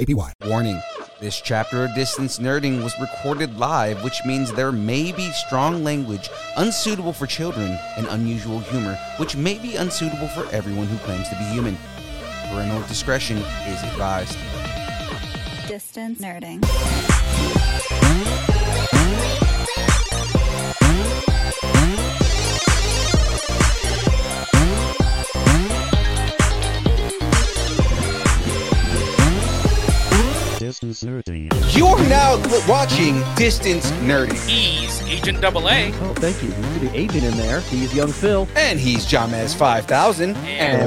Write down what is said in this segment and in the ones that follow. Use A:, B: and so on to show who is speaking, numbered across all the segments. A: APY.
B: Warning This chapter of Distance Nerding was recorded live, which means there may be strong language, unsuitable for children, and unusual humor, which may be unsuitable for everyone who claims to be human. Parental discretion is advised.
C: Distance nerding.
D: Distance nerdy.
B: You are now cl- watching Distance Nerding,
E: Ease, Agent Double A.
F: Oh, thank you. You see the agent in there. He's young Phil.
B: and he's Jamez 5000,
E: And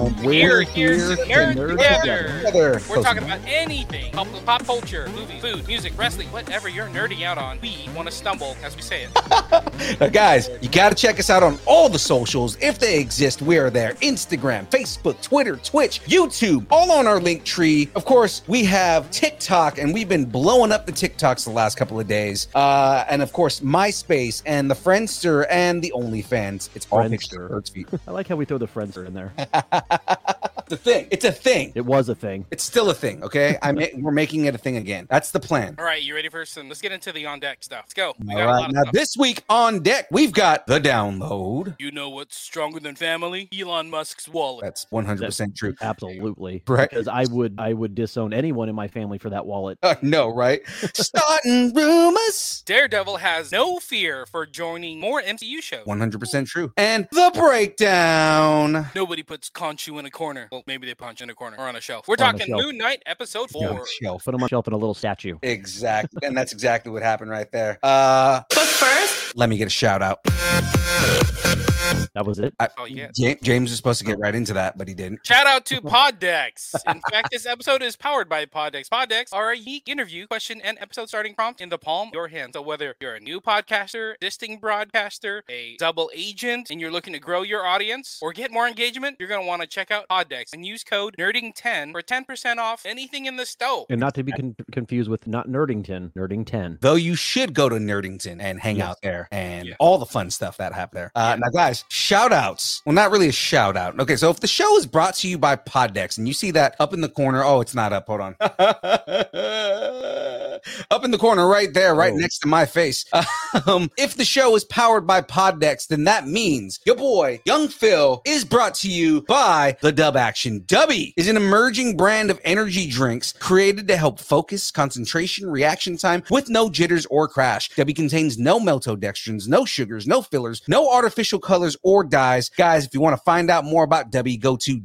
B: and
E: we're
B: we're
E: here
B: here
E: to
B: to
E: nerd together.
B: nerd together.
E: We're talking about anything pop, pop culture, movies, food, music, wrestling, whatever you're nerding out on. We want to stumble as we say it.
B: Now, guys, you got to check us out on all the socials if they exist. We are there Instagram, Facebook, Twitter, Twitch, YouTube, all on our link tree. Of course, we have TikTok, and we've been blowing up the TikToks the last couple of days. Uh, and of course, MySpace and the Friendster and the OnlyFans. It's all
F: Friendster.
B: pictures of birds' feet.
F: I like how we throw the friends in there.
B: It's a thing. It's a thing.
F: It was a thing.
B: It's still a thing, okay? I ma- we're making it a thing again. That's the plan.
E: All right, you ready for some? Let's get into the on deck stuff. Let's go. We
B: All
E: got a lot
B: right.
E: of
B: Now,
E: stuff.
B: this week on deck, we've got the download.
E: You know what's stronger than family? Elon Musk's wallet.
B: That's 100% true.
F: Absolutely.
B: Right.
F: Because I would I would disown anyone in my family for that wallet.
B: I know, right? Starting rumors.
E: Daredevil has no fear for joining more MCU shows.
B: 100% true. And the breakdown.
E: Nobody puts Conchu in a corner. Well, maybe they punch in a corner or on a shelf. We're
F: On a
E: talking
F: shelf.
E: Moon Knight episode
B: Yeah,
E: four.
B: shelf.
F: Put him on a shelf in a little statue.
B: Exactly. and that's exactly what happened right there. Uh, but first, let me get a shout out.
F: That was it.
B: I,
E: Oh, yeah.
B: Ja- James was supposed to get right into that, but he didn't.
E: Shout out to Poddex. In fact, this episode is powered by Poddex. Poddex are a unique interview, question, and episode starting prompt in the palm of your hand. So whether you're a new podcaster, existing broadcaster, a double agent, and you're looking to grow your audience or get more engagement, you're going to want to check out Poddex and use code NERDING10 for 10% off anything in the stove.
F: And not to be con- confused with not Nerdington, Nerdington.
B: Though you should go to Nerdington and hang
F: Yes.
B: out there and
E: Yeah.
B: all the fun stuff that happened there. Uh, Now, guys, shout outs. Well, not really a shout out. Okay, so if the show is brought to you by Poddex and you see that up in the corner, oh, it's not up. Hold on. up in the corner right there, right
F: Oh.
B: next to my face. Um, if the show is powered by Poddex, then that means your boy, Young Phil, is brought to you by The Dub Action. Dubby is an emerging brand of energy drinks created to help focus, concentration, reaction time with no jitters or crash. Dubby contains no maltodextrins, no sugars, no fillers, no artificial colors or dyes. Guys, if you want to find out more about Dubby, go to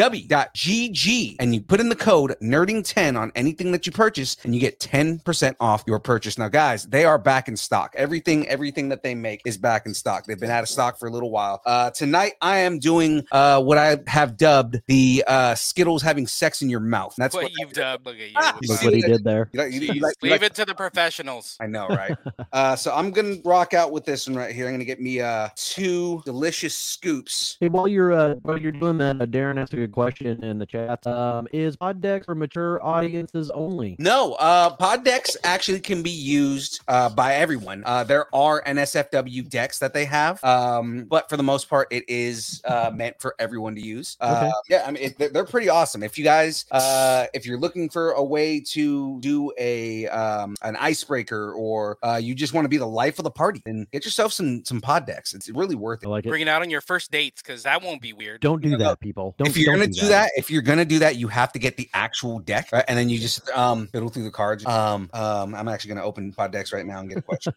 B: www.dubby.gg and you put in the code NERDING10 on anything that you purchase and you get 10% off your purchase. Now, guys, they are back in stock. Everything, everything that they make is back in stock. They've been out of stock for a little while. Uh, tonight, I am doing uh, what I have dubbed the uh, Skittles having sex in your mouth. That's
E: what
B: what,
E: you've dubbed. Look at you.
B: Ah,
F: Look
B: see
F: what he
B: that-
F: did there.
B: You like- you- you like- you
E: Leave
B: like-
E: it to the professionals.
B: I know, right? uh, so I'm gonna rock out with this one right here. I'm gonna get me uh, two delicious scoops.
F: Hey, while you're uh, while you're doing that, uh, Darren asked a good question in the chat. Um, is Poddex for mature audiences only?
B: No, uh, pod decks actually can be used uh, by everyone. Uh, there are NSFW decks that they have, um, but for the most part, it is uh, meant for everyone to use. Uh,
F: Okay.
B: yeah, I mean, it, they're, they're pretty awesome. If you guys, uh, if you're looking for a way to do a um, an icebreaker, or uh, you just want to be the life of the party, then get yourself some some pod Poddex. It's really worth
F: I
B: it.
F: like it.
E: Bring it out on your first dates because that won't be weird.
F: Don't do
B: No, no.
F: that, people. Don't,
B: if you're
F: don't
B: gonna do that. if you're gonna do that, you have to get the actual deck, right? and then you just um fiddle through the cards. Um, um, I'm actually gonna open pod decks right now and get a question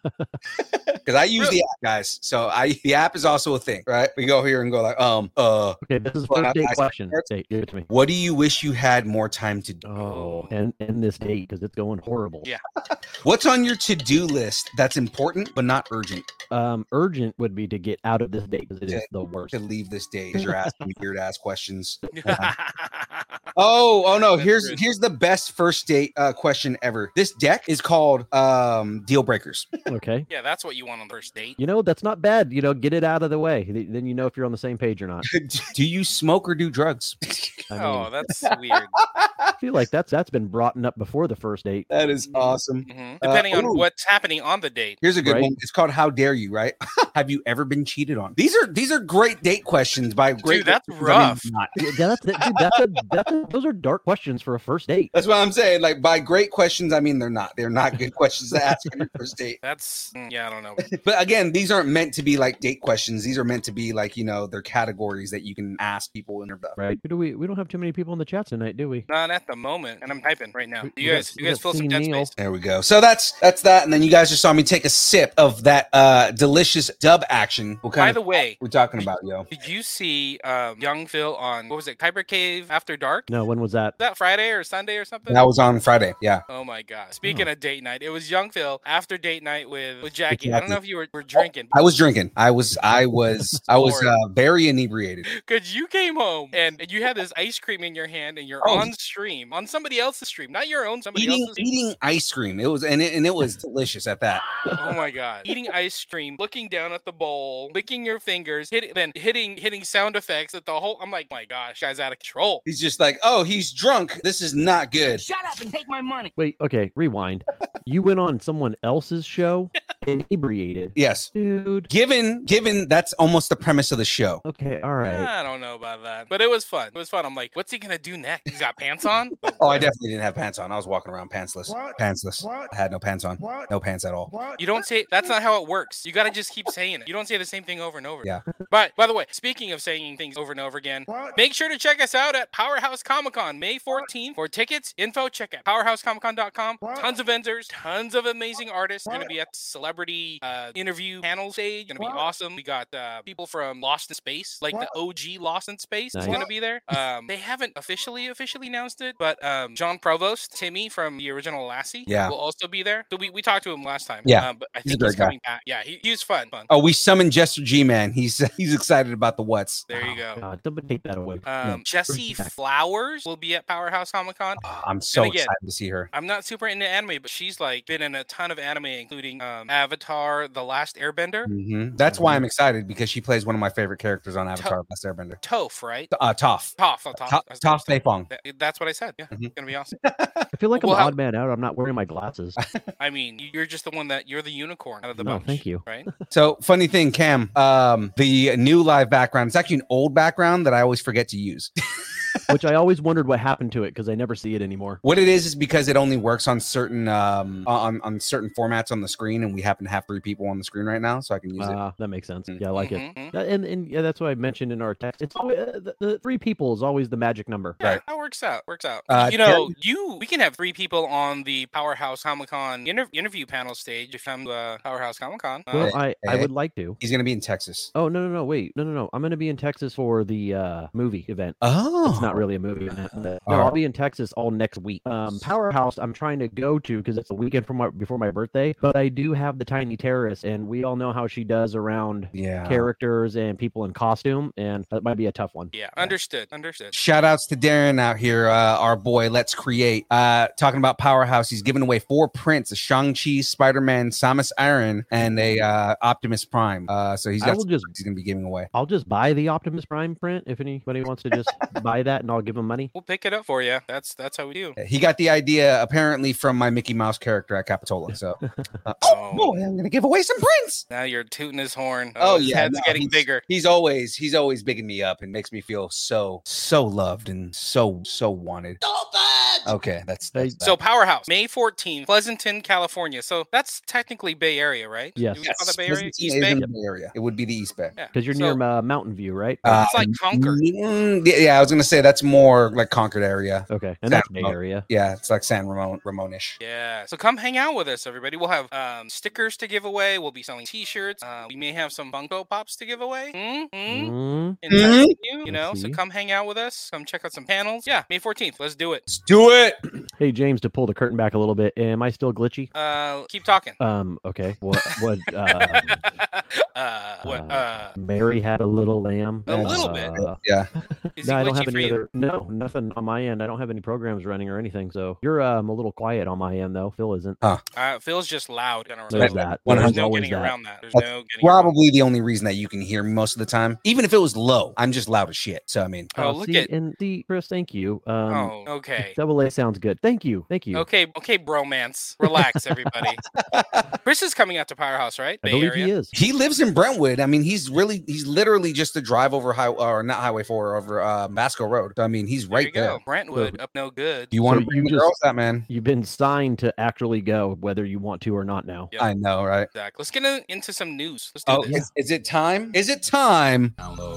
B: because I use the app, guys. So I the app is also a thing, right? We go here and go like, um, uh,
F: Okay, this is
B: Well, I-
F: first date
B: I-
F: question. Say, give it to me.
B: what do you wish you had more time to do?
F: Oh, and end this date because it's going horrible.
E: Yeah.
B: What's on your to do list that's important but not urgent
F: Um, urgent would be to get out of this date because it
B: To-
F: is the worst.
B: to leave this day? Because you're asking weird ass questions. Oh, oh no!
E: That's
B: Here's
E: rude.
B: here's the best first date uh, question ever. This deck is called um Deal Breakers.
F: Okay.
E: yeah, that's what you want on the first date.
F: You know, that's not bad. You know, get it out of the way. Th- Then you know if you're on the same page or not.
B: do you smoke or do drugs?
F: I mean,
E: oh, that's weird.
F: I feel like that's that's been brought up before the first date.
B: That is awesome.
E: Mhm. Depending on
B: Uh, ooh.
E: what's happening on the date.
B: Here's a good
F: Right?
B: one. It's called "How Dare You," right? Have you ever been cheated on? These are these are great date questions by great. date
E: that's
B: questions, I mean,
E: rough.
B: not.
F: Yeah, that's, dude, that's, a, that's a, those are dark questions for a first date.
B: That's what I'm saying. Like by great questions, I mean they're not. They're not good questions to ask on your first date.
E: That's mm, yeah, I don't know.
B: But again, these aren't meant to be like date questions. These are meant to be like you know they're categories that you can ask people in their
F: Right? Who Do we we don't have too many people in the chat tonight, do we?
E: Not at the moment, and I'm typing right now.
F: We- we
E: You
F: got-
E: guys,
F: we
E: you guys
F: got
E: fill some
F: Seeing
E: dead
F: Neil.
E: space.
B: There we go. So that's that's that. And then you guys just saw me take a sip of that uh delicious dub action. What kind
E: By
B: of
E: the way,
B: we're talking about, yo?
E: did you see um, Young Phil on what was it, Kyber Cave After Dark?
F: No, when was that?
E: that Friday or Sunday or something?
B: That was on Friday. Yeah.
E: Oh my god! Speaking of date night, it was Young Phil after date night with with Jackie. I don't
B: Jackie.
E: know if you were, were drinking
B: I was drinking. I was I was I was
E: Sorry.
B: uh, very inebriated.
E: because you came home and and you had this ice cream in your hand and you're
B: Oh.
E: on stream on somebody else's stream, not your own, somebody
B: Eating
E: else's.
B: eating ice cream. It was and it, and it was delicious at that.
E: Oh my god! Eating ice cream, looking down at the bowl, licking your fingers, hit, then hitting hitting sound effects at the whole. I'm like, my gosh, guy's out of control.
B: He's just like, "Oh, he's drunk. This is not good."
F: Wait, okay, rewind. you went on someone else's show inebriated.
B: Yes.
F: Dude.
B: Given given that's almost the premise of the show.
F: Okay, all right.
E: I don't know about that, but it was fun. It was fun. I'm like, what's he gonna do next? He's got pants on.
B: Oh, I definitely didn't have pants on. I was walking around pantsless. Pantsless. I had no pants on. No pants at all.
E: You don't say that's not how it works. You gotta just keep saying it. You don't say the same thing over and over.
B: Yeah.
E: But by the way, speaking of saying things over and over again, make sure to check us out at Powerhouse Comic Con May 14th for tickets, info. Check out powerhousecomiccon.com. Tons of vendors, tons of amazing artists. Gonna be at the celebrity uh, interview panel stage. Gonna be awesome. We got uh, people from Lost in Space, like the OG Lost in Space, is
F: Nice.
E: gonna be there. Um, they haven't officially officially announced it, but um, John Provost, Timmy from the original Lassie,
B: Yeah.
E: will also be there. So we, we talked to him last time.
B: Yeah.
E: um, but I
B: He's a
E: think
B: great
E: he's
B: guy.
E: coming back. Yeah, he, he was fun. Fun.
B: Oh, we summoned Jester G Man. He's he's excited about the what's.
E: there you go.
F: God, don't take that away.
E: Um, Jesse
F: back.
E: Flowers will be at Powerhouse Comic Con.
B: Ah, I'm so
E: again-
B: excited to see her.
E: I'm not super into anime, but she's like been in a ton of anime, including um, Avatar: The Last Airbender.
B: Mhm. That's why I'm excited because she plays one of my favorite characters on Avatar: The Last Airbender.
E: Toph, right?
B: Uh, Toph.
E: Toph. oh, Toph.
B: Toph,
E: I was gonna
B: Toph
E: say-
B: Beifong.
E: Th- That's what I said. Yeah,
B: Mhm.
E: it's gonna be awesome.
F: I feel like I'm
E: well,
F: an
E: how-
F: odd man out. I'm not wearing my glasses.
E: I mean, you- you're just the one that you're the unicorn out of the
F: No,
E: bunch.
F: thank you.
E: Right?
B: So funny thing, Cam. Um, the new live background. It's actually an old background that I always forget to use.
F: which I always wondered what happened to it because I never see it anymore.
B: what it is is because it only works on certain um on on certain formats on the screen, and we happen to have three people on the screen right now, so I can use it.
F: Uh, that makes sense. Yeah, I like it.
E: Mhm, mhm.
F: That- and and yeah, that's what I mentioned in our text. It's always uh, the, the three people is always the magic number.
E: Yeah,
B: Right.
E: that works out. Works out.
B: Uh,
E: you
B: Terry-
E: know, you we can have three people on the Powerhouse Comic Con inter- interview panel stage if I'm uh, Powerhouse Comic Con. Uh,
F: Well, I, I
B: Okay.
F: would like to.
B: He's gonna be in Texas.
F: Oh no no no wait no no no I'm gonna be in Texas for the uh, movie event.
B: Oh,
F: It's not really a movie event. But, no,
B: Oh.
F: I'll be in Texas all next week. Um, Powerhouse I'm trying to go to because it's the weekend from my, before my birthday. But I do have the Tiny Terrorist, and we all know how she does around
B: Yeah.
F: characters and people in costume, and that might be a tough one.
E: yeah, understood. Understood.
B: Shout outs to Darren out here, uh, our boy. Let's create. Uh, talking about Powerhouse, he's giving away four prints: a Shang Chi, Spider Man, Samus Iron, and a uh, Optimus Prime. Uh, so he's
F: I
B: got
F: will
B: some
F: just-
B: prints he's gonna be giving away.
F: I'll just buy the Optimus Prime print if anybody wants to just buy that and I'll give him money?
E: We'll pick it up for you. That's that's how we do.
B: He got the idea apparently from my Mickey Mouse character at Capitola. So, uh, oh
E: Oh.
B: boy, I'm gonna give away some prints.
E: Now you're tooting his horn.
B: Oh,
E: his
B: yeah,
E: head's
B: no,
E: getting
B: he's-
E: bigger.
B: He's always he's always bigging me up and makes me feel so so loved and so so wanted. Okay, that's,
F: They-
B: that's
E: So powerhouse May 14th, Pleasanton, California. So that's technically Bay Area, right?
F: Yes.
E: Do we
B: yes,
E: call that Bay Area?
B: Pleasanton
E: East
B: is
E: Bay.
B: in the Bay Area. It would be the East Bay. Um,
E: Yeah.
F: Because you're
E: So-
F: near uh, Mountain View, right?
E: It's like Concord.
B: mm, yeah, yeah, I was gonna say that's more like Concord area.
F: okay, and that's Bay
B: Sacramento.
F: Area.
B: Yeah, it's like San Ramon Ramonish.
E: Yeah. So come hang out with us, everybody. We'll have um, stickers to give away. We'll be selling T-shirts. Uh, we may have some Funko Pops to give away. Mm-hmm.
F: Mm,
E: You,
F: I
E: you know, so
F: see.
E: come hang out with us. Come check out some panels. Yeah, May 14th. Let's do it.
B: Let's do it.
F: Hey James, to pull the curtain back a little bit, am I still glitchy?
E: Uh, keep talking.
F: Um. Okay. What? What? Uh,
E: uh, what?
F: uh,
E: Uh,
F: Mary had a little lamb.
E: A little bit.
F: Uh,
B: Yeah.
E: is
F: no,
E: he
F: I don't
E: glitchy
F: have
E: for
F: any
E: you?
F: other. No, nothing on my end. I don't have any programs running or anything. So you're um, a little quiet on my end, though. Phil isn't.
E: Uh, Phil's just loud. Gonna
F: There's
E: remember.
F: that.
B: One
E: There's
B: hundred
E: no
F: always
E: getting
F: that.
E: around that. There's
B: That's
E: no getting around
B: Probably the only reason that you can hear me most of the time. Even if it was low, I'm just loud as shit. So I mean,
E: Oh, look
F: Uh, see,
E: at-
F: and see, Chris. Thank you. Um,
E: that. Oh, okay.
F: Double A sounds good. Thank you. Thank you.
E: Okay, okay, bromance. Relax, everybody. Chris is coming out to Powerhouse, right?
F: I
E: Bay
F: believe
E: Area.
F: he is.
B: He lives in Brentwood. I mean, he's really he's literally just a drive over high or not highway four over uh Basco Road. So, I mean, he's
E: There
B: right
E: you
B: there.
E: go. Brentwood, up no good.
B: You want
F: So
B: to bring
F: you
B: the
F: just-
B: girls that man?
F: You've been signed to actually go, whether you want to or not. Now.
E: Yep.
B: I know, right?
E: Zach, Let's get in- into some news. Let's do
B: Oh,
E: this.
B: is, is it time? Is it time?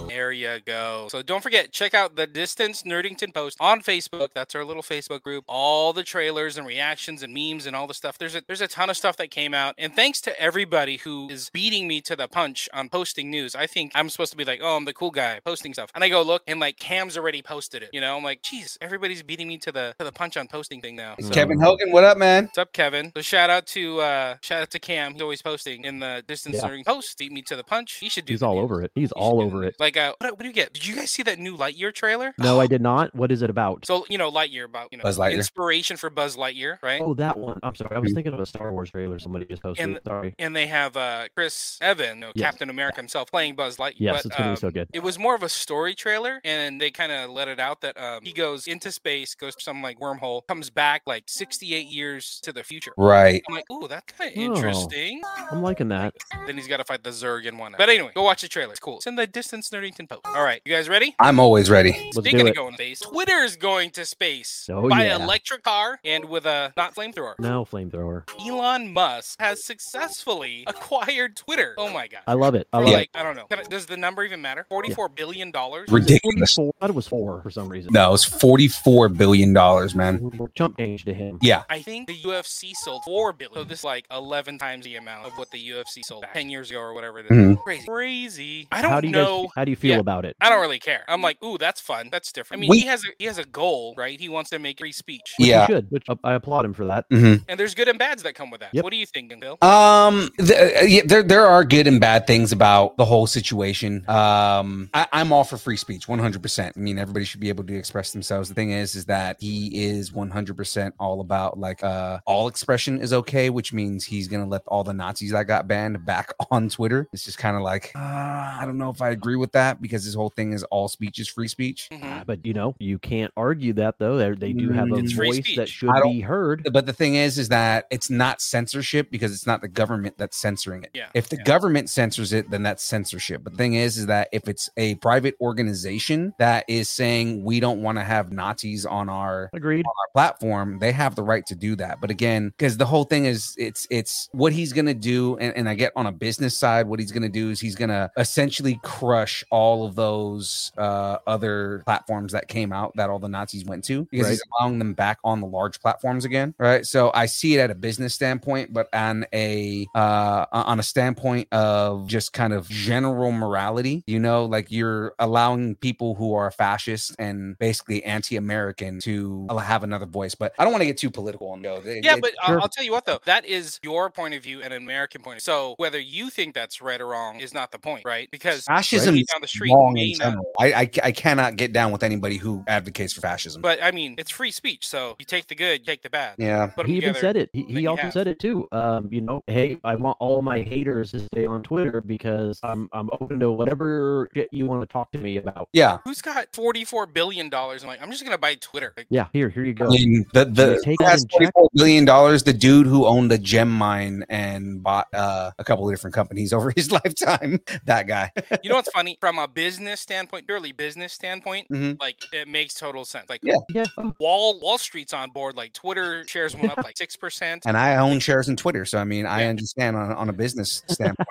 E: There you go. So don't forget, check out the Distance Nerdington post on Facebook. That's our little Facebook group. All the trailers and reactions and memes and all the stuff. There's a there's a ton of stuff that came out. And thanks to everybody who is beating me to the punch on posting news. I think I'm supposed to be like, oh, I'm the cool guy posting stuff. And I go look and like Cam's already posted it. You know, I'm like, Jesus, everybody's beating me to the to the punch on posting thing now. So-
B: Kevin Hogan, what up, man?
E: What's up, Kevin? So shout out to uh shout out to Cam. He's always posting in the distance
F: Yeah.
E: learning post. Beat me to the punch. He should do.
F: He's
E: the
F: all
E: news.
F: over it. He's
E: You should
F: all
E: do the
F: over
E: news.
F: it.
E: Like, uh, what, what do you get? Did you guys see that new Lightyear trailer?
F: No, I did not. What is it about?
E: So you know, Lightyear about you know
B: Buzz Lightyear.
E: inspiration for Buzz Lightyear, right?
F: Oh, that one. I'm sorry. I was thinking of a Star Wars trailer somebody just posted.
E: And-
F: sorry.
E: And they have uh Chris Evan, you know,
F: Yes.
E: Captain America himself, playing Buzz Lightyear.
F: Yes,
E: but,
F: it's gonna
E: um,
F: be so good.
E: It was more of a story trailer, and they kind of let it out that um, he goes into space, goes to some like wormhole, comes back like 68 years to the future.
B: Right.
E: I'm like, ooh, that's kind of
F: Oh.
E: interesting.
F: I'm liking that.
E: Then he's got to fight the Zerg in one. But anyway, go watch the trailer. It's cool. It's in the distance Nerdington post. All right, you guys ready?
B: I'm always ready.
F: Let's
E: Speaking
F: do
E: of
F: it.
E: going to space, Twitter is going to space
F: Oh,
E: by
F: yeah.
E: electric car and with a not flamethrower.
F: No flamethrower.
E: Elon Musk has successfully acquired Twitter. Oh my god.
F: I love it. I
E: For
F: love
E: like, I don't know. Can I- Does the number even matter? Forty-four billion dollars.
F: it.
B: Ridiculous.
F: Four, I thought it was four for some reason.
B: No, it's forty-four billion dollars, man.
F: Jump change to him.
B: Yeah.
E: I think the UFC sold four billion. So this is like eleven times the amount of what the UFC sold back ten years ago or whatever. It is.
B: Mhm.
E: Crazy, crazy. I
F: Mm-hmm. How
E: don't
F: do you
E: know.
F: guys? How do you feel
E: Yeah.
F: about it?
E: I don't really care. I'm like, ooh, that's fun. That's different. I mean,
B: We-
E: he has a, he has a goal, right? He wants to make free speech,
F: Which he
B: Yeah.
F: should. Which uh, I- I applaud him for that.
B: hmm
E: and there's good and bads that come with that.
F: Yep.
E: What do you think, Bill?
B: Um, th- uh, yeah, there there are good and bad things about the whole situation. Um, I, I'm all for free speech, 100. percent I mean, everybody should be able to express themselves. The thing is, is that he is 100 percent all about like uh, all expression is okay, which means he's gonna let all the Nazis that got banned back on Twitter. It's just kind of like uh, I don't know if I agree with that because this whole thing is all speech is free speech.
E: Mhm.
F: Ah, But you know, you can't argue that though. They, they do have a
B: It's
E: free
F: voice
E: speech.
F: that should
B: I don't-
F: be heard.
B: But the thing is, is that it's not censorship because it's not the government that's censoring it.
E: Yeah,
B: If the government censors it, then that's censorship. But the thing is, is that if it's a private organization that is saying we don't want to have Nazis on our
F: Agreed.
B: our platform, they have the right to do that. But again, because the whole thing is it's it's what he's gonna do, and, and I get on a business side, what he's gonna do is he's gonna essentially crush all of those uh, other platforms that came out that all the Nazis went to because he's allowing them back on the large platforms again. Right. So I see it at a business standpoint, but on a uh on a standpoint of just kind of general morality, you know, like you're allowing people who are fascist and basically anti-American to have another voice. But I don't want to get too political and go. it-
E: Yeah,
B: it-
E: but I-
F: Sure.
E: I'll tell you what though, that is your point of view and an American point. of view. So whether you think that's right or wrong is not the point, right? Because
F: Ah.
B: fascism
E: right?
B: is
E: down the street,
B: wrong
E: may
B: in
E: not-
B: general. I, I I cannot get down with anybody who advocates for fascism.
E: but I mean, it's free speech, so you take the good, you take the bad.
B: yeah.
E: Put 'em
F: he even
E: together.
F: said it. He,
E: that
F: he
E: you
F: also
E: have.
F: said it too. Um, you know, hey, I want all my haters to stay on Twitter because I'm I'm open to whatever shit you want to talk to me about.
B: Yeah.
E: Who's got forty $44 billion. I'm like, I'm just going to buy Twitter. Like,
F: Yeah, here, here you
B: I
F: go.
B: mean, the
F: Can
B: the
F: you take
B: that's
F: that in
B: twenty
F: check?
B: four billion dollars. The dude who owned the gem mine and bought uh, a couple of different companies over his lifetime. That guy.
E: you know what's funny? From a business standpoint, purely business standpoint,
B: Mhm.
E: like it makes total sense. Like
B: Yeah.
F: Yeah, oh,
E: Wall Wall Street's on board. Like Twitter shares went up like six percent.
B: And I own shares in Twitter, so I mean, I understand on, on a business standpoint.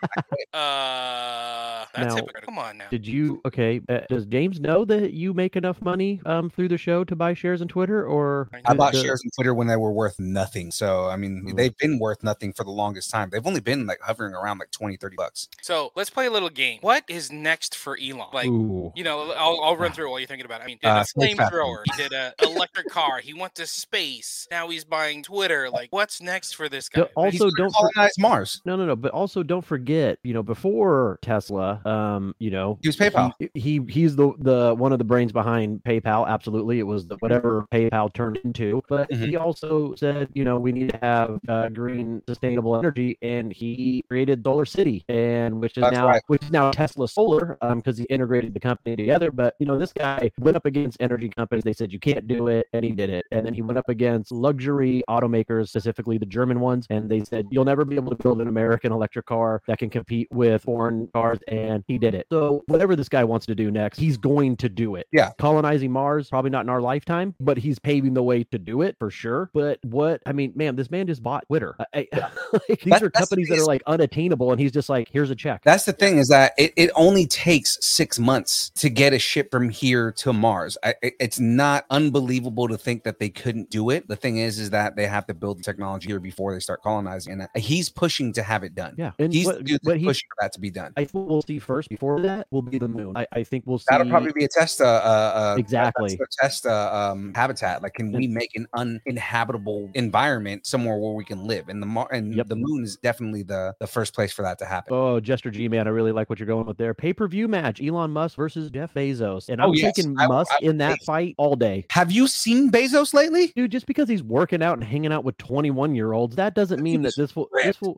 E: Uh, that's
F: Now-
E: hypocritical. Come on now.
F: Did you okay? Uh, does James know that you make enough money um through the show to buy shares in Twitter, or
E: I
B: I
F: the-
B: bought
F: the-
B: shares in Twitter when they were worth nothing. So I mean,
F: Mm.
B: they've been worth nothing for the longest time. They've only been like hovering around like 20, 30 bucks.
E: So let's play a little game. What is next for Elon? Like.
F: Ooh. Ah.
E: You know, I'll, I'll run through while you're thinking about it. I mean, he
B: Uh,
E: did
B: snake
E: a
B: pattern.
E: flamethrower. He did a electric car. He went to space. Now he's buying Twitter. Like, what's next for this guy?
F: The-
E: Like,
F: also,
B: He's gonna
F: don't for-
B: colonize Mars.
F: No, no, no. But also, don't forget, you know, before Tesla, um, you know,
B: Use PayPal.
F: he, he he's the the one of the brains behind PayPal. Absolutely, it was the, whatever PayPal turned into. But
B: Mm-hmm.
F: he also said, you know, we need to have uh, green, sustainable energy, and he created Solar City, and which is
B: That's
F: now
B: right.
F: which is now Tesla Solar, um, because he integrated the company together. But you know, this guy went up against energy companies. They said you can't do it, and he did it. And then he went up against luxury automakers, specifically the German ones, and they said you'll never be able to build an American electric car that can compete with foreign cars, and he did it. So whatever this guy wants to do next, he's going to do it.
B: Yeah.
F: colonizing Mars, probably not in our lifetime, but he's paving the way to do it for sure. But what I mean, man, this man just bought Twitter. I, I, like, these
B: That- that's
F: are
B: the
F: companies that are
B: biggest-
F: like unattainable, and he's just like, here's a check.
B: That's the thing is that it, it only takes six months to get a ship from here to Mars. I, it- it's not unbelievable to think that they couldn't do it. The thing is, is that they have to build the technology here before they start colonizing. And uh, he's pushing to have it done.
F: yeah, and
B: He's
F: what,
B: the dude
F: what
B: that's
F: he
B: pushing for that to be done.
F: I think what we'll see first before that will be the moon. I, I think we'll see.
B: That'll probably be a test. Uh, uh, uh,
F: Exactly.
B: That's a test uh, um, habitat. Like, can we make an uninhabitable environment somewhere where we can live? And the Mar- and
F: Yep.
B: the moon is definitely the the first place for that to happen.
F: Oh, Jester G man, I really like what you're going with there. Pay per view match: Elon Musk versus Jeff Bezos, and
B: Oh,
F: I'm
B: yes.
F: taking
B: I- I
F: Musk
B: would
F: in that
B: take-
F: fight all day.
B: Have you seen Bezos lately?
F: Dude, just because he's working out and hanging out with 21 year olds, that doesn't mean that
B: dude's
F: this will. This will.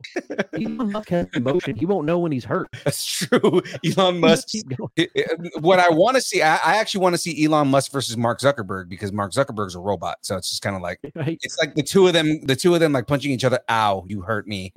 F: Elon Musk has emotion. He won't know when he's hurt. He
B: That's true. Elon
F: just
B: Musk.
F: keep going.
B: what I want to see, I, I actually want to see Elon Musk versus Mark Zuckerberg because Mark Zuckerberg's a robot. So it's just kind of like
F: Right?
B: it's like the two of them, the two of them like punching each other. Ow, you hurt me.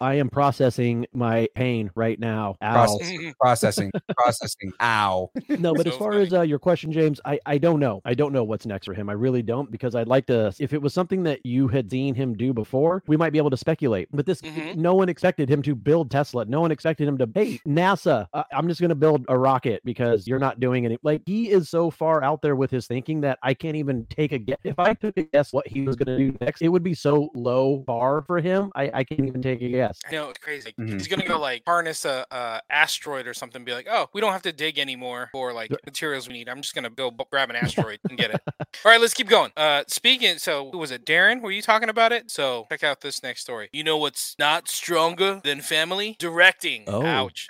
F: I am processing my pain right now. Ow.
B: Processing,
E: Mm-hmm.
B: processing, processing. Ow.
F: No, but as
E: So
F: far
E: funny.
F: as uh, your question, James, I, I don't know. I don't know what's next for him. I really don't because I'd like to. If it was something that you had seen him do before, we might be able to speculate. But this,
E: Mhm.
F: no one expected him to build Tesla. No one expected him to. Hey, NASA, uh, I'm just going to build a rocket because you're not doing any. Like he is so far out there with his thinking that I can't even take a guess. If I took a guess what he was going to do next, it would be so low bar for him. I, I can't even take a guess.
E: I know it's crazy. Like,
B: Mhm.
E: He's gonna go like harness a, a asteroid or something. Be like, oh, we don't have to dig anymore for like materials we need. I'm just gonna go b- grab an asteroid and get it. All right, let's keep going. Uh, speaking, so who was it? Darren, were you talking about it? So check out this next story. You know what's not stronger than family? Directing.
F: Oh.
E: Ouch.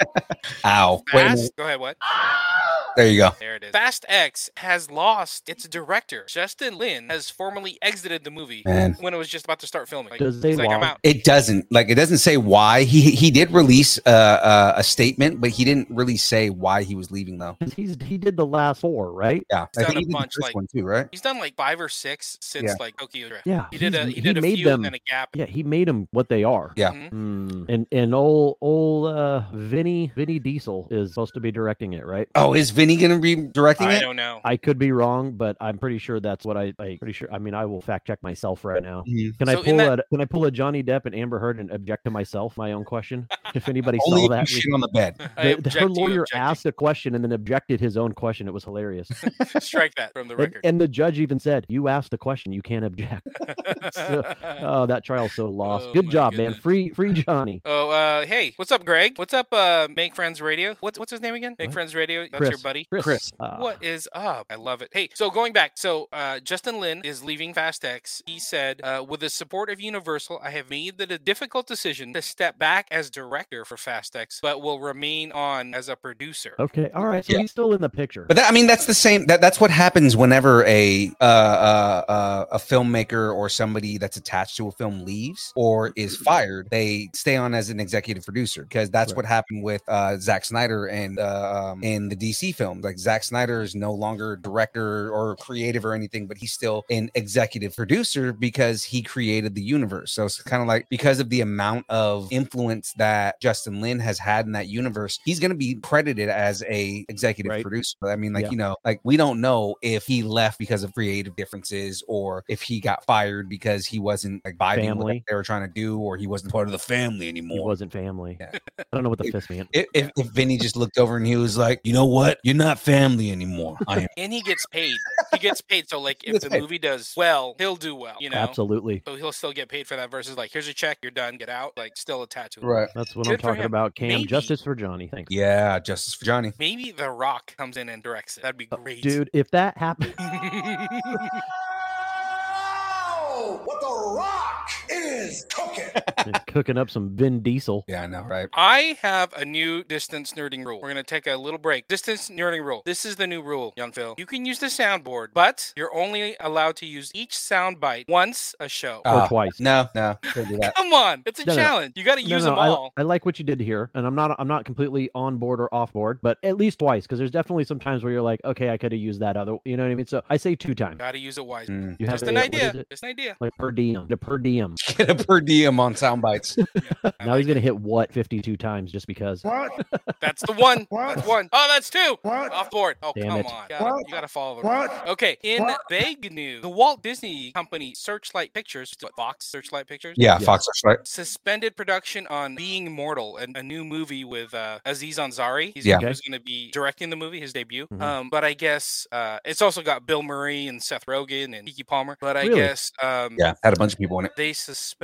B: Ow. Wait a minute.
E: Fast. Go ahead. What?
B: There you go.
E: There it is. Fast X has lost its director. Justin Lin has formally exited the movie
B: Man.
E: when it was just about to start filming. Like,
F: Does they
E: he's like, I'm
F: lie?
E: out.
B: It doesn't like it doesn't say why he he did release uh, uh, a statement, but he didn't really say why he was leaving though.
F: 'Cause He's he did the last four, right?
B: Yeah,
E: He's done a
B: he did the
E: bunch,
B: first
E: like-
B: one too, right?
E: He's done like five or six since
B: Yeah.
E: like Tokyo Drift.
F: Yeah,
E: He did
F: he's-
E: a he did a
F: made
E: few and
F: them.
E: then a gap.
F: Yeah, he made them what they are.
B: Yeah.
E: Mhm.
F: Mm. And and old old uh, Vinny Vinny Diesel is supposed to be directing it, right?
B: Oh, is Vinny gonna be directing
E: I
B: it?
E: don't know.
F: I could be wrong, but I'm pretty sure that's what I. I pretty sure. I mean, I will fact check myself right now.
B: Mhm.
F: Can
E: So
F: I
E: in
F: pull
E: that-
F: a Can I pull a Johnny Depp and Amber Heard and object to myself my own question? If anybody
B: Only
F: saw
B: if
F: that,
B: you shit on the bed.
E: I
F: the-
E: object
F: her
E: to you
F: lawyer
E: objecting.
F: asked a question and then objected his own question. It was hilarious.
E: Strike that from the
F: and,
E: record.
F: and the judge even said, "You asked the question, you can't object." so- oh, that trial's so lost.
E: Oh,
F: Good
E: my
F: job, man.
E: goodness.
F: Free free Johnny.
E: oh, uh, hey, what's up, Greg? What's up, uh, Make Friends Radio? What's what's his name again? Make
F: What?
E: Friends Radio. That's your buddy.
F: Chris.
B: Chris.
F: Uh,
E: What is up? I love it. Hey, so going back, so uh, Justin Lin is leaving FastX. He said, uh, with the support of Universal, I have made the difficult decision to step back as director for FastX, but will remain on as a producer.
F: Okay. All right. So
B: Yeah.
F: he's still in the picture.
B: But that, I mean, that's the same. That that's what happens whenever a uh, uh, uh, a filmmaker or somebody that's attached to a film leaves or is fired. They stay on as an executive producer because that's what happened with uh, Zack Snyder and uh, um, in the DC films. Like Zack Snyder is no longer director or creative or anything, but he's still an executive producer because he created the universe. So it's kind of like because of the amount of influence that Justin Lin has had in that universe, he's going to be credited as a executive
F: Right.
B: producer. But I mean, like
F: Yeah.
B: you know, like we don't know if he left because of creative differences or if he got fired because he wasn't like vibing with what
F: Family.
B: they were trying to do or he wasn't part of the family
F: He
B: anymore.
F: wasn't family.
B: Yeah.
F: I don't know what the fist meant.
B: If, if, if Vinny just looked over and he was like, you know what? You're not family anymore. I am.
E: and he gets paid. He gets paid. So like, if
B: gets
E: the
B: paid.
E: movie does well, he'll do well. You know,
F: Absolutely.
E: so he'll still get paid for that. Versus like, here's your check, you're done, get out. Like, still a tattoo.
B: Right.
F: That's what
E: Good
F: I'm
E: for
F: talking
E: him.
F: about. Cam,
E: Maybe.
F: justice for Johnny. Thanks.
B: Yeah. Justice for Johnny.
E: Maybe The Rock comes in and directs it. That'd be great,
F: Uh, Oh, Dude, if that happened,
D: What the rock is cooking?
F: cooking up some Vin Diesel.
B: Yeah, I know, right?
E: I have a new distance nerding rule. We're gonna take a little break. Distance nerding rule. This is the new rule, young Phil. You can use the soundboard, but you're only allowed to use each sound bite once a show.
F: Or
B: Ah,
F: twice.
B: No, no, can't do that.
E: Come on, it's a
F: No, no, no.
E: challenge. You gotta
F: No,
E: use
F: no,
E: them
F: I,
E: all.
F: I like what you did here, and I'm not I'm not completely on board or off board, but at least twice, because there's definitely some times where you're like, okay, I could have used that other, you know what I mean? So I say two times.
E: Gotta use it wise.
B: Mm.
F: You have
E: Just
F: a-
E: an
F: what is
E: idea.
F: it?
E: Just an idea.
F: Like per diem, the per diem.
B: Get a per diem on sound bites.
E: I
F: Now
E: like
F: he's gonna hit what 52 times just because.
D: What?
E: it. That's the one.
D: What?
E: That's one. Oh, that's two.
D: What?
E: Off board. Oh,
F: Damn
E: come
F: it.
E: on. You gotta,
D: What?
E: you gotta follow the
D: What?
E: Okay, in
D: What?
E: big news, the Walt Disney Company Searchlight Pictures, what, Fox Searchlight Pictures,
B: Yeah,
F: Yeah.
B: Fox Searchlight.
E: suspended production on Being Mortal, and a new movie with uh, Aziz Ansari. He's
B: Yeah.
E: he
F: Okay.
E: was going to be directing the movie, his debut.
F: Mhm.
E: Um, but I guess uh, it's also got Bill Murray and Seth Rogen and Kiki Palmer. But I
F: Really?
E: guess um,
B: Yeah, had a bunch of people in it.
E: they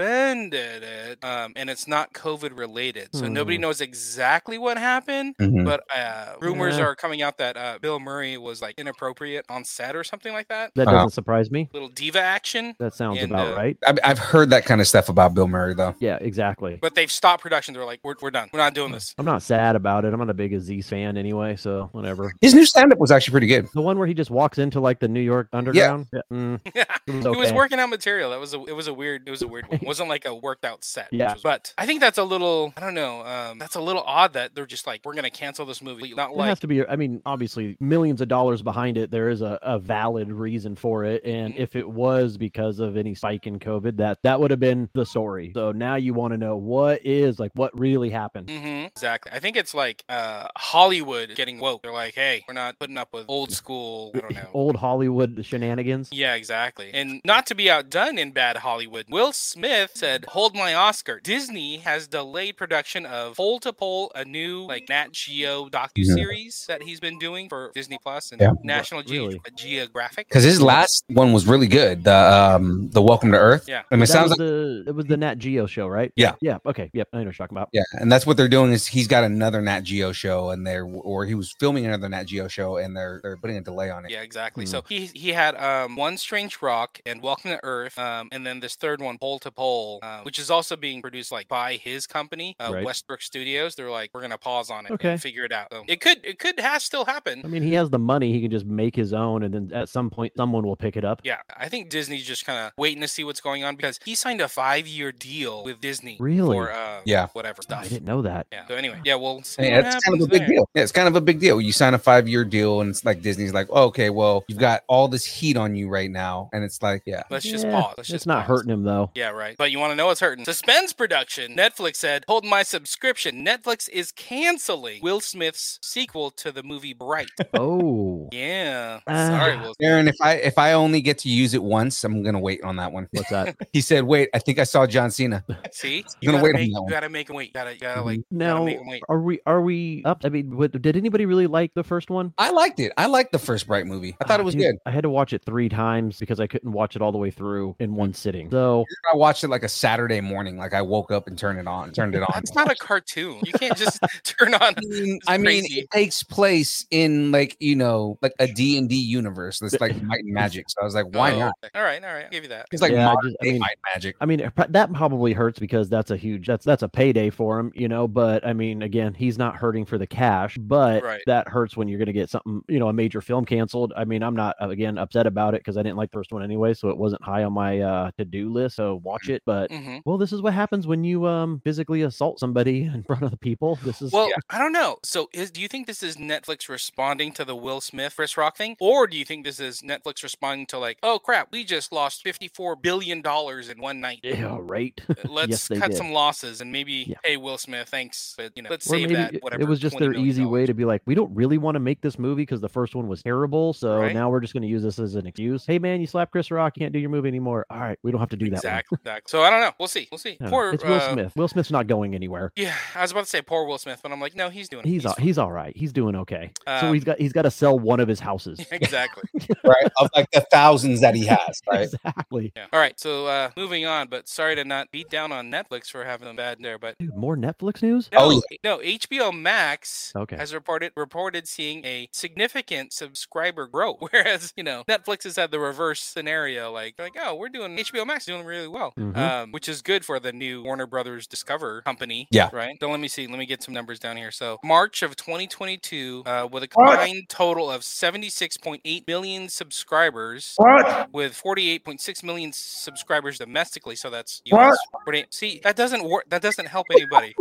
E: suspended it, um, and it's not COVID related, so nobody
F: Hmm.
E: knows exactly what happened.
B: Mhm.
E: But uh, rumors
F: Mm. Yeah.
E: are coming out that uh, Bill Murray was like inappropriate on set or something like that.
F: That
B: Uh-huh.
F: doesn't surprise me.
E: Little diva action.
F: That sounds
E: And,
F: about
E: uh,
F: right.
B: I- I've heard that kind of stuff about Bill Murray, though.
F: Yeah, exactly.
E: But they've stopped production. They're like, we're, we're done. We're not doing this.
F: I'm not sad about it. I'm not a big Aziz fan anyway, so whatever.
B: His new stand up was actually pretty good.
F: The one where he just walks into like the New York Underground. Yeah. mm, it was
E: It was
F: okay.
E: working out material. That was a it was a weird it was a weird one. It wasn't like a worked out set. which
F: Yeah.
E: was- But I think that's a little I don't know. Um, that's a little odd that they're just like we're gonna cancel this movie. Not
F: There
E: like
F: has to be. I mean, obviously, millions of dollars behind it. There is a, a valid reason for it, and
E: Mm-hmm.
F: if it was because of any spike in COVID, that that would have been the story. So now you want to know what is like what really happened.
E: Mhm, exactly. I think it's like uh Hollywood getting woke. They're like, hey, we're not putting up with old school. I don't know.
F: Old Hollywood shenanigans.
E: Yeah, exactly. And not to be outdone in bad Hollywood, Will Smith said, "Hold my Oscar." Disney has delayed production of Pole to Pole, a new like Nat Geo docu series that he's been doing for Disney Plus and
B: Yeah.
E: National Ge-
F: Really?
E: Geographic.
B: Because his last one was really good. The um the Welcome to Earth.
E: Yeah.
B: I mean, it
F: That
B: sounds
F: was
B: like
F: the it was the Nat Geo show, right?
B: Yeah.
F: Yeah. Okay. Yep. I know what you're talking about.
B: yeah, and that's what they're doing is he's got another Nat Geo show and they're or he was filming another Nat Geo show and they're they're putting a delay on it.
E: Yeah, exactly.
B: Hmm.
E: So he he had um one strange rock and Welcome to Earth, um, and then this third one, Pole to Pole, uh, which is also being produced like by his company, uh,
F: Right.
E: Westbrook Studios. They're like, we're gonna pause on it,
F: Okay.
E: and figure it out. So it could it could has still
F: I
E: happen.
F: mean, he has the money. He can just make his own, and then at some point, someone will pick it up.
E: Yeah, I think Disney's just kind of waiting to see what's going on because he signed a five year deal with Disney
F: Really?
E: for uh,
B: Yeah.
E: whatever
F: I
E: stuff.
F: didn't know that.
E: Yeah. So anyway, yeah, we'll see
B: Yeah,
E: what
B: it's kind of
E: happens
B: a big
E: there.
B: deal. Yeah, it's kind of a big deal. You sign a five year deal, and it's like Disney's like, oh, okay, well, you've got all this heat on you right now, and it's like, yeah,
E: Let's just
F: Yeah,
E: pause. Let's
F: It's
E: just
F: not
E: pause.
F: hurting him though.
E: Yeah, right. But you want to know what's hurting? Suspense production. Netflix said, "Hold my subscription. Netflix is canceling Will Smith's sequel to the movie Bright."
F: Oh.
E: yeah.
F: Ah.
E: Sorry, Will. Smith.
B: Aaron, if I if I only get to use it once, I'm gonna wait on that one.
F: What's that?
B: He said, wait, I think I saw John Cena.
E: See,
B: gonna
E: gotta
B: wait on
E: make-
B: that one. Mm-hmm.
E: You gotta make him wait. You gotta, you gotta like.
F: Now,
E: gotta make him wait.
F: are we are we up? I mean, what, did anybody really like the first one?
B: I liked it. I liked the first Bright movie. I thought
F: Ah,
B: it was
F: dude,
B: good.
F: I had to watch it three times because I couldn't watch it all the way through in one sitting. So
B: I watched it like a Saturday morning. Like I woke up and turned it on. Turned it on.
E: That's not a cartoon. You can't just turn on.
B: I mean,
E: It's
B: I mean,
E: crazy.
B: it takes place in like you know, like a D and D universe. That's like might and magic. So I was like, why
E: Oh,
B: not?
E: okay. All right, all right. I'll give you that.
B: It's like
F: Yeah, I
B: modern
F: just- I
B: day
F: mean-
B: might and magic.
F: I mean, it pro- that probably hurts because that's a huge that's that's a payday for him, you know. But I mean, again, he's not hurting for the cash, but
E: Right.
F: that hurts when you're going to get something, you know, a major film canceled. I mean, I'm not uh, again upset about it because I didn't like the first one anyway, so it wasn't high on my uh, to do list. So watch it, but
E: Mhm.
F: Will this this is what happens when you um physically assault somebody in front of the people. This is
E: Well, I don't know. So, is do you think this is Netflix responding to the Will Smith Chris Rock thing, or do you think this is Netflix responding to like, oh crap, we just lost fifty four billion dollars in one night? Uh,
F: yeah, right.
E: Let's
F: Yes, they
E: cut
F: did.
E: some losses and maybe,
F: Yeah.
E: hey, Will Smith, thanks, but you know, let's
F: Or
E: save
F: maybe
E: that.
F: it-
E: Whatever.
F: It was just their easy way to be like, we don't really want to make this movie because the first one was terrible. So
E: Right.
F: now we're just going to use this as an excuse. Hey, man, you slapped Chris Rock. You can't do your movie anymore. All right. We don't have to do
E: exactly. exactly. So I don't know. We'll see. We'll see.
F: that. one. Yeah,
E: Poor
F: it's Will
E: uh,
F: Smith. Will Smith's not going anywhere.
E: Yeah, I was about to say poor Will Smith, but I'm like, no, he's doing. it.
F: He's all,
E: fine.
F: he's all right. He's doing okay. so
E: Um,
F: he's got he's got to sell one of his houses.
E: exactly.
B: right? Of like the thousands that he has, right?
F: Exactly.
E: Yeah. All right. So uh moving on, but sorry to not beat down on Netflix for having them bad there, but
F: Dude, more Netflix news.
E: No,
B: Oh,
E: no, HBO Max
F: Okay.
E: has reported reported seeing a significant subscriber growth, whereas you know Netflix has had the reverse scenario. Like, they're like oh, we're doing HBO Max doing really well,
B: Mm-hmm.
F: Mhm.
E: um, which is good for the new Warner Brothers Discover company.
B: Yeah.
E: right. So let me see. Let me get some numbers down here. So March of 2022, uh, with a combined total of 76.8 million subscribers, with 48.6 million subscribers domestically. So that's US. 48 See, that doesn't work. That doesn't help anybody.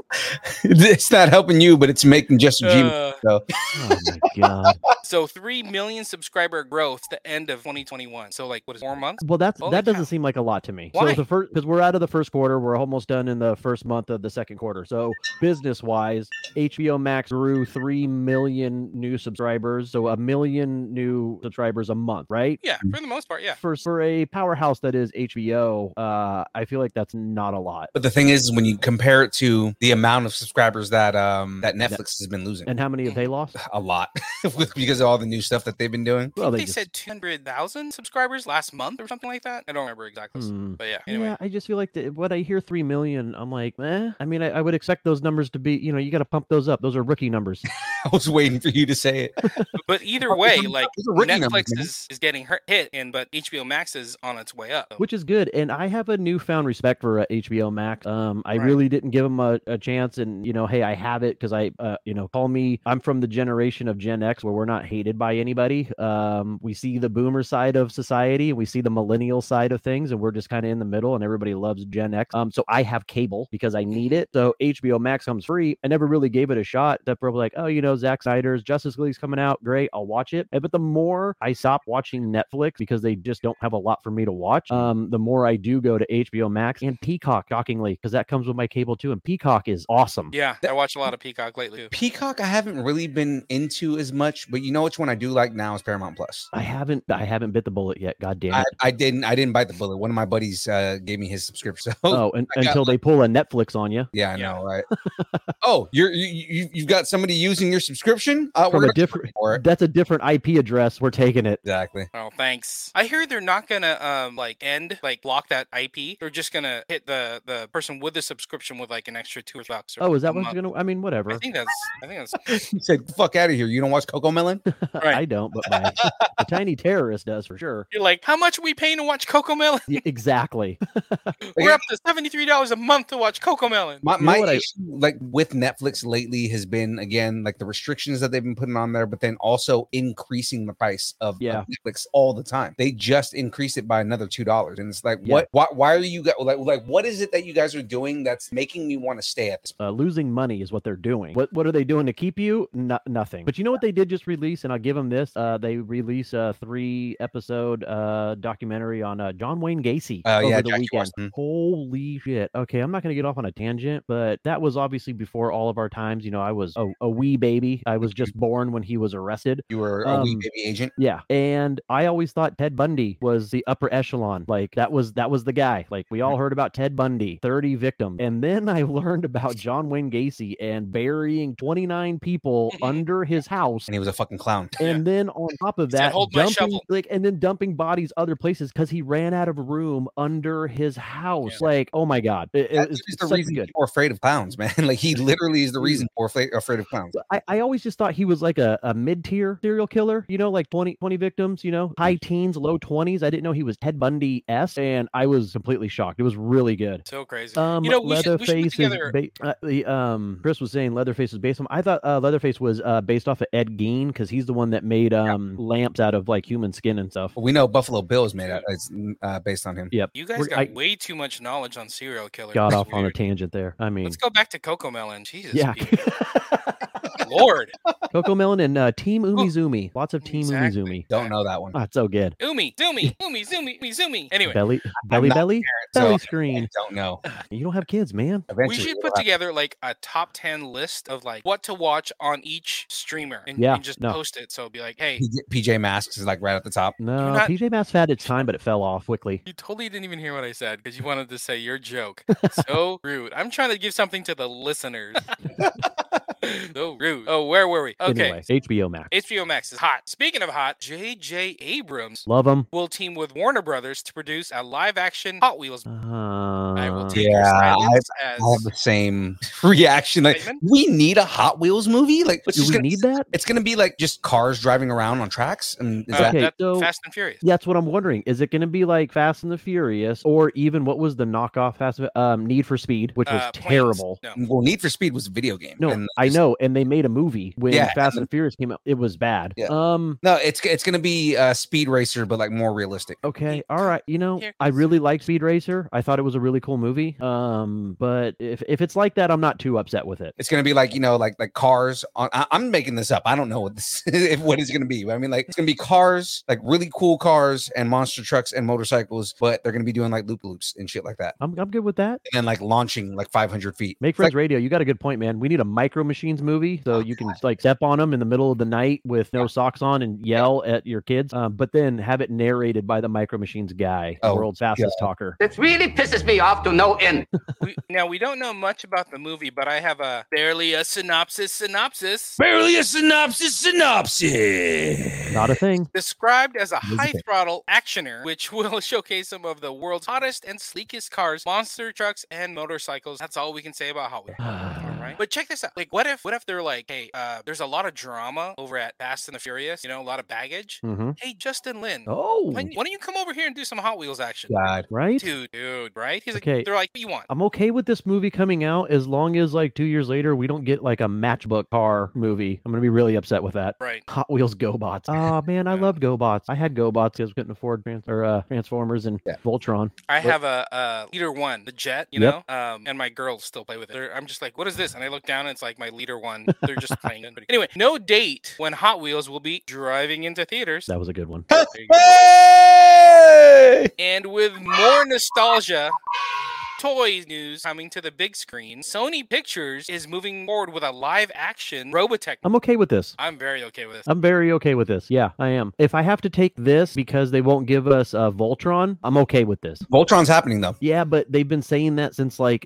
B: it's not helping you, but it's making Justin G.
E: Uh,
B: So
F: Oh my god.
E: So three million subscriber growth the end of 2021. So like what is it, four months?
F: Well, that's
E: Holy
F: that doesn't
E: cow.
F: seem like a lot to me.
E: Why?
F: So the first because we're out of the first quarter, we're almost done in the first month of the second quarter. So business wise, HBO Max grew three million new subscribers, so a million new subscribers a month, right?
E: Yeah, for the most part, yeah.
F: For for a powerhouse that is HBO, uh, I feel like that's not a lot.
B: But the thing is, when you compare it to the amount of subscribers that um that Netflix has been losing,
F: And how many have they lost?
B: a lot with- because of all the new stuff that they've been doing.
E: I think
F: Well,
E: they,
F: Oh, they just-
E: said 200,000 subscribers last month or something like that. I don't remember exactly.
F: Hmm.
E: But yeah, anyway.
F: Yeah, I just feel like the, what I hear three million, I'm like, eh. I mean, I, I would expect those numbers to be, you know, you got to pump those up. Those are rookie numbers.
B: I was waiting for you to say it.
E: But either
B: Fuck, it's
E: way,
B: a-
E: like
B: it's a rookie number,
E: Netflix
B: man.
E: is, is getting hurt, hit, and but HBO Max is on its way up. so-
F: which is good. And I have a newfound respect for uh, HBO Max. Um, I
E: Right.
F: really didn't give them a, a chance, and you know, hey, I have it because I, uh, you know, call me. I'm from the generation of Gen X where we're not hated by anybody. Um, we see the boomer side of society, and we see the millennial side of things, and we're just kind of in the middle. And everybody loves Gen X. Um, so I have cable because I need it. So HBO Max comes free. I never really gave it a shot. That probably like, oh, you know, Zack Snyder's Justice League's coming out, great, I'll watch it. And- But the more I stop watching Netflix because they just don't have a lot for me to watch, um, the more I do go to HBO Max and Peacock, shockingly, because that comes with my cable too. And Peacock is awesome.
E: yeah, I watch a lot of Peacock lately. Too.
B: Peacock, I haven't really been into as much, but you know which one I do like now is Paramount Plus.
F: I haven't, I haven't bit the bullet yet. God damn
B: I,
F: it.
B: I didn't. I didn't bite the bullet. One of my buddies uh, gave me his subscription. So
F: oh, and,
B: I got
F: until they pull a Netflix on you
B: yeah, I
E: Yeah.
B: know, right? oh, you're you, you you've got somebody using your subscription. Uh,
F: from
B: we're
F: a
B: gonna
F: different.
B: for it.
F: That's a different IP address. We're taking it.
B: Exactly.
E: Oh, thanks. I hear they're not gonna um like end like block that IP. They're just gonna hit the the person with the subscription with like an extra two bucks. Or
F: Oh, is
E: a
F: that what's
E: month.
F: gonna? I mean, whatever.
E: I think that's. I think that's.
B: He said, "Fuck out of here! You don't watch Coco Melon."
E: Right.
F: I don't, but my the tiny terrorist does for sure.
E: You're like, how much are we paying to watch Coco Melon?
F: Y- exactly.
E: We're up to seventy-three dollars a month to watch Coco Melon.
B: My,
F: You know
B: my
F: what I-
B: issue, like with Netflix lately has been again like the restrictions that they've been putting on there, but then also increasing the price of, of
F: Yeah.
B: Netflix all the time. They just increased it by another two dollars, and it's like,
F: Yeah.
B: what? Why, why are you guys like like what is it that you guys are doing that's making me want to stay at this?
F: uh, losing money is what they're doing. What what are they doing to keep you? No, nothing. But you know what they did just release, and I'll give them this. Uh, they release a three episode uh, documentary on uh, John Wayne Gacy
B: Oh,
F: over
B: yeah,
F: the
B: Jackie
F: weekend.
B: Washington.
F: Holy shit! Okay, I'm not gonna get off on a tangent, but that was obviously before all of our times. You know, I was a, a wee baby. I was just born when he was arrested.
B: You were a wee
F: Um,
B: baby agent.
F: Yeah, and I always thought Ted Bundy was the upper echelon. Like that was that was the guy. Like we all heard about Ted Bundy, 30 victims. And then I learned about John Wayne Gacy and burying 29 people under his house.
B: and he was a fucking clown.
F: And then on top of
E: He said,
F: that,
E: "Hold my
F: dumping
E: shovel."
F: like and then dumping bodies other places because he ran out of room under his house. Like, oh my god, It- it-
B: That
F: it's
B: dude is the
F: such
B: reason
F: good.
B: people are afraid of clowns, man. Like he literally is the reason people are afraid, afraid of clowns.
F: But I, I always just thought he was like a, a mid-tier serial killer, you know, like 20, 20 victims, you know,
E: Mm.
F: high teens, low 20s. I didn't know he was Ted Bundy S, and I was completely shocked. It was really good.
E: So crazy.
F: Um,
E: you know, we should, we should put
F: Leatherface is
E: together.
F: ba- uh, the, um, Chris was saying Leatherface was based on. I thought uh, Leatherface was uh, based off of Ed Gein because he's the one that made um, lamps out of like human skin and stuff.
B: But we know Buffalo Bill is made out. It's uh, based on him.
F: Yep.
E: You guys
F: We're-
E: got
F: I-
E: way too much knowledge on serial killer.
F: Got
E: That's
F: off on a
E: weird.
F: tangent there. I mean,
E: Let's go back to Coco Melon. Jesus,
F: yeah.
E: people. Lord,
F: Coco Melon and uh, Team Umizoomi. Lots of Team
E: Exactly.
F: Umizoomi.
B: Don't know that one.
F: Ah, it's so good.
E: Umi, Zoomy, Umi, Zoomy, Umi, Zoomy. Anyway,
F: Belly, belly,
B: not
F: belly,
B: so
F: belly
B: I-
F: screen.
B: I don't know.
F: You don't have kids, man.
B: Eventually,
E: we should
B: we'll
E: put
B: have-
E: together like a top 10 list of like what to watch on each streamer and,
F: Yeah,
E: and just
F: no.
E: post it. So be like, hey,
B: PJ PJ Masks is like right at the top.
F: No,
E: not-
F: PJ Masks had its time, but it fell off quickly.
E: you totally didn't even hear what I said because you wanted to say your joke. so rude. I'm trying to give something to the listeners. so rude. Oh, where were we? Okay.
F: Anyway, HBO Max.
E: HBO Max is hot. Speaking of hot, J.J. Abrams
F: Love them.
E: will team with Warner Brothers to produce a live action Hot Wheels. I will
F: Uh,
E: take your
B: yeah, I-
E: silence as. uh,
B: I have the same reaction. Like,
E: Bateman?
B: we need a Hot Wheels movie. Like, it's
F: do
B: just
F: we
B: gonna,
F: need that?
B: It's gonna be like just cars driving around on tracks. And is
E: Uh,
B: that
F: Okay,
E: that-
F: so-
E: Fast and Furious.
F: Yeah, That's what I'm wondering. Is it going to be like Fast and the Furious, or even what was the knockoff Fast and- um, Need for Speed, which was
E: Uh, planes.
F: terrible? Mm.
E: No.
B: well, Need for Speed was a video game.
F: No,
B: and
F: I
B: just-
F: know, and they made a movie when
B: Yeah,
F: Fast
B: and
F: and Furious came out. It was bad.
B: Yeah.
F: Um.
B: No, it's it's gonna be uh, Speed Racer, but like more realistic.
F: Okay. All right. You know,
E: Here
F: I
E: goes-
F: really like Speed Racer. I thought it was a really cool movie. Um. But if if it's like that, I'm not too upset with it.
B: It's gonna be like you know, like like cars. On I, I'm making this up. I don't know what this if what it's gonna be. But I mean, like it's gonna be cars, like really cool cars and monster trucks and motorcycles. But they're gonna be doing like loop loops and shit like that,
F: I'm I'm good with that.
B: and then like launching like 500 feet.
F: Make
B: It's like-
F: Friends Radio, you got a good point, man. We need a Micro Machines movie so you can like step on them in the middle of the night with no socks on and yell at your kids, um, but then have it narrated by the Micro Machines guy, the
B: Oh,
F: world's fastest talker.
D: It really pisses me off to no end.
E: We, now we don't know much about the movie, but I have a barely a synopsis. Synopsis
B: Barely a synopsis synopsis.
F: Not a thing.
E: described as a
B: What is
E: high
B: it?
E: throttle actioner, which will showcase some of the world's hottest and sleekest cars, monster trucks, and motorcycles. That's all we can say about Hot Wheels. All right. But check this out. Like, what if, what if they're like, hey, uh, there's a lot of drama over at Fast and the Furious. You know, a lot of baggage.
F: Mm-hmm.
E: Hey, Justin Lin,
F: Oh,
E: when, why don't you come over here and do some Hot Wheels action,
B: God.
F: right.
E: dude? Dude, right? He's
F: Okay.
E: like, they're like, what you want?
F: I'm okay with this movie coming out as long as like two years later we don't get like a matchbook car movie. I'm gonna be really upset with that.
E: Right.
F: Hot Wheels GoBots. Oh man, I
E: Yeah.
F: love GoBots. I had GoBots because we couldn't afford trans- or, uh, Transformers and
B: Yeah.
F: Voltron.
E: I
B: What-
E: have a, uh leader one, the jet, you
F: Yep.
E: know, um, and my girls still play with it. They're- I'm just like, what is this? And I look down and it's like my leader one. They're just playing it. Anyway, no date when Hot Wheels will be driving into theaters.
F: That was a good one.
E: There you go.
B: Hey!
E: And with more nostalgia, toy news coming to the big screen, Sony Pictures is moving forward with a live action Robotech.
F: I'm okay with this.
E: I'm very okay with this.
F: I'm very okay with this. Yeah, I am. If I have to take this because they won't give us uh, Voltron, I'm okay with this.
B: Voltron's happening though.
F: Yeah, but they've been saying that since like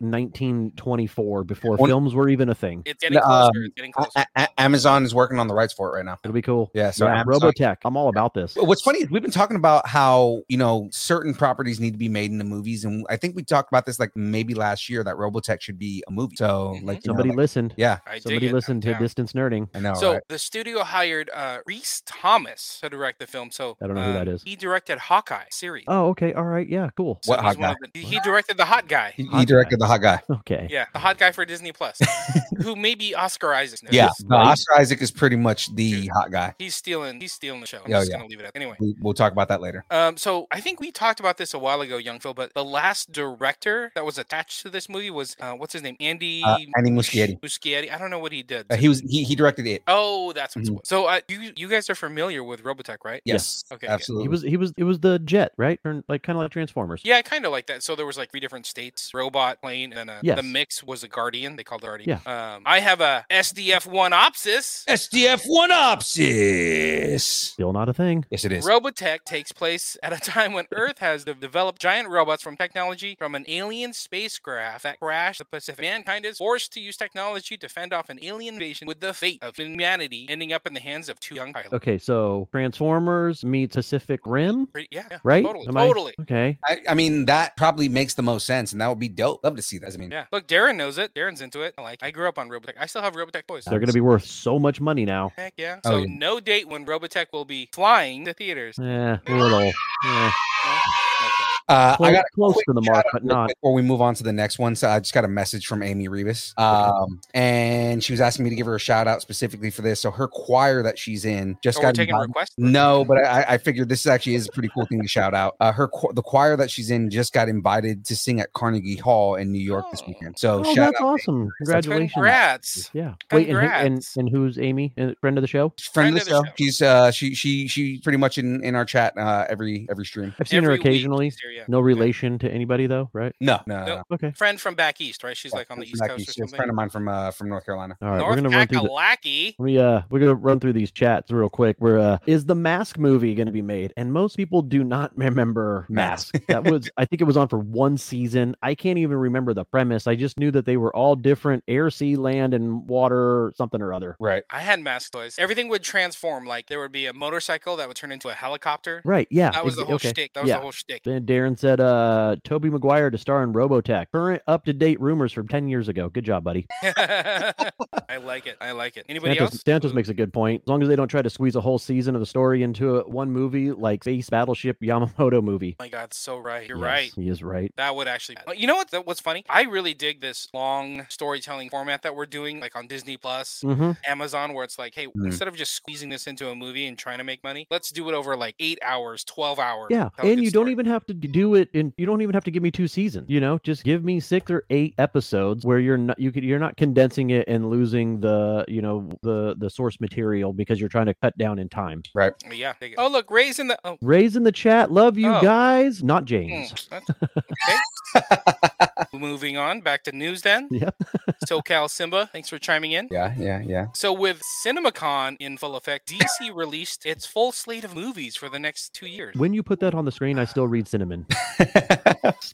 F: 1924 before
B: Well-
F: films were even a thing.
E: It's getting closer.
B: um,
E: it's getting
B: A-
E: closer.
B: A- A- Amazon is working on the rights for it right now.
F: It'll be cool.
B: Yeah, so Amazon-
F: Robotech. I'm all about this.
B: What's funny is we've been talking about how you know certain properties need to be made into movies, and I think we talked about this like maybe last year that Robotech should be a movie. So like you know,
F: Somebody
B: like-
F: listened.
B: yeah,
E: I dig
F: Somebody
E: it. I'm
F: listened to
E: down.
F: Distance Nerding.
B: I know.
E: So
B: right?
E: the studio hired uh, Reese Thomas to direct the film. So
F: I don't know who that
E: um,
F: is.
E: He directed Hawkeye series.
F: Oh, okay. All right. Yeah, cool.
B: What
E: he's
B: hot
E: one
B: guy?
E: of the- he directed the hot guy.
B: He, he
F: hot
B: directed the hot guy.
F: Okay.
E: Yeah, the hot guy for Disney Plus, who may be Oscar Isaac. now.
B: Yeah,
F: Just
B: no,
F: like-
B: Oscar Isaac is pretty much the hot guy.
E: he's stealing. He's stealing the show. I'm
B: Oh,
E: just
B: yeah.
E: gonna leave it at anyway.
B: We, we'll talk about that later.
E: Um, so I think we talked about this a while ago, Young Phil. But the last director that was attached to this movie was uh, what's his name, Andy
B: Uh, Andy Muschietti.
E: Muschietti. I don't know what he did.
B: Uh, he was he he directed it.
E: oh, that's what's
B: Mhm.
E: so. Uh, you you guys are familiar with Robotech, right?
B: Yes,
E: Okay, good.
B: absolutely.
F: He was. He was. It was the jet, right? Or like kind of like Transformers.
E: Yeah, kind of like that. So there was like three different states: robot, plane, and uh, the
F: Yes.
E: mix was a guardian. They called the guardian. Um, I have a SDF one Opsis.
B: SDF one opsis.
F: Still not a thing.
B: Yes, it is.
E: Robotech takes place at a time when Earth has de- developed giant robots from technology from an alien spacecraft that crashed the Pacific. Mankind is forced to use technology to fend off an alien invasion with the fate of humanity ending up in the hands of two young pilots.
F: Okay, so Transformers meets Pacific Rim,
E: Pretty- Yeah, yeah,
F: right?
E: Totally.
F: Am I-
E: totally.
F: okay.
B: I, I mean, that probably makes the most sense, and that would be dope. Love to see that. I mean,
E: Yeah. Look, Darren knows it. Darren's into it. I like. I grew up on Robotech. I still have Robotech toys.
F: They're gonna be worth so much money now.
E: Heck yeah.
B: Oh,
E: So
B: yeah.
E: no date when Robotech will be flying to theaters.
F: Eh, little. Eh.
E: Okay.
B: Uh,
F: Close-
B: I got a
F: close
B: quick
F: to the
B: shout
F: mark,
B: out
F: but
B: real
F: not-
B: quick Before we move on to the next one, so I just got a message from Amy Rebus, um, and she was asking me to give her a shout out specifically for this. So her choir that she's in just
E: Are we
B: got
E: taking
B: invited-
E: requests?
B: No, but I, I figured this actually is a pretty cool thing to shout out. Uh, her cho- the choir that she's in just got invited to sing at Carnegie Hall in New York this
E: Oh.
B: weekend. So
F: Oh,
B: shout
F: that's
B: out
F: awesome! Congratulations.
E: Congrats.
F: Yeah. Wait, and, who- and
E: Congrats.
F: and who's Amy? And friend of the show?
B: friend of the show. She's uh, she she she pretty much in in our chat uh, every every stream.
F: I've seen her
E: Every week
F: occasionally.
E: she's here, yeah.
F: No
E: Yeah.
F: relation to anybody though, right?
B: No, no, no,
E: Nope.
B: no.
F: Okay.
E: Friend from back east, right? She's like on the
B: She's
E: east
B: back
E: coast
B: east.
E: or
B: She's
E: something.
B: A friend of mine from uh, from North Carolina.
F: All right,
E: North
F: we're gonna run through the.
E: Kakalaki.
F: We uh we're gonna run through these chats real quick. We're uh is the mask movie gonna be made? And most people do not remember
B: Mask.
F: mask. that was I think it was on for one season. I can't even remember the premise. I just knew that they were all different air, sea, land, and water, something or other.
B: Right.
E: I had mask toys. Everything would transform. Like there would be a motorcycle that would turn into a helicopter.
F: Right, yeah.
E: That was
F: exa-
E: the whole
F: okay,
E: shtick. That was
F: yeah.
E: the whole shtick.
F: Then Darren said uh Toby Maguire to star in Robotech. Current up to date rumors from ten years ago. Good job, buddy.
E: I like it. I like it. Anybody
F: Santos,
E: else? Oh
F: Santos makes a good point. As long as they don't try to squeeze a whole season of the story into a, one movie like Space Battleship Yamamoto movie.
E: Oh my God, so right. You're
F: Yes,
E: right.
F: He is right.
E: That would actually. Well, You know what? That, what's funny? I really dig this long storytelling format that we're doing, like on Disney Plus,
F: Mm-hmm.
E: Amazon, where it's like, hey,
B: Mm.
E: instead of just squeezing this into a movie and trying to make money, let's do it over like eight hours, twelve hours.
F: Yeah,
E: tell a
F: and
E: good
F: you don't
E: story.
F: even have to do it, and you don't even have to give me two seasons. You know, just give me six or eight episodes where you're not you could you're not condensing it and losing the you know the the source material because you're trying to cut down in time.
E: Yeah. dig it. Oh look, raising the. Oh.
F: Raise in the hmm, chat, love you
E: Oh.
F: guys, not James.
E: mm, that's- okay. Moving on back to news then.
F: Yeah.
E: SoCal Simba, thanks for chiming in.
B: Yeah, yeah, yeah.
E: So with CinemaCon in full effect, DC released its full slate of movies for the next two years.
F: When you put that on the screen, I still read cinnamon.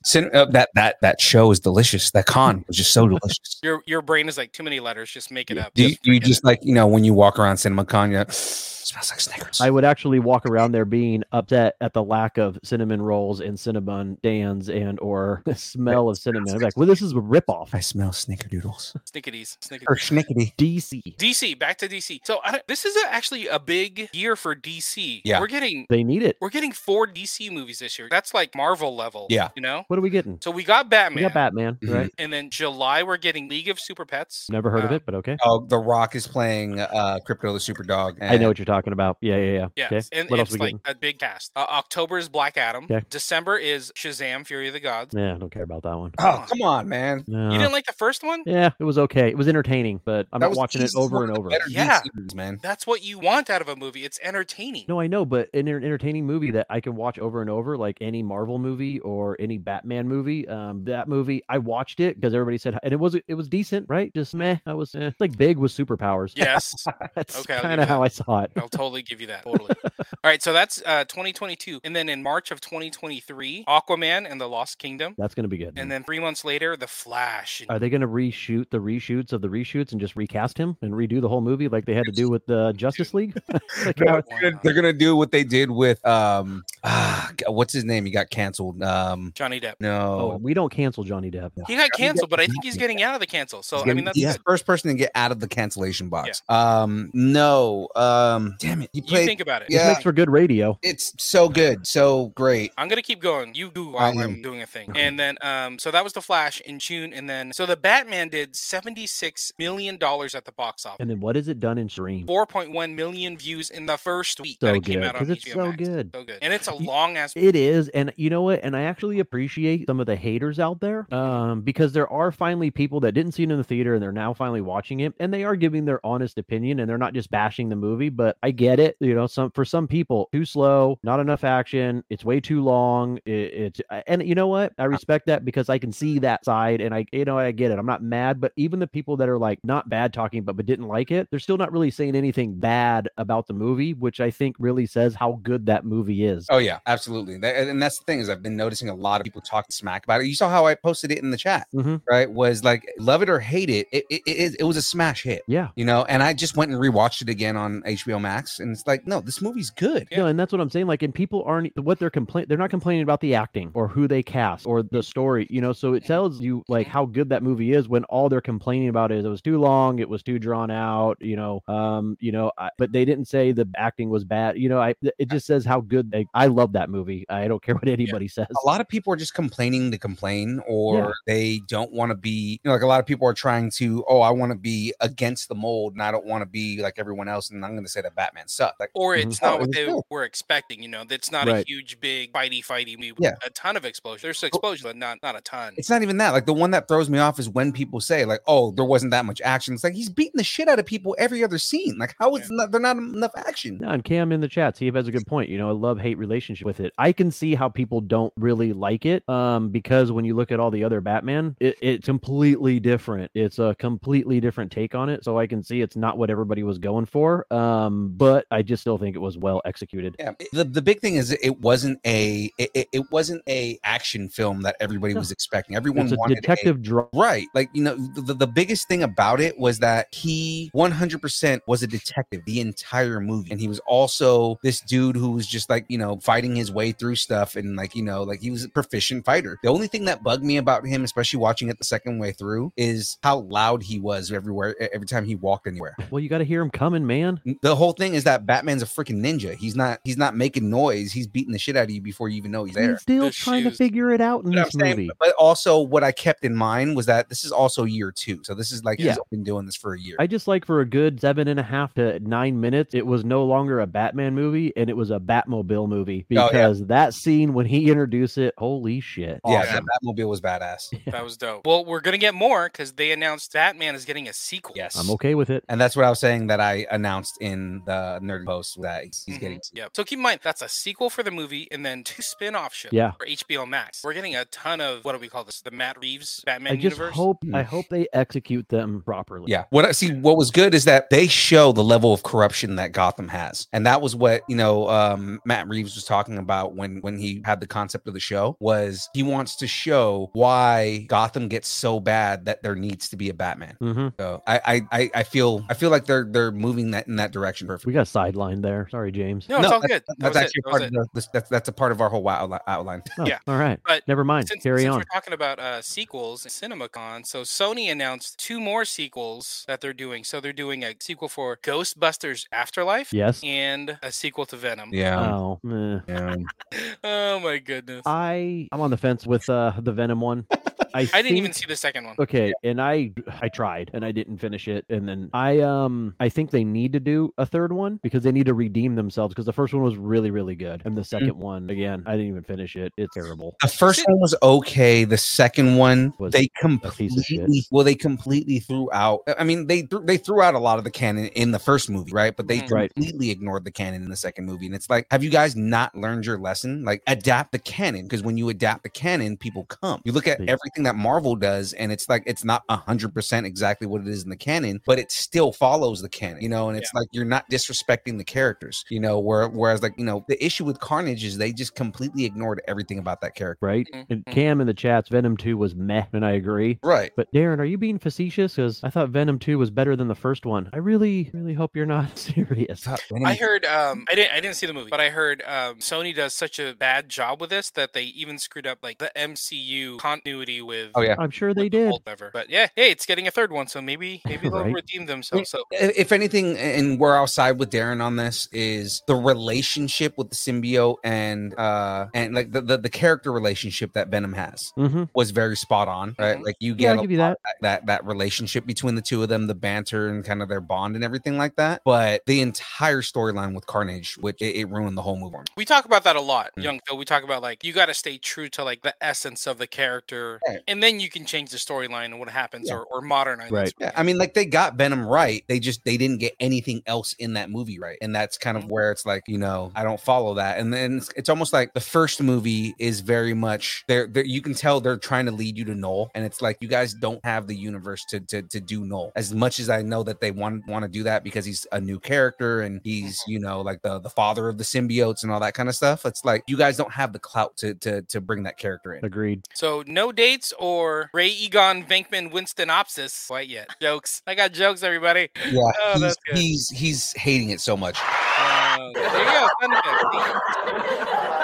B: Cin- uh, that that that show is delicious. That con was just so delicious.
E: Your your brain is like too many letters. Just make it up.
B: Do you, do you
E: forget
B: just like you know when you walk around CinemaCon, you're like, smells like Snickers.
F: I would actually walk around there being upset at the lack of cinnamon rolls and cinnamon stands and or the smell of cinnamon. I'm like, well, this is a ripoff.
B: I smell snickerdoodles
E: it. snicketies,
B: or
E: snicketies.
B: schnickety.
F: DC.
E: DC back to DC. So I, don't- this is a, actually a big year for DC.
B: Yeah.
E: we're getting
F: They need it.
E: we're getting four DC movies this year. That's like Marvel level.
B: Yeah.
E: you know.
F: What are we getting?
E: So we got Batman.
F: We got Batman,
B: Mhm.
F: right?
E: And then July we're getting League of Super Pets.
F: Never heard of
E: Uh,
F: it, but okay.
B: Oh, The Rock is playing uh, Crypto the Superdog.
F: I know
B: and
F: what you're talking about. Yeah, yeah, yeah.
E: Yeah,
F: Okay.
E: and
F: what else
E: it's
F: we
E: like
F: getting?
E: a big cast. Uh, October is Black Adam.
F: Okay.
E: December is Shazam: Fury of the Gods.
F: Yeah, I don't care about that one.
B: Oh, come on, man!
F: No.
E: You didn't like the first one?
F: yeah, it was okay. It was entertaining, but I'm
B: That
F: not
B: was
F: watching it
B: easily
F: over
B: one of
F: and
B: the
F: over.
B: better
E: Yeah.
B: DC movies, man.
E: That's what you want out of a movie. It's entertaining.
F: No, I know, but in an entertaining movie that I can watch over and over, like any Marvel movie or any Batman movie, um, that movie I watched it because everybody said, and it was it was decent, right? Just meh. I was eh. It's like big with superpowers.
E: Yes,
F: that's
E: Okay, I'll give
F: kind
E: you
F: of how
E: that.
F: I saw it.
E: I'll totally give you that. Totally. All right, so that's uh, 2022, and then in March of 2023, Aquaman and the Lost Kingdom,
F: That's gonna be good.
E: and then three months later, The Flash.
F: Are they gonna reshoot the reshoots of the reshoots and just recast him and redo the whole movie like they had to do with the Justice League? Like,
B: No,
F: how-
B: they're, gonna, they're gonna do what they did with um, ah, g- what's his name? He got canceled. Um,
E: Johnny Depp.
F: Oh,
B: no,
F: we don't cancel Johnny Depp.
E: He got
B: Johnny Depp
E: canceled, but I
B: did
E: think
B: not
E: he's
B: get
E: getting out of the cancel. So
B: He's
E: I
B: gonna-
E: mean, that's
B: he's
E: good.
B: the first person to get out of the cancellation box. Um, no, um, damn it, he
E: You
B: played.
E: think about it.
F: This
B: Yeah.
F: makes for good radio.
B: it's so good, so great.
E: I'm gonna keep going. You do
B: I
E: while I'm
B: am.
E: doing a thing.
F: Okay.
E: And then um so that was the Flash in June, and then so the Batman did seventy six million dollars at the box office.
F: And then what is it done in stream?
E: Four point one million views in the first week
F: So
E: that it came
F: good,
E: out on
F: 'cause it's
E: HBO
F: so
E: Max.
F: good.
E: So good. And it's a
F: Y-
E: long ass
F: It is, and you know what? And I actually appreciate some of the haters out there, um, because there are finally people that didn't see it in the theater and they're now finally watching it, and they are giving their honest opinion, and they're not just bashing the movie. But I get it, you know. Some for some people, too slow, not enough action, it's way too long. It, it's I- and you know what? I respect that because I can see that side, and I you know I get it. I'm not mad, but even the people that are like not bad talking, but but didn't like it, they're still not really saying anything bad about the movie, which I think really says how good that movie is.
B: Oh yeah, absolutely. That- and- and that's the thing is I've been noticing a lot of people talking smack about it. You saw how I posted it in the chat,
F: Mhm.
B: right? Was like love it or hate it, it it, it, it was a smash hit.
F: Yeah.
B: You know, and I just went and rewatched it again on HBO Max, and it's like, no, this movie's good.
E: Yeah.
F: No, and that's what I'm saying. Like, and people aren't what they're complaining. They're not complaining about the acting or who they cast or the story. You know, so it tells you like how good that movie is when all they're complaining about is it was too long, it was too drawn out, you know, um, you know, I, but they didn't say the acting was bad. You know, I it just says how good they, I love that movie. I don't care what anybody says.
B: a lot of people are just complaining to complain or they don't want to be you know like a lot of people are trying to oh i want to be against the mold and i don't want to be like everyone else and i'm going to say that batman sucked like
E: Or
F: Mm-hmm.
E: it's not what
B: it's
E: they
B: cool.
E: were expecting, you know. That's not a
F: Oh, Right.
E: huge, big, fighty, fighty movie with
B: Yeah.
E: a ton of explosion. There's explosion, but not not a ton.
B: it's not even that like the one that throws me off is when people say like oh there wasn't that much action it's like he's beating the shit out of people every other scene like how is not, there not enough action
F: No, and Cam in the chat, Steve has a good point. You know, a love hate relationship with it. I can see how people don't really like it um, because when you look at all the other Batman, it, it's completely different. It's a completely different take on it. So I can see it's not what everybody was going for. Um, but I just still think it was well executed.
B: yeah it- the, the big thing is it wasn't a it, it- it wasn't a action film that everybody
F: No.
B: was expecting everyone
F: It's a
B: wanted a-
F: detective drama.
B: Right. Like, you know, the, the biggest thing about it was that he 100% was a detective the entire movie. And he was also this dude who was just like, you know, fighting his way through stuff. And like, you know, like he was a proficient fighter. The only thing that bugged me about him, especially watching it the second way through, is how loud he was everywhere, e- every time he walked anywhere.
F: Well, you got to hear him coming, man.
B: The whole thing is that Batman's a freaking ninja. He's not, he's not making noise. He's beating the shit out of you before you even know he's there.
F: He's still
E: Those
F: trying
E: shoes.
F: to figure it out in
B: But I'm
F: this
B: saying-
F: movie.
B: but also what I kept in mind was that this is also year two. So this is like
F: Yeah.
B: he's been doing this for a year.
F: I just like for a good seven and a half to nine minutes, it was no longer a Batman movie and it was a Batmobile movie
B: Oh, yeah.
F: because that scene when he introduced it, holy shit.
B: Yeah,
E: Awesome.
B: that Batmobile was badass.
E: That was dope. Well, we're gonna get more because they announced Batman is getting a sequel.
B: Yes.
F: I'm okay with it.
B: And that's what I was saying that I announced in the nerd post that he's he's
E: Mhm.
F: Mm-hmm.
B: getting to.
E: Yep. So keep in mind that's a sequel for the movie and then two spin-off shows
F: Yeah.
E: for HBO Max. We're getting a ton of what do we call this? The Matt Reeves Batman
F: I just
E: universe.
F: hope
B: Hmm.
F: I hope they execute them properly.
B: Yeah. What I see what was good is that they show the level of corruption that Gotham has. And that was what, you know, um Matt Reeves was talking about when when he had the concept of the show was he wants to show why Gotham gets so bad that there needs to be a Batman.
F: hmm
B: So I I I- I feel I feel like they're they're moving that in that direction perfectly.
F: We got sidelined there. Sorry, James.
E: No, it's all
B: that's-
E: good. That
B: That's
E: was it.
B: actually
E: That was
B: part
E: it.
B: of the, this- that's that's a part of our whole outli- outline.
F: Oh,
E: Yeah.
F: All right.
E: But
F: Never mind.
E: Since,
F: Carry
E: since
F: on.
E: we're talking about uh, sequels, CinemaCon, so Sony announced two more sequels that they're doing. So they're doing a sequel for Ghostbusters Afterlife
F: Yes.
E: and a sequel to Venom.
B: Yeah.
F: Oh. eh.
B: yeah.
E: Oh my goodness. I,
F: I I'm on the fence with uh the Venom one. I,
E: didn't even
F: think-
E: see the second one.
F: Okay, and I I tried and I didn't finish it, and then I um I think they need to do a third one because they need to redeem themselves because the first one was really really good
E: Mm.
F: and the 2nd one again I didn't even finish it. It's terrible.
B: The first one was okay. The second one,
F: Was
B: they
F: a piece of shit.
B: completely well, they completely threw out. I mean, they threw they threw out a lot of the canon in the first movie, right? But they
E: Mhm.
F: Right.
B: completely ignored the canon in the second movie. And it's like, have you guys not learned your lesson? Like, adapt the canon because when you adapt the canon, people come. You look at
F: They-
B: everything that Marvel does, and it's like it's not hundred percent exactly what it is in the canon, but it still follows the canon, you know. And it's like you're not disrespecting the characters, you know. Where, whereas, like, you know, the issue with Carnage is they just completely ignored everything about that character.
F: Right,
E: Mhm,
F: and
E: mhm.
F: Cam in the chats, Venom Two was meh, and I agree.
B: Right.
F: But Darren, are you being facetious? Because I thought Venom Two was better than the first one. I really, really hope you're not serious.
B: Fuck, man,
E: I heard um I didn't I didn't see the movie, but I heard um Sony does such a bad job with this that they even screwed up like the MCU continuity with
B: Oh, yeah.
F: I'm sure they
E: with the
F: did.
E: holdover. But yeah, hey, it's getting a third one, so maybe maybe they'll
F: Right.
E: redeem themselves. So
B: I- If anything, and we're outside with Darren on this, is the relationship with the symbiote and uh and like the the, the character relationship that Venom has
F: Mm-hmm.
B: was very spot on, right?
E: Mhm.
B: Like you
F: Yeah,
B: get
F: I'll
B: a
F: give you
B: lot
F: that.
B: that- that that relationship between the two of them, the banter and kind of their bond and everything like that. But the entire storyline with Carnage, which it, it ruined the whole movie. for me.
E: we talk about that a lot,
B: Mm.
E: young Phil. We talk about like you got to stay true to like the essence of the character,
B: Right.
E: and then you can change the storyline and what happens
B: Yeah.
E: or, or modernize.
F: Right.
E: It.
B: Yeah, I mean, like they got Venom right. They just they didn't get anything else in that movie right, and that's kind
E: Mm.
B: of where it's like you know I don't follow that. And then it's, it's almost like the first movie is very much there. There you can tell they're trying to lead you to Null, and it's like you guys don't have the universe to to, to do Null. As much as I know that they want want to do that because he's a new character and he's
E: Mm-hmm.
B: you know like the the father of the symbiotes and all that kind of stuff. It's like you guys don't have the clout to to to bring that character in.
F: Agreed.
E: So no dates, Phelps or Ray Egon Venkman Winstonopsis. Quite yet. Jokes. I got jokes, everybody.
B: Yeah,
E: Oh,
B: he's,
E: that's good.
B: he's he's hating it so much.
E: Uh, there you go. sound effects.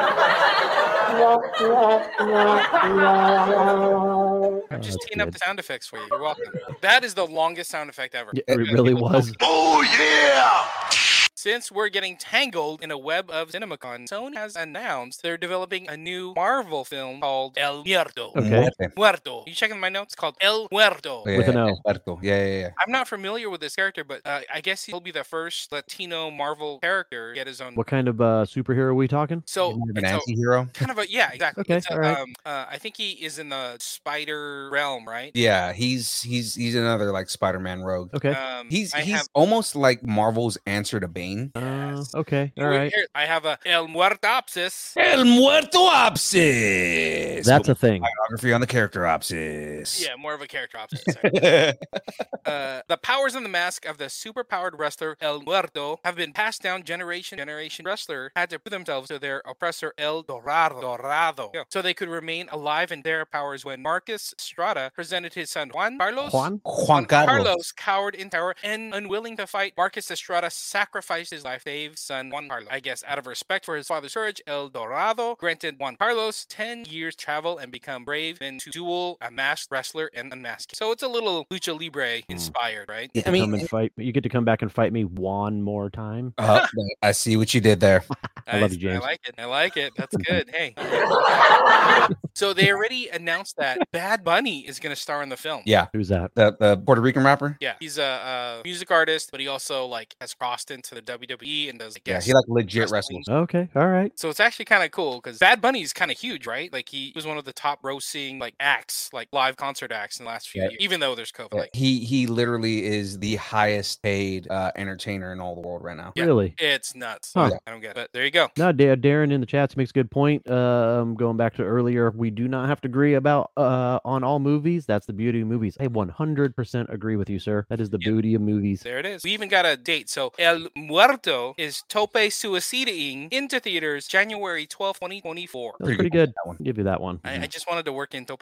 F: Oh,
E: I'm just teeing up the sound effects for you. You're welcome. That is the longest sound effect ever.
F: Yeah, it really was.
E: Since we're getting tangled in a web of CinemaCon, Sony has announced they're developing a new Marvel film called El Muerto.
F: Okay.
B: Yeah,
E: Muerto. You checking my notes? It's called El Muerto.
F: With an O.
B: Alberto. Yeah, yeah, yeah.
E: I'm not familiar with this character, but uh, I guess he'll be the first Latino Marvel character to get his own.
F: What kind of uh, superhero are we talking?
E: So
B: Kind of an
E: it's a-
B: anti-hero.
E: kind of a yeah, exactly.
F: Okay,
E: It's a,
F: all right.
E: um, uh, I think he is in the spider realm, right?
B: Yeah, he's he's he's another like Spider-Man rogue.
F: Okay.
E: Um,
B: He's
E: I
B: he's
E: have-
B: almost like Marvel's answer to Bane.
F: Uh,
E: yes.
F: okay. All
E: Here-
F: right.
E: here, I have a El Muertopsis.
B: El Muertoopsis.
F: That's a thing.
B: biography on the characteropsis.
E: Yeah, more of a character option. sorry. uh, the powers and the mask of the superpowered wrestler El Muerto have been passed down generation generation. Wrestler had to prove themselves to their oppressor El Dorado, Dorado, Yeah. so they could remain alive in their powers. When Marcus Strada presented his son Juan Carlos.
F: Juan.
B: Juan Carlos.
E: cowered in terror and unwilling to fight. Marcus Estrada sacrificed his life to save son Juan Carlos. I guess out of respect for his father's courage, El Dorado granted Juan Carlos 10 years travel and become brave and to duel a masked wrestler and unmasked. So it's a little lucha libre inspired, right?
B: Hmm. Yeah, I
F: I
B: mean,
F: come and fight. You get to come back and fight me one more time.
B: uh, I see what you did there.
F: I love
E: Nice.
F: you, James.
E: I like it. I like it. That's good. Hey. so they already announced that Bad Bunny is going to star in the film.
B: Yeah,
F: Who's that?
B: the the Puerto Rican rapper.
E: Yeah, he's a, uh music artist, but he also like has crossed into the WWE and does. I
B: Yeah,
E: guess,
B: he like legit
E: wrestling.
B: wrestles.
F: Okay. All right.
E: So it's actually kind of cool because Bad Bunny is kind of huge, right? Like he was one of the top grossing like acts, like live concert acts in the last few
B: Yeah.
E: years, even though there's COVID.
F: Oh.
B: Yeah,
E: Like
B: He he literally is the highest paid uh, entertainer in all the world right now.
E: Yeah.
F: Really?
E: it's nuts.
F: Huh.
E: I don't get it. But there you go.
F: No, Da- Darren in the chats makes a good point. Um, going back to earlier, we do not have to agree about uh on all movies. That's the beauty of movies. I 100% agree with you, sir. That is the
E: Yeah.
F: beauty of movies.
E: There it is. We even got a date. So El Muerto is Tope Suicidaing into theaters January 12, 2024.
F: That's pretty,
B: one,
F: good.
B: that one.
F: Give you that one.
E: I, I just wanted to work in Tope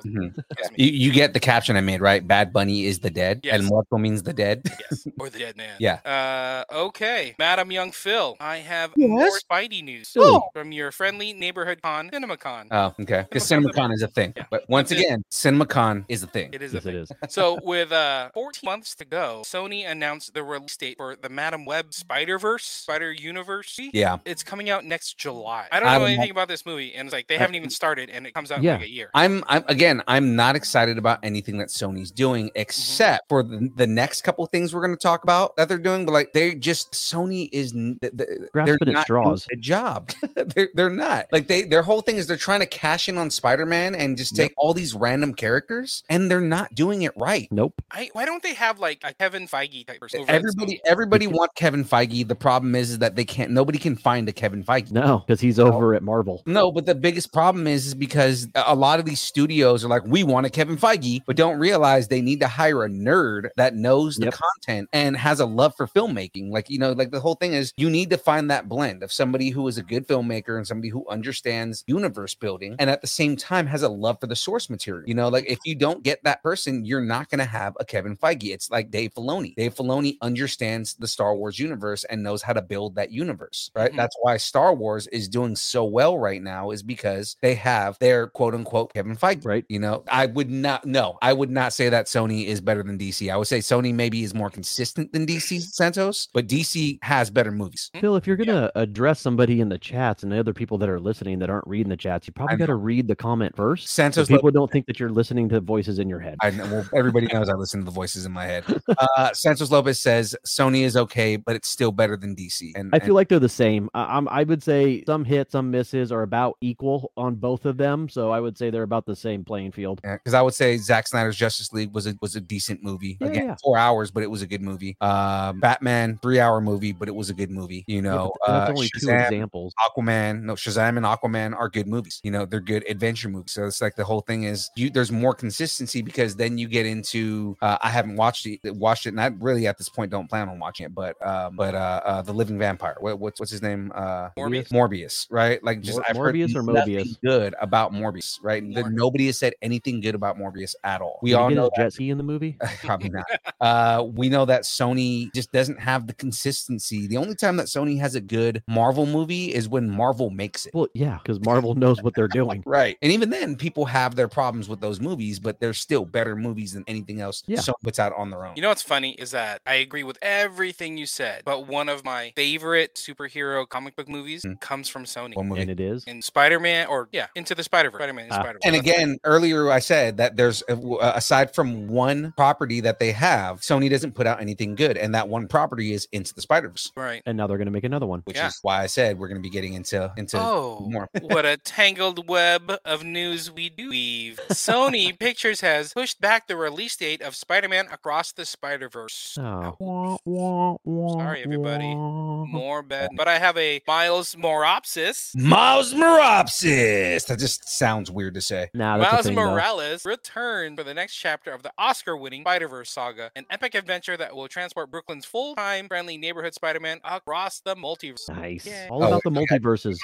B: Mhm.
E: Excuse me.
B: Mm-hmm. You, you get the caption I made, right? Bad Bunny is the dead.
E: Yes.
B: El Muerto means the dead.
E: Yes. Or the dead man.
B: Yeah.
E: Uh, okay. Madam Young Phil, I have
B: Yes?
E: more Spidey news
F: Silly.
E: from your friendly neighborhood con, CinemaCon.
B: Oh, okay. Because
E: CinemaCon.
B: CinemaCon is a thing.
E: Yeah.
B: But once
E: It is.
B: again, CinemaCon is a thing.
E: it is a
F: Yes,
E: thing.
F: it is.
E: So, with uh, 14 months to go, Sony announced the release date for the Madam Web Spider Verse, Spider Universe.
B: Yeah.
E: It's coming out next July. I don't
B: I
E: know
B: don't know.
E: anything about this movie, and it's like they haven't even started, and it comes out in
F: Yeah.
E: like a year.
B: I'm, I'm again. I'm not excited about anything that Sony's doing,
E: Mm-hmm.
B: except for the, the next couple things we're going to talk about that they're doing. But like, they just Sony is n- th- th- they're
F: Grasping at
B: not doing
F: straws.
B: A job. they're, they're not like they. Their whole thing is they're trying to cash in on Spider-Man and just take all these random characters, and they're not doing it right.
F: Nope.
E: I, why don't they have like a Kevin Feige type person? over at
B: E, Everybody,
E: Sony?
B: everybody want Kevin Feige. The problem is, is that they can't. Nobody can find a Kevin Feige.
F: No, because he's
E: Oh.
F: over at Marvel.
B: No, but the biggest problem is, is because a a lot of these studios are like, we want a Kevin Feige, but don't realize they need to hire a nerd that knows the
F: Yep.
B: content and has a love for filmmaking. Like, you know, like the whole thing is you need to find that blend of somebody who is a good filmmaker and somebody who understands universe building and at the same time has a love for the source material. You know, like if you don't get that person, you're not going to have a Kevin Feige. It's like Dave Filoni. Dave Filoni understands the Star Wars universe and knows how to build that universe, right?
E: Mhm.
F: Mm-hmm.
B: That's why Star Wars is doing so well right now is because they have their quote unquote Kevin Feige.
F: Right.
B: You know, I would not no, I would not say that Sony is better than DC. I would say Sony maybe is more consistent than DC Santos, but DC has better movies.
F: Phil, if you're
E: Yeah.
F: gonna address somebody in the chats and the other people that are listening that aren't reading the chats, you probably
B: know.
F: gotta read the comment first. so
B: Santos
F: people don't think that you're listening to voices in your head.
B: I know. Well, everybody knows I listen to the voices in my head. Uh, Santos Lopez says Sony is okay, but it's still better than DC. And
F: I feel like they're the same. I, I'm, I would say some hits, some misses are about equal on both of them. So I would say they're about the same playing field.
B: because I would say Zack Snyder's Justice League was a was a decent movie.
F: Yeah,
B: Again,
F: yeah.
B: four hours, but it was a good movie. Uh, Batman, three hour movie, but it was a good movie. You
F: Yeah,
B: know,
F: but th- that's
B: uh,
F: only two
B: Shazam,
F: examples.
B: Aquaman, no, Shazam and Aquaman are good movies. You know, they're good adventure movie. So it's like the whole thing is you there's more consistency because then you get into uh, I haven't watched it watched it and I really at this point don't plan on watching it, but um but uh, uh the living vampire. What, what's what's his name? Uh
E: Morbius.
B: Morbius, right? Like just
F: Mor-
B: I've heard
F: Morbius or
B: nothing
F: Mobius?
B: good about Morbius, right? And then nobody has said anything good about Morbius at all. We
F: Did he
B: all
F: get
B: know
F: his jet ski in the movie.
B: probably not. Uh, we know that Sony just doesn't have the consistency. The only time that Sony has a good Marvel movie is when Marvel makes it.
F: Well, yeah, because Marvel knows what they're doing.
B: Right. And even then, people have their problems with those movies, but they're still better movies than anything else
F: Yeah.
B: Sony puts out on their own.
E: You know what's funny is that I agree with everything you said, but one of my favorite superhero comic book movies
B: Mm.
E: comes from Sony.
B: One movie.
F: And it is.
E: in Spider-Man or yeah, Into the Spider-Verse. Spider-Man and
F: Ah.
E: Spider-Verse.
B: And
E: That's
B: again, earlier I said that there's uh, aside from one property that they have, Sony doesn't put out anything good, and that one property is Into the Spider Verse,
E: right.
F: And now they're going to make another one.
B: which
E: Yeah.
B: is why I said we're going to be getting into into
E: Oh,
B: more.
E: what a tangled web of news we do weave. Sony Pictures has pushed back the release date of Spider-Man Across the Spider-Verse.
F: Oh. Sorry,
E: everybody.
F: Oh.
E: More bad, but I have a Miles Moropsis.
B: Miles Moropsis. That just sounds weird to say.
F: Nah, that's a
E: Miles
F: thing, though.
E: Morales returns for the next chapter of the Oscar winning Spider Verse saga, an epic adventure that will transport Brooklyn's full time friendly neighborhood Spider Man across the multiverse.
F: Nice.
E: Yay.
F: All
B: Oh,
F: about the
B: okay.
F: multiverses.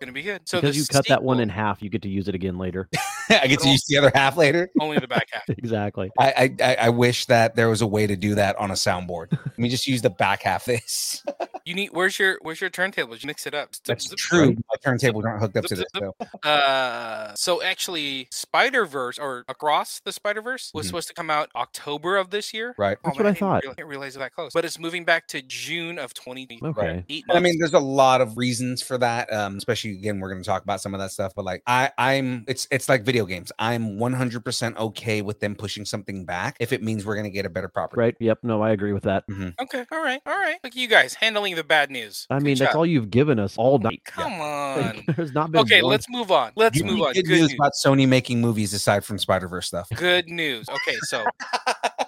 E: Gonna be good. So
F: because
E: the
F: you cut that one in
E: sequel-
F: half, you get to use it again later.
B: I get to use the other half later.
E: Only the back half.
F: exactly.
B: I, I- I I wish that there was a way to do that on a soundboard. Let me just use the back half. of This
E: You need where's your where's your turntables? You mix it up. Zip,
B: that's
E: zip,
B: true.
E: zip.
B: My turntables aren't hooked up
E: Zip,
B: to this.
E: zip, zip.
B: So.
E: Uh, so actually, Spider Verse or Across the Spider Verse was
B: Mhm.
E: supposed to come out October of this year.
B: Right.
E: Oh,
F: Mm-hmm. That's what I
E: didn't
F: thought.
E: real- didn't realize it that close. But it's moving back to June of 20.
F: Okay.
B: I mean, there's a lot of reasons for that. Um, especially again, we're going to talk about some of that stuff. But like, I, I'm, it's, it's like video games. I'm 100% okay with them pushing something back if it means we're going to get a better property.
F: Right. Yep. No, I agree with that.
E: Okay, all right, all right. Look at you guys handling the bad news.
F: I mean,
E: Good
F: that's
E: job.
F: all you've given us all night.
E: Come
F: Like,
E: on.
F: there's not been.
E: okay,
F: one-
E: let's move on. Let's
B: Give me
E: move on.
B: Good,
E: Good
B: news
E: news.
B: about Sony making movies aside from Spider Verse stuff.
E: Good news. Okay, so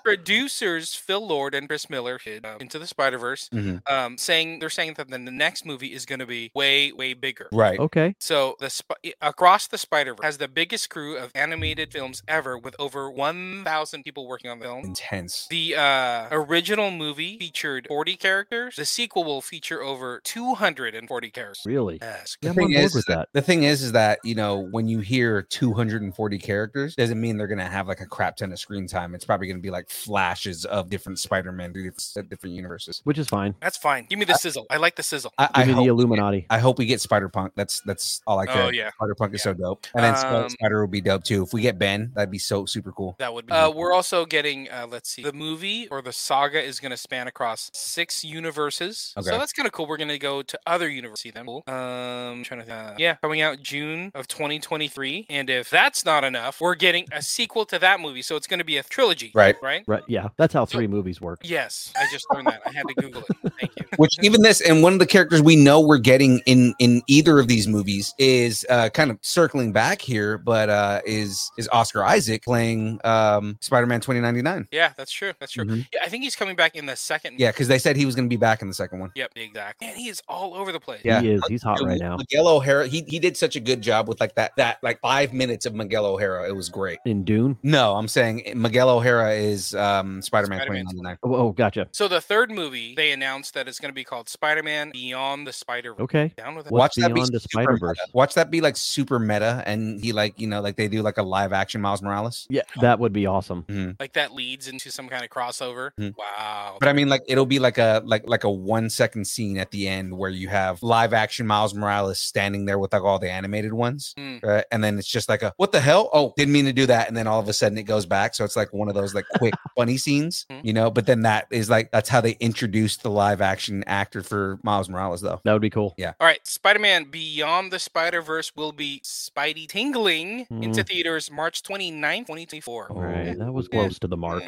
E: producers Phil Lord and Chris Miller hit uh, into the Spider Verse,
B: Mhm.
E: um, saying they're saying that then the next movie is going to be way way bigger.
B: Right.
F: Okay.
E: So the sp- eh, across the Spider Verse has the biggest crew of animated films ever, with over one thousand people working on the film.
B: Intense.
E: The uh, original movie featured 40 characters. The sequel will feature over 240 characters.
F: Really.
E: Yes.
F: Yeah, I'm
B: thing
F: on board
B: is-
F: with that.
B: The thing is, is that you know when you hear 240 characters, doesn't mean they're gonna have like a crap ton of screen time. It's probably gonna be like flashes of different Spider-Man through different, uh, different universes.
F: Which is fine.
E: That's fine. Give me the sizzle. I like the sizzle.
B: I, I
F: Give me
B: hope
F: the
B: we get-
F: Illuminati.
B: I hope we get Spider Punk. That's that's all I care.
E: Oh yeah,
B: Spider Punk is
E: Yeah.
B: so dope, and then
E: Um,
B: Spider would be dope too. If we get Ben, that'd be so super cool.
E: that would be. Uh, we're also getting. Uh, let's see, the movie or the saga is going to span across six universes.
B: Okay.
E: So that's kind of cool. We're going to go to other universes. See them. Cool. Um, trying to. Think. uh, yeah, coming out June of 2023. And if that's not enough, we're getting a sequel to that movie. So it's going to be a trilogy.
B: Right.
E: Right.
F: Right. Yeah. That's how three movies work.
E: Yes, I just learned that. I had to Google it. Thank you.
B: Which even this and one of the characters we know we're getting in in either of these movies is uh kind of circling back here, but uh is is Oscar Isaac playing um Spider Man 2099?
E: Yeah, that's true. That's true.
B: Mhm.
E: Yeah, I think he's coming back in the second.
B: Yeah, because they said he was going to be back in the second one.
E: Yep. Exactly. Man, he is all over the place.
B: Yeah.
F: He is. He's hot right now.
B: Miguel O'Hara, he he did such a good job with like that that like five minutes of Miguel O'Hara. It was great.
F: In Dune.
B: No, I'm saying eh, Miguel O'Hara is um Spider Man
E: Spider-Man.
B: 2099.
F: Oh, oh, gotcha.
E: So the third movie, they announced that it's going to be called Spider-Man Beyond the Spider-Verse.
F: Okay.
E: Down with it.
F: What's
B: watch that be
F: beyond the
B: super meta.
F: Spider-Verse?
B: Watch that be like super meta, and he like you know like they do like a live action Miles Morales.
F: Yeah. That would be awesome.
E: Like that leads into some kind of crossover.
F: Mm-hmm.
B: Mhm.
E: Wow.
B: But I mean, like it'll be like a like like a one second scene at the end where you have live action Miles Morales standing there with like all the animated ones,
E: Mm.
B: right? and then it's just like a what the hell? Oh, didn't mean to do that, and then all of a sudden it goes back. So it's like one of those like quick funny scenes,
E: Mhm.
B: you know. But then that is like that's how they introduced the live action actor for Miles Morales, though.
F: That would be cool.
E: All right, Spider-Man Beyond the Spider-Verse will be Spidey tingling
F: Mm-hmm.
E: into theaters March 29th, 2024.
F: All right. That was close to the mark.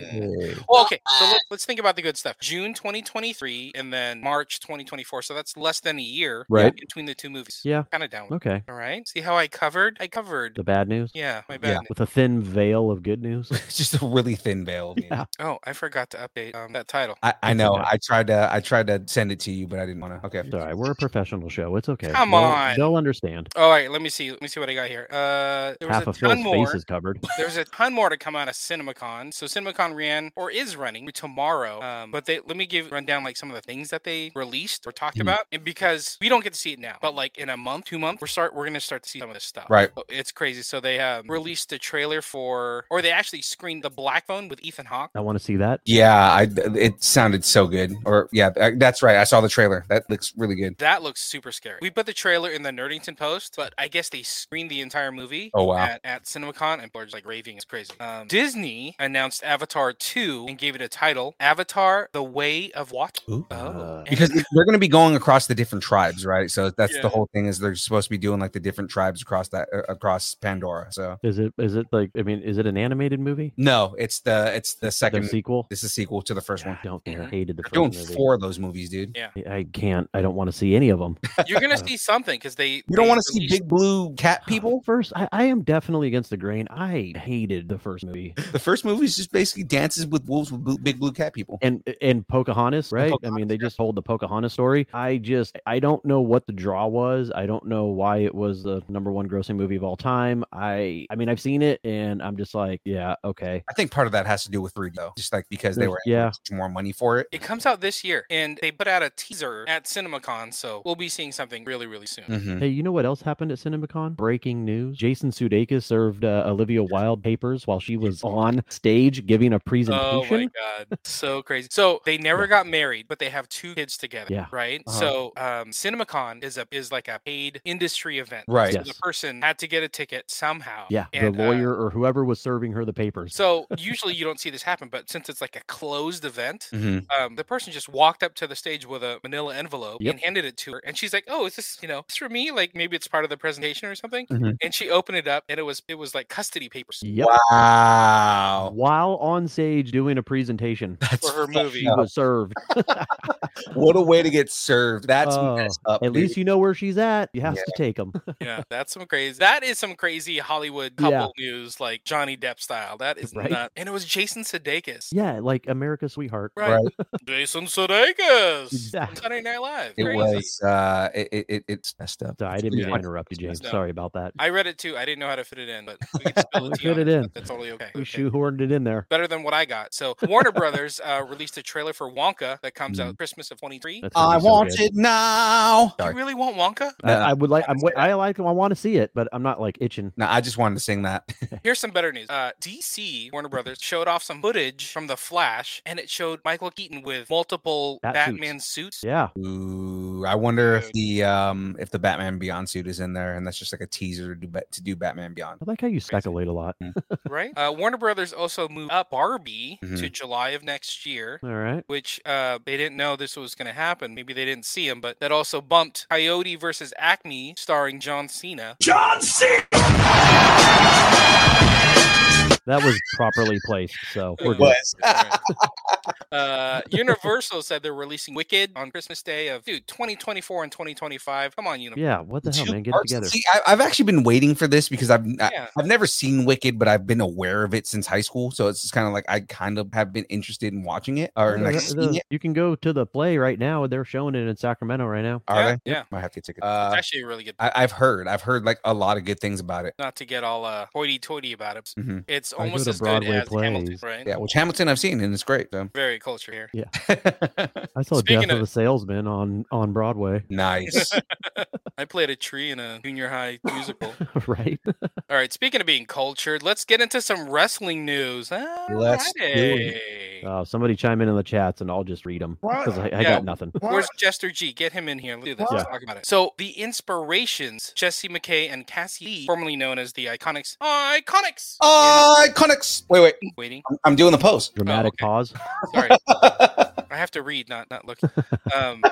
E: Well, okay, so let, let's think about the good stuff. June 2023 and then March 2024. So that's less than a year
F: Right.
E: between the two movies.
F: Yeah.
E: Kind of down. with it.
F: Okay.
E: All right. See how I covered? I covered.
F: The bad news.
E: Yeah, my
B: Yeah.
E: bad.
F: With a thin veil of good news.
B: It's just a really thin veil. mean,
F: Yeah.
E: Oh, I forgot to update um, that title.
B: I, I know.
F: Okay.
B: I tried to. I tried to send it to you, but I didn't want to. Okay.
F: Sorry, we're a professional show. It's okay.
E: Come
F: They'll-
E: on.
F: They'll understand.
E: All right, let me see. Let me see what I got here. Uh, there was
F: Half
E: a
F: of
E: ton
F: Phil's
E: more.
F: face is covered.
E: There's a ton more to come out of CinemaCon. So CinemaCon ran or is running tomorrow. Um, but they let me give run down like some of the things that they released or talked about. And because we don't get to see it now, but like in a month, two months, we're start we're gonna start to see some of this stuff.
B: Right.
E: So It's crazy. So they um, released a trailer for or they actually screened the black phone with Ethan Hawke.
F: I want to see that.
B: Yeah, I. It sounded so good. Or yeah, I- that's right. I saw the trailer. That looks really good.
E: That looks super scary. We put the trailer in the Nerdington Post, but I guess they screened the entire movie.
B: Oh, wow.
E: At, at CinemaCon, and people are just like raving. It's crazy. Um, Disney announced Avatar 2 and gave it a title: Avatar: The Way of Water.
G: Ooh.
F: Uh,
E: and-
B: Oh. Because they're going to be going across the different tribes, right? So that's
E: Yeah.
B: the whole thing. Is they're supposed to be doing like the different tribes across that uh, across Pandora. So
F: Is it? Is it like? I mean, is it an animated movie?
B: no, it's the it's the second.
F: the sequel.
B: It's the sequel to the first one.
F: God, Don't care.
E: Mhm.
F: Hated the
B: They're
F: first
B: doing
F: movie.
B: four of those movies, dude.
F: I I can't. I don't want to see any of them.
E: you're gonna see something because they
B: You don't
E: they
B: want to see
E: released-
B: big blue cat people.
F: First, I, I am definitely against the grain. I hated the first movie
B: The first movie is just basically dances with wolves with blue, big blue cat people.
F: and and Pocahontas, right? I mean,
B: Pocahontas,
F: they just told the Pocahontas story. I just I don't know what the draw was. I don't know why it was the number one grossing movie of all time. I I mean, I've seen it and I'm just like, yeah, okay.
B: I think part of that has to do with 3D though, just like because they
F: There's-
B: were able to
F: yeah.
B: charge more money for it.
E: It comes out this year, and they put out a teaser at CinemaCon, so we'll be seeing something really, really soon.
B: Mhm.
F: Hey, you know what else happened at CinemaCon? Breaking news: Jason Sudeikis served uh, Olivia Wilde papers while she was on stage giving a
E: Oh my
F: presentation.
E: god, so crazy! So they never got married, but they have two kids together,
F: Yeah.
E: right?
B: Uh-huh.
E: So um, CinemaCon is a is like a paid industry event,
B: Right.
E: So the
F: Yes.
E: person had to get a ticket somehow.
F: yeah,
E: and,
F: the
E: uh,
F: lawyer or whoever was serving her the papers.
E: so usually you don't see this happen, but since it's like a closed event,
B: Mhm.
E: um, the person just walked up to the stage with a manila envelope
F: Mm. Yep.
E: and handed it to her. And she's like, "Oh, is this you know this for me? Like maybe it's part of the presentation or something."
F: Mm-hmm.
B: Mhm.
E: And she opened it up, and it was it was like custody papers
F: Yep.
B: Wow.
F: While on stage doing a presentation,
B: That's
E: for her
B: fucked
E: movie.
F: she
B: up.
F: was served.
B: What a way to get served. That's
F: Oh,
B: messed up.
F: At
B: dude.
F: least you know where she's at. You have
B: Yeah.
F: to take them.
E: Yeah, that's some crazy. That is some crazy Hollywood
F: Yeah.
E: couple news, like Johnny Depp style. That is
F: Right?
E: nut- And it was Jason Sudeikis.
F: yeah, like America's sweetheart.
E: Right. Jason Sudeikis.
F: Exactly.
E: Exactly. Saturday Night Live.
B: it
E: Crazy.
B: was uh it, it- it it's messed up.
F: So I
B: It's
F: didn't mean
B: really
F: to
B: fucked
F: interrupt you, James.
E: No.
F: Sorry about that.
E: I read it too. I didn't know how to fit it in, but we can spill the
F: We
E: tea
F: fit
E: on it.
F: it in.
E: That's totally okay.
F: We
E: okay.
F: shoehorned it in there.
E: Better than what I got. So Warner Brothers uh, released a trailer for Wonka that comes out Christmas of 23.
F: Mm-hmm. That's gonna
B: I
F: be so
B: want
F: good.
B: it now.
E: You
B: Sorry.
E: really want Wonka?
F: I,
B: Uh,
F: I would like. I'm. wa- I like. I want to see it, but I'm not like itching.
B: No, I just wanted to sing that.
E: Here's some better news. Uh, DC Warner Brothers showed off some footage from The Flash, and it showed Michael Keaton with multiple
F: Bat suits.
E: Batman suits.
F: Yeah.
B: Ooh, I wonder if
E: Dude.
B: the um if the Batman Beyond suit is in there, and that's just like a teaser to do, Ba- to do Batman Beyond.
F: I like how you speculate a lot.
E: right? Uh, Warner Brothers also moved up Barbie
F: Mm-hmm.
E: to
B: Mhm.
E: July of next year,
F: All right.
E: which uh, they didn't know this was going to happen. Maybe they didn't see him, but that also bumped Coyote versus Acme, starring John Cena.
F: That was properly placed. So we're
E: Uh,
F: good.
E: Alright. uh, Universal said they're releasing Wicked on Christmas Day of dude 2024 and 2025. Come on, Universal.
F: Yeah. What the hell,
B: Two
F: man? Get it
B: parts-
F: together.
B: See, I, I've actually been waiting for this because I've I,
E: Yeah.
B: I've never seen Wicked, but I've been aware of it since high school. So it's just kind of like I kind of have been interested in watching it or
F: Yeah,
B: like
F: the-
B: seeing
F: the-
B: it.
F: you can go to the play right now. They're showing it in Sacramento right now.
B: Are
E: Yeah,
B: they?
E: yeah.
B: I have to get tickets.
E: It's
B: Uh,
E: actually really good.
B: I, I've heard, I've heard like a lot of good things about it.
E: Not to get all uh, hoity-toity about it.
B: Mhm.
E: It's
F: Mm-hmm. go
E: almost
F: to
E: as good
F: Broadway
E: as Hamilton,
F: plays.
E: right?
B: Yeah, which Hamilton I've seen and it's great. So.
E: Very culture here.
F: I saw
E: Speaking
F: Death of,
E: of-
F: a Salesman on on Broadway.
B: nice.
E: I played a tree in a junior high musical.
F: right.
E: All right, speaking of being cultured, let's get into some wrestling news.
B: Let's do it.
E: Alrighty.
F: Uh, somebody chime in in the chats, and I'll just read them because I, I
E: Yeah.
F: got nothing.
E: Where's Jester G? Get him in here. Let's do this. Let's talk about it. So the inspirations, Jesse McKay and Cassie Lee, formerly known as the Iconics. Iconics!
B: Iconics. Wait, wait.
E: Waiting.
B: I'm- I'm doing the post.
F: Dramatic
E: okay.
F: pause.
E: Sorry. I have to read, not not look. Um,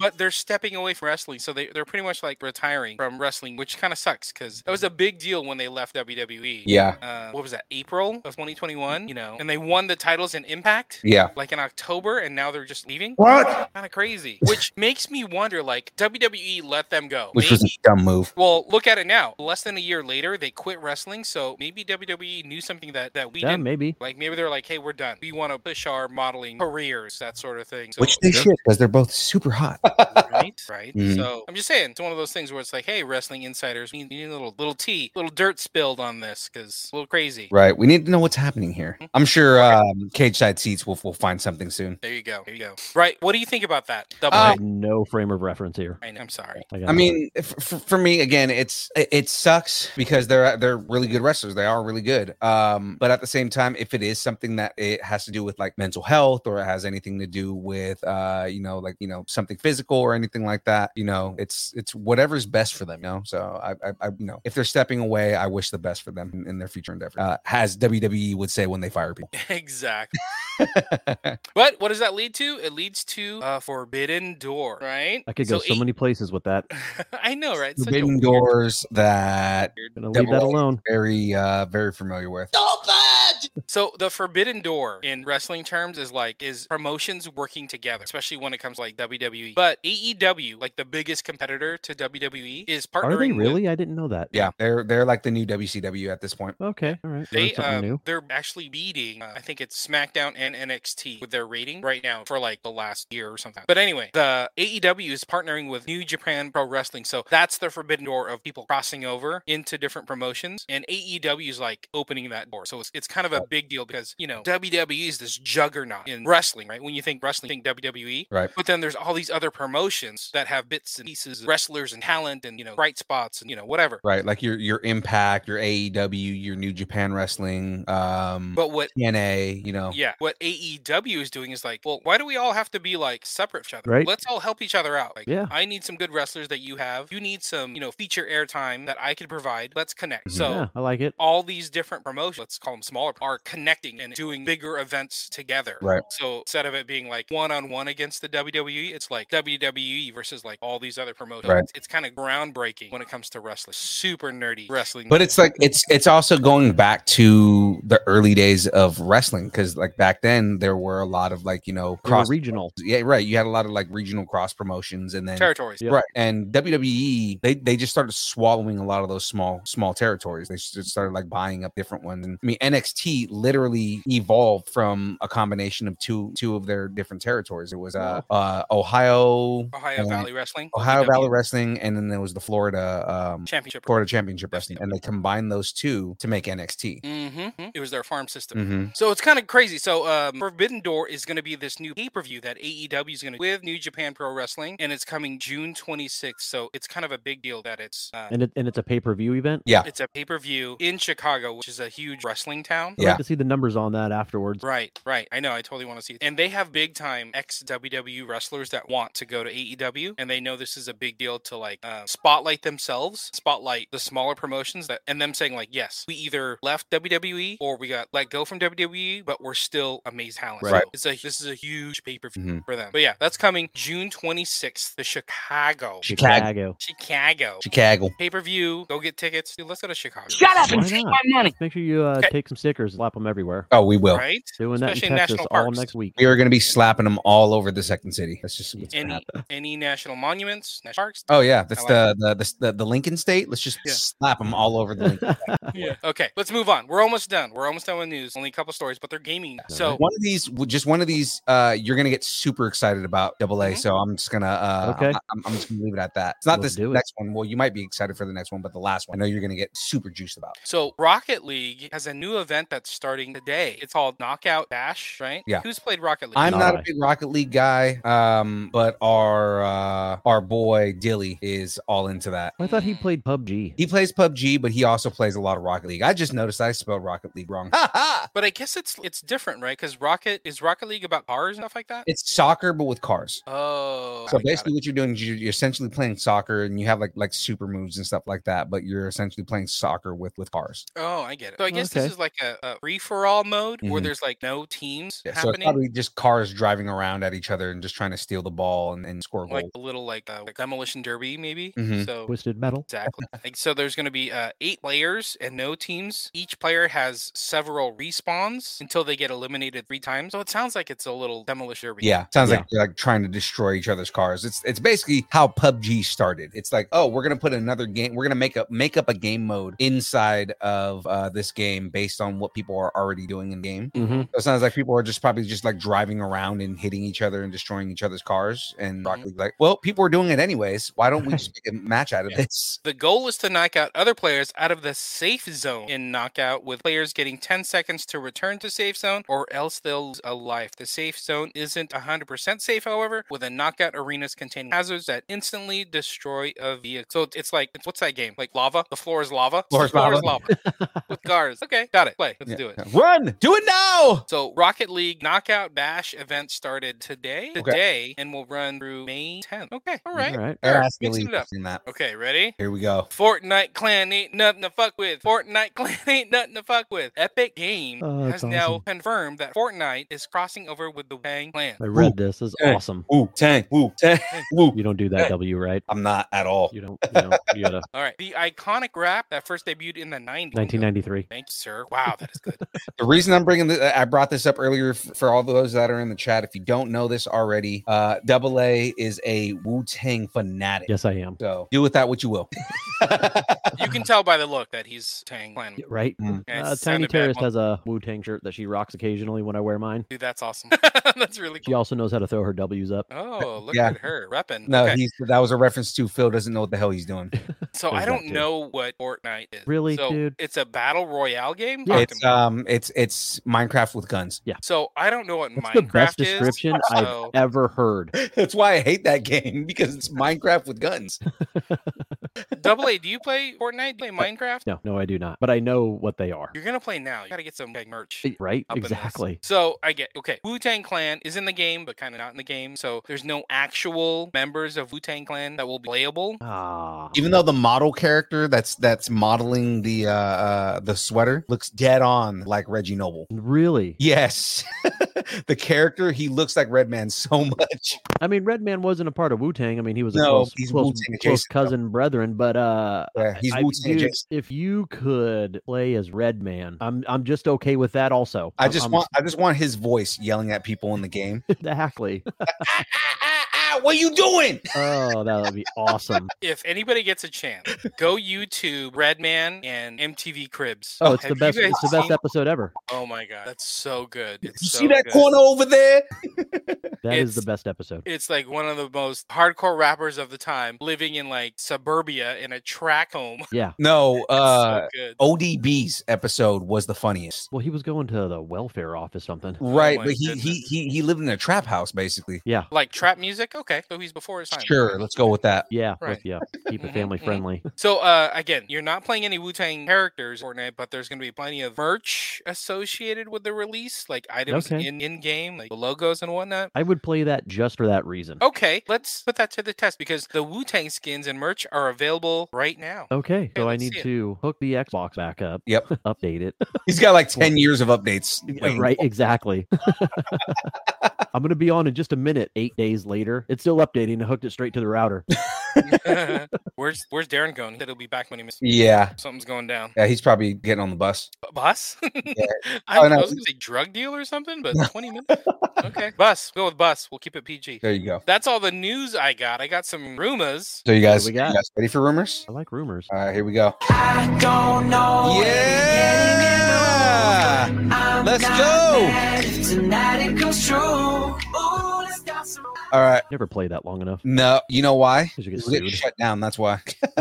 E: but they're stepping away from wrestling, so they they're pretty much like retiring from wrestling, which kind of sucks because that was a big deal when they left WWE.
B: Yeah.
E: Uh, what was that? April of 2021. You know, and they won the titles in Impact.
B: Yeah.
E: Like in October, and now they're just leaving.
B: What?
E: Kind of crazy. Which makes me wonder, like WWE let them go.
B: Which was a
E: Maybe-
B: dumb move.
E: well, look at it now. Less than a year later, they quit wrestling. So maybe WWE knew something that that we
F: yeah,
E: didn't.
F: maybe.
E: Like maybe they're like, hey, we're done. We want to push our modeling careers, that sort of thing. So,
B: Which they
E: Yeah.
B: should because they're both super hot.
E: right? Right.
B: Mhm.
E: So I'm just saying, it's one of those things where it's like, hey, wrestling insiders, we need, we need a little little tea, little dirt spilled on this because it's a little crazy.
B: right. We need to know what's happening here. I'm sure um, Cage Side Seats will, will find something soon.
E: There you go. There you go. Right. What do you think about that? Double.
F: I
B: Uh,
F: have no frame of reference here.
E: I know, I'm sorry.
F: got
B: I
F: nothing.
B: mean, f- f- for me again, it's it, it sucks because they're they're really good wrestlers. They are really good. Um, but at the same time, if it is something that it has to do with like mental health or it has anything to do with uh, you know, like you know, something physical or anything like that, you know, it's it's whatever's best for them. You know, so I, I, I you know, if they're stepping away, I wish the best for them in, in their future endeavor. Uh, as WWE would say when they fire people.
E: exactly. But what does that lead to? It leads to uh, Forbidden Door, right?
F: I could go so,
E: eight-
F: many places with that.
E: I know, right? Such a
B: Forbidden
E: weird-
B: doors that
F: Gonna
B: That
F: leave that
B: was-
F: alone.
B: very uh very familiar with.
E: So the forbidden door in wrestling terms is like is promotions working together, especially when it comes to like WWE. But AEW, like the biggest competitor to WWE, is partnering.
F: Are they
E: with-
F: really? I didn't know that.
B: Yeah, they're they're like the new WCW at this point.
F: Okay. All right. Learned
E: they
F: something
E: um,
F: new.
E: they're actually beating uh, I think it's SmackDown and NXT with their rating right now for like the last year or something. But anyway, the AEW is partnering with New Japan Pro Wrestling, so that's the forbidden door of people crossing over into different promotions, and AEW is like opening that door. So it's, it's kind of a big deal because you know WWE is this juggernaut in wrestling, right? When you think wrestling, you think WWE,
B: Right.
E: but then there's all these other promotions that have bits and pieces, of wrestlers and talent, and you know bright spots, and you know whatever.
B: Right. Like your your impact, your AEW, your New Japan Wrestling, um
E: But what
B: TNA, you know.
E: Yeah. What AEW is doing is like, well, why do we all have to be like separate from each other?
F: Right.
E: Let's all help each other out. Like,
F: Yeah.
E: I need some good wrestlers that you have. You need some, you know, feature airtime that I could provide. Let's
B: Mm,
E: connect. So
F: yeah, I like it.
E: all these different promotions, let's call them smaller, are connecting and doing bigger events together.
B: Right.
E: So instead of it being like one on one against the WWE, it's like WWE versus like all these other promotions.
B: Right.
E: It's, kind of groundbreaking when it comes to wrestling. Super nerdy wrestling.
B: But it's like it's it's also going back to the early days of wrestling cuz like back then there were a lot of like, you know,
F: They were
B: cross
F: regional.
B: Yeah, right. You had a lot of like regional cross promotions and then
E: territories.
F: Yeah.
B: Right. And WWE, they they just started swallowing a lot of those small small territories. They just started like buying up different ones. And I mean, NXT literally evolved from a combination of two two of their different territories. It was uh, uh Ohio
E: Ohio
B: uh,
E: Valley Wrestling.
B: Ohio
E: OVW,
B: Valley Wrestling, and then there was the Florida um
E: E. Championship.
B: Florida Championship Wrestling, and they combined those two to make NXT.
E: Mm-hmm. It was their farm system.
B: hmm
E: So it's kind of crazy. So um, Forbidden Door is going to be this new pay per view that AEW is going to with New Japan Pro Wrestling, and it's coming June 26th. So it's kind of a big deal that it's uh,
F: And it, and it's a pay per view event.
B: Yeah.
E: it's a pay per view in Chicago, which is a huge wrestling town.
F: I'd
B: Yeah.
F: like to see the numbers on that afterwards.
E: Right, right. I know. I totally want to see it. And they have big time ex WWE wrestlers that want to go to AEW, and they know this is a big deal to like um, spotlight themselves, spotlight the smaller promotions that, and them saying like, yes, we either left WWE or we got let go from WWE, but we're still amazing talent.
B: Right.
E: So It's a this is a huge pay per view
B: Mhm.
E: for them. But yeah, that's coming June 26th to Chicago,
F: Chicago.
E: Chicago.
B: Chicago.
E: Pay per view. Go get tickets. Dude, let's go to Chicago.
D: Shut up and
F: Why
D: take
F: not?
D: my money.
F: Make sure you uh,
E: Okay.
F: take some stickers, slap them everywhere.
B: Oh, we will.
E: Right.
F: Doing
E: Especially
F: that in Texas
E: national
F: all
E: parks.
F: next week.
B: We are going to be slapping them all over the second city. That's just what's gonna
E: Any
B: happen.
E: any national monuments, national parks,
B: Oh yeah, that's
E: like
B: the, the the the the Lincoln State. Let's just
E: Yeah.
B: slap them all over the Lincoln.
E: Yeah. Okay, let's move on. We're almost done. We're almost done with news. Only a couple stories, but they're gaming. So
B: one of these, just one of these, uh, you're gonna get super excited about Double A.
E: Mhm.
B: So I'm just gonna, uh,
F: Okay.
B: I, am I'm just gonna leave it at that. It's not
F: Let's
B: this
F: do it.
B: next one. Well, you might be excited for the next one, but the last one, I know you're gonna get super juiced about.
E: so Rocket League has a new event that's starting today. It's called Knockout Dash, right?
B: Yeah.
E: Who's played Rocket League?
B: I'm
F: Not
B: not
F: I.
B: a big Rocket League guy, um, but our uh, our boy Dilly is all into that.
F: "Oh, I thought he played PUBG.
B: He plays PUBG, but he also plays a lot of Rocket League. I just noticed I spelled Rocket League wrong. Ha ha!
E: But I guess it's it's different, right? Because Rocket is Rocket League about cars and stuff like that.
B: It's soccer, but with cars.
E: oh.
B: So
E: I got it.
B: basically, what you're doing is you're, you're essentially playing soccer, and you have like like super moves and stuff like that. But you're essentially playing soccer with with cars.
E: Oh, I get it. So I guess
F: Okay.
E: this is like a, a free free for all mode where
B: Mhm.
E: there's like no teams
B: Yeah, so it's
E: happening.
B: probably just cars driving around at each other and just trying to steal the ball and, and score
E: like
B: goals.
E: a little like, uh, like demolition derby maybe.
B: Mhm.
E: So
F: Twisted metal.
E: Exactly. Like, so there's going to be uh, eight players and no teams. Each player has several respawns until they get eliminated three times. So it sounds like it's a little demolition derby.
B: Yeah, sounds
F: Yeah.
B: like they're like trying to destroy each other's cars. It's it's basically how PUBG started. It's like, oh, we're gonna put another game. We're gonna make up make up a game mode inside of uh, this game based on what people are already doing in game.
F: Mm-hmm.
B: So it sounds like people are just probably just like driving around and hitting each other and destroying each other's cars.
E: Mm-hmm.
B: And Rock League, like, well, people are doing it anyways. Why don't we just make a match out of
E: Yeah.
B: this?
E: The goal is to knock out other players out of the safe zone in knockout, with players getting 10 seconds to return to safe zone or else they'll lose a life. The safe zone isn't 100% safe, however, with the knockout arenas containing hazards that instantly destroy a vehicle. So it's like, it's, what's that game? Like lava? The floor is lava?
B: Floor
E: The
B: is
E: is lava. with cars. Okay, got it. Play. Let's
B: Yeah.
E: do it.
B: Run, do it now.
E: So Rocket League Knockout Bash event started today,
B: Okay.
E: today, and will run through May 10th. Okay, all right.
F: All right.
E: All right,
B: Ask
E: mixing
B: Elite
E: it up.
B: in that.
E: Okay, ready?
B: Here we go.
E: Fortnite clan ain't nothing to fuck with. Fortnite clan ain't nothing to fuck with. Epic Game
F: Oh,
E: has
F: that's
E: now
F: awesome.
E: confirmed that Fortnite is crossing over with the Wang clan.
F: I read this. This is
B: Okay.
F: awesome.
B: Woo, tang, woo, tang, woo.
F: You don't do
B: Hey.
F: that, W, right?
B: I'm not at all.
F: You don't. You, know, you gotta.
E: All right. The iconic rap that first debuted in the 90s.
F: 1993.
E: Thank you, sir. Wow, that is good.
B: The reason I'm bringing this, I brought this up earlier f- for all those that are in the chat. If you don't know this already, uh, Double A is a Wu Tang fanatic.
F: Yes, I am.
B: So do with that what you will.
E: you can tell by the look that he's Tang clan.
F: Yeah, Right.
B: Mm.
E: Yeah, it
F: Uh, Tiny
E: sounded bad
F: Terrorist
E: one-
F: has a Wu Tang shirt that she rocks occasionally when I wear mine.
E: Dude, that's awesome. that's really
F: She
E: cool.
F: also knows how to throw her W's up.
E: Oh, look
B: Yeah.
E: at her repping.
B: no,
E: Okay.
B: he's that was a reference to Phil doesn't know what the hell he's doing.
E: So I
F: There's that
E: don't
F: too.
E: know what Fortnite is.
F: Really,
E: so
F: dude?
E: It's a battle royale game. Talk to
B: It's
E: me.
B: um, it's it's Minecraft with guns.
E: so I don't know what
F: That's
E: Minecraft
F: the best
E: is,
F: description I've
E: so-
F: ever heard.
B: That's why I hate that game because it's Minecraft with guns.
E: Double A, do you play Fortnite? Do you play Minecraft?
F: No, no, I do not. But I know what they are.
E: You're gonna play now. You gotta get some like, merch.
F: Right?
E: up in this.
F: E, Exactly.
E: So I get okay. Wu Tang Clan is in the game, but kind of not in the game. So there's no actual members of Wu Tang Clan that will be playable.
F: Ah.
B: Even though the model character that's that's modeling the uh, uh the sweater looks dead on like Reggie Noble.
F: Really?
B: Yes, the character he looks like Redman so much.
F: I mean, Redman wasn't a part of Wu Tang. I mean, he was a
B: No,
F: close,
B: he's
F: close,
B: Wu-Tang
F: close
B: adjacent, though.
F: cousin, brethren. But uh,
B: Yeah, he's
F: I-
B: Wu-Tang
F: dude,
B: adjacent.
F: If you could play as Redman, I'm I'm just okay with that. Also,
B: I
F: I'm-
B: just
F: I'm-
B: want I just want his voice yelling at people in the game.
F: exactly.
B: "Ah, ah, ah, ah, what are you doing?
F: Oh, that would be awesome.
E: If anybody gets a chance, go YouTube Redman and MTV Cribs.
F: Oh, it's the
E: Have you
F: best.
E: guys
F: It's the best
E: seen-
F: episode ever.
E: Oh my god, that's so good. It's
B: you
E: so
B: see that
E: good.
B: corner over there?
F: That is the
E: It's-
F: best episode.
E: It's like one of the most hardcore rappers of the time, living in like suburbia in a track home.
F: Yeah.
B: No,
E: It's so
B: uh
E: good.
B: ODB's episode was the funniest.
F: Well, he was going to the welfare office something.
B: Right,
E: my
B: but he, he
E: goodness.
B: he he lived in a trap house basically.
F: Yeah.
E: like trap music. Okay, so he's before his time.
B: Sure, let's go with that.
F: Yeah.
E: Right.
F: with- yeah. Keep
E: Mhm,
F: it family
E: mhm.
F: friendly.
E: So uh, again, you're not playing any Wu Tang characters, Fortnite, but there's going to be plenty of merch associated with the release, like items
F: Okay.
E: in in game, like the logos and whatnot.
F: I would play that just for that reason.
E: Okay, let's put that to the test because the Wu Tang skins and merch are available right now.
F: Okay. So I
E: let's
F: need
E: see it.
F: to hook the Xbox back up.
B: Yep.
F: Update it.
B: He's got like 10 years of updates.
F: Yeah,
B: waiting.
F: right, exactly. I'm gonna be on in just a minute. Eight days later, it's still updating. I hooked it straight to the router.
E: where's Where's Darren going? He said he'll be back when he misses.
B: Yeah.
E: Something's going down.
B: Yeah, he's probably getting on the bus.
E: B- Bus? I,
B: Oh,
E: was-
B: no.
E: I was going to say drug deal or something, but 20 minutes. Okay. Bus. Go with bus. We'll keep it PG.
B: There you go.
E: That's all the news I got. I got some rumors.
B: So you guys,
F: we
B: you
F: got?
B: guys ready for rumors?
F: I like rumors.
B: All right, here we go. I don't know. Yeah. Let's go. All right.
F: Never play that long enough.
B: No, you know why?
F: 'Cause you get
B: We're getting
F: sued.
B: shut down. That's why.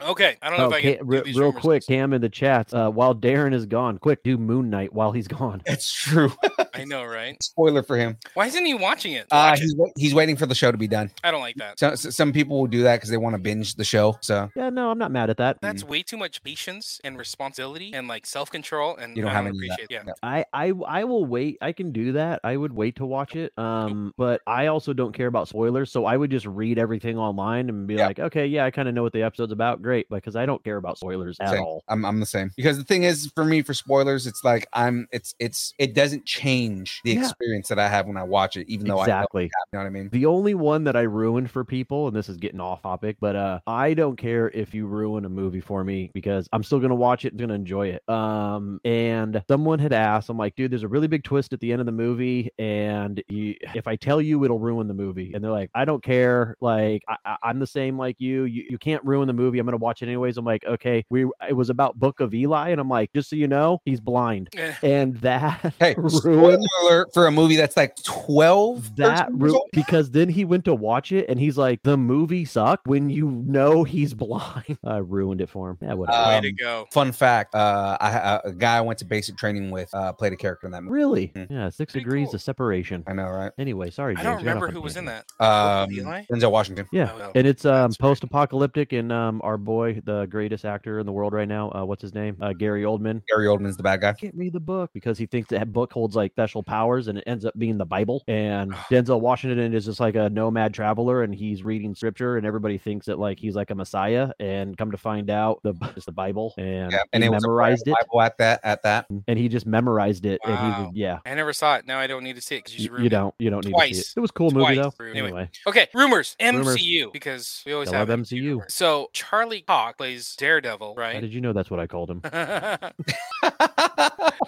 E: Okay. I don't know
F: Oh,
E: if I
F: Ca-
E: can. do
F: re-
E: these
F: real
E: rumors.
F: quick, Cam in the chat. Uh, while Darren is gone, quick do Moon Knight while he's gone.
B: It's true.
E: I I know, right?
B: Spoiler for him.
E: Why isn't he watching it?
B: Uh,
E: Watch it.
B: he's, wait- he's waiting for the show to be done.
E: I don't like that.
B: So, so- some people will do that because they want to binge the show. So
F: Yeah, no, I'm not mad at that.
E: That's
B: mm.
E: way too much patience and responsibility and like self control. And
B: you don't
E: I
B: have
E: don't
B: any. of that.
E: appreciate. Yeah.
B: No.
F: I, I I will wait. I can do that. I would wait to watch it. Um, but I also don't care about spoilers, so I would just read everything online and be
B: Yeah.
F: like, okay, yeah, I kind of know what the episode's about. Great, because I don't care about spoilers at
B: Same.
F: all.
B: I'm, I'm the same because the thing is for me for spoilers it's like I'm it's it's it doesn't change the
F: Yeah.
B: experience that I have when I watch it even though I know,
F: exactly.
B: you know what I mean
F: The only one that I ruined for people, and this is getting off topic, but uh, I don't care if you ruin a movie for me because I'm still gonna watch it and gonna enjoy it. Um, and someone had asked, I'm like, dude, there's a really big twist at the end of the movie, and you, if I tell you, it'll ruin the movie. And they're like, I don't care. Like, I, I, I'm the same like you. you. You can't ruin the movie. I'm gonna watch it anyways. I'm like, okay, we. It was about Book of Eli, and I'm like, just so you know, he's blind,
E: Eh,
F: and that
B: hey spoiler
F: ruined
B: alert for a movie that's like 12
F: that
B: 13 years
F: route
B: old.
F: because then he went to watch it and he's like, the movie sucked when you know he's blind. I ruined it for him. Yeah, whatever.
B: Uh,
E: Eh, way to
B: um,
E: go.
B: fun fact uh I, a guy I went to basic training with uh played a character in that movie
F: really?
B: mm.
F: Yeah, six
E: Pretty
F: degrees
E: cool.
F: of separation.
B: I know right
F: Anyway, sorry.
E: I
F: James,
E: don't
F: we got off
E: remember
F: on
E: who was
F: tangent.
E: in that.
B: um
E: Eli?
B: Denzel Washington
F: Yeah,
E: Oh, well,
F: and it's um,
E: that's right.
F: post-apocalyptic, and um, our boy, the greatest actor in the world right now, uh, what's his name? Uh, Gary Oldman.
B: Gary Oldman's the bad guy
F: Can't read the book because he thinks that book holds like special powers, and it ends up being the Bible. And Denzel Washington is just like a nomad traveler, and he's reading scripture, and everybody thinks that like he's like a messiah. And come to find out, the it's the Bible, and
B: yeah
F: he
B: it was a
F: memorized it,
B: Bible at that at that
F: and he just memorized it, and he
E: Wow.
F: was, yeah.
E: I never saw it. Now I don't need to see it because you just
F: You,
E: ruined
F: you
E: it.
F: don't. You don't need to see
E: Twice.
F: it. It was a cool movie
E: Twice.
F: though.
E: Anyway.
F: Anyway,
E: Okay, rumors. MCU
F: Rumors.
E: because we always
F: I
E: have
F: love
E: MCU
F: MCU.
E: rumors. So Charlie Cox plays Daredevil,
F: how
E: right?
F: did you know that's what I called him?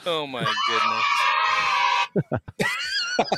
E: oh my goodness.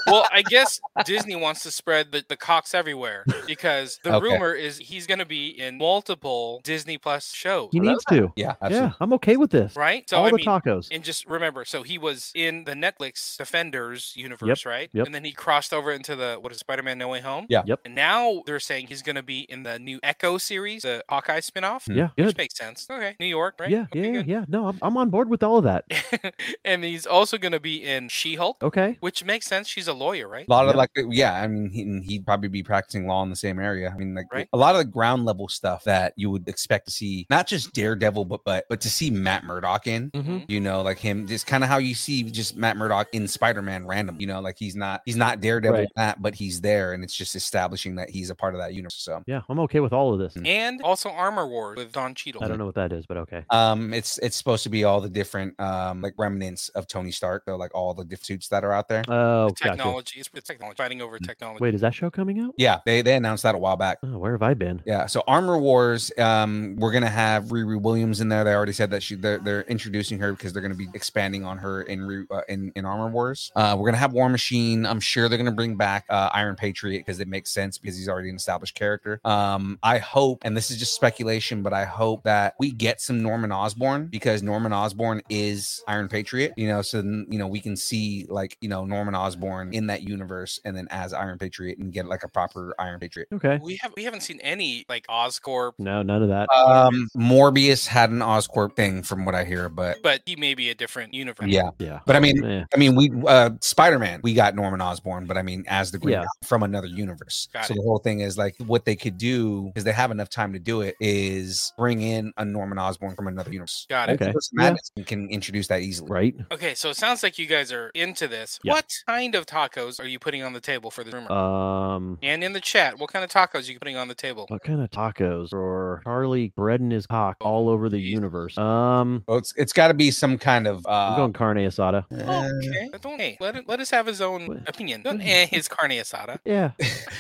E: well, I guess Disney wants to spread the, the Cox everywhere because the
B: Okay.
E: rumor is he's going to be in multiple Disney Plus shows,
F: He needs to.
B: yeah
F: Yeah,
B: absolutely.
F: I'm okay with this.
E: right?
F: All
E: I
F: the
E: mean,
F: tacos.
E: and just remember, so he was in the Netflix Defenders universe, right?
F: yep.
E: And then he crossed over into the what is Spider Man No Way Home?
B: Yeah.
F: Yep.
E: And now they're saying he's going to be in the new Echo series, the Hawkeye spinoff,
F: Yeah,
E: which
F: Hmm. good.
E: makes sense. Okay. New York, right?
F: Yeah,
E: Okay,
F: yeah,
E: good.
F: yeah. No, I'm, I'm on board with all of that.
E: and he's also going to be in She Hulk,
F: Okay.
E: which makes sense. She's a lawyer, right?
B: A lot of
F: Yeah.
B: like, yeah, I mean, he, and he'd probably be practicing law in the same area. I mean, like
E: Right.
B: a lot of the ground level stuff that you would expect to see, not just Daredevil, but but but to see Matt Murdock in,
F: mm-hmm.
E: Mhm.
B: you know, like him, just kind of how you see just Matt Murdock in Spider Man random, you know, like he's not he's not Daredevil,
F: Right.
B: Matt, but he's there, and it's just establishing that he's a part of that universe. So,
F: Yeah, I'm okay with all of this.
E: And also Armor Wars with Don Cheadle.
F: I don't know what that is, but okay.
B: um, it's it's supposed to be all the different um like remnants of Tony Stark, though, like all the different suits that are out there.
F: Oh,
E: The
F: gotcha. Mm,
E: technology. It's, it's technology. Fighting over technology.
F: Wait, is that show coming out?
B: Yeah, they they announced that a while back.
F: Oh, where have I been?
B: Yeah, so Armor Wars, um, we're gonna have Riri Williams in there. They already said that she they're, they're introducing her because they're gonna be expanding on her in Re- uh, in in Armor Wars. Uh, we're gonna have War Machine. I'm sure they're gonna bring back uh, Iron Patriot because it makes sense because he's already an established character. Um, I hope, and this is just speculation, but I hope that we get some Norman Osborn because Norman Osborn is Iron Patriot. You know, so then, you know we can see like you know Norman Osborn in that universe, and then as Iron Patriot and get like a proper Iron Patriot.
F: Okay.
E: We have we haven't seen any like Oscorp,
F: No, none of that.
E: Uh,
B: Um, Morbius had an Oscorp thing, from what I hear, but
E: but he may be a different universe.
B: yeah.
F: yeah.
B: But I mean,
F: Eh.
B: I mean, we uh, Spider Man, we got Norman Osborn, but I mean, as the Green
F: Yeah.
B: Goblin from another universe.
E: Got
B: so
E: it.
B: the whole thing is like what they could do because they have enough time to do it is bring in a Norman Osborn from another universe.
E: Got it.
F: Okay.
B: Multiverse of
F: Yeah.
B: Madness, You can introduce that easily.
F: Right?
E: Okay, so it sounds like you guys are into this.
F: Yeah.
E: What kind of tacos are you putting on the table for the rumor?
F: Um,
E: and in the chat, what kind of tacos are you putting on the table?
F: what kind of tacos or Charlie breading his cock
E: Oh,
F: all over the universe? Um,
B: Well, it's it's got to be some kind of.
F: I'm
B: Uh,
F: going carne asada.
B: eh,
E: Okay, but don't hey, let, it- let us have his own
F: What-
E: opinion. Don't
F: what-
E: eh his carne asada.
F: Yeah.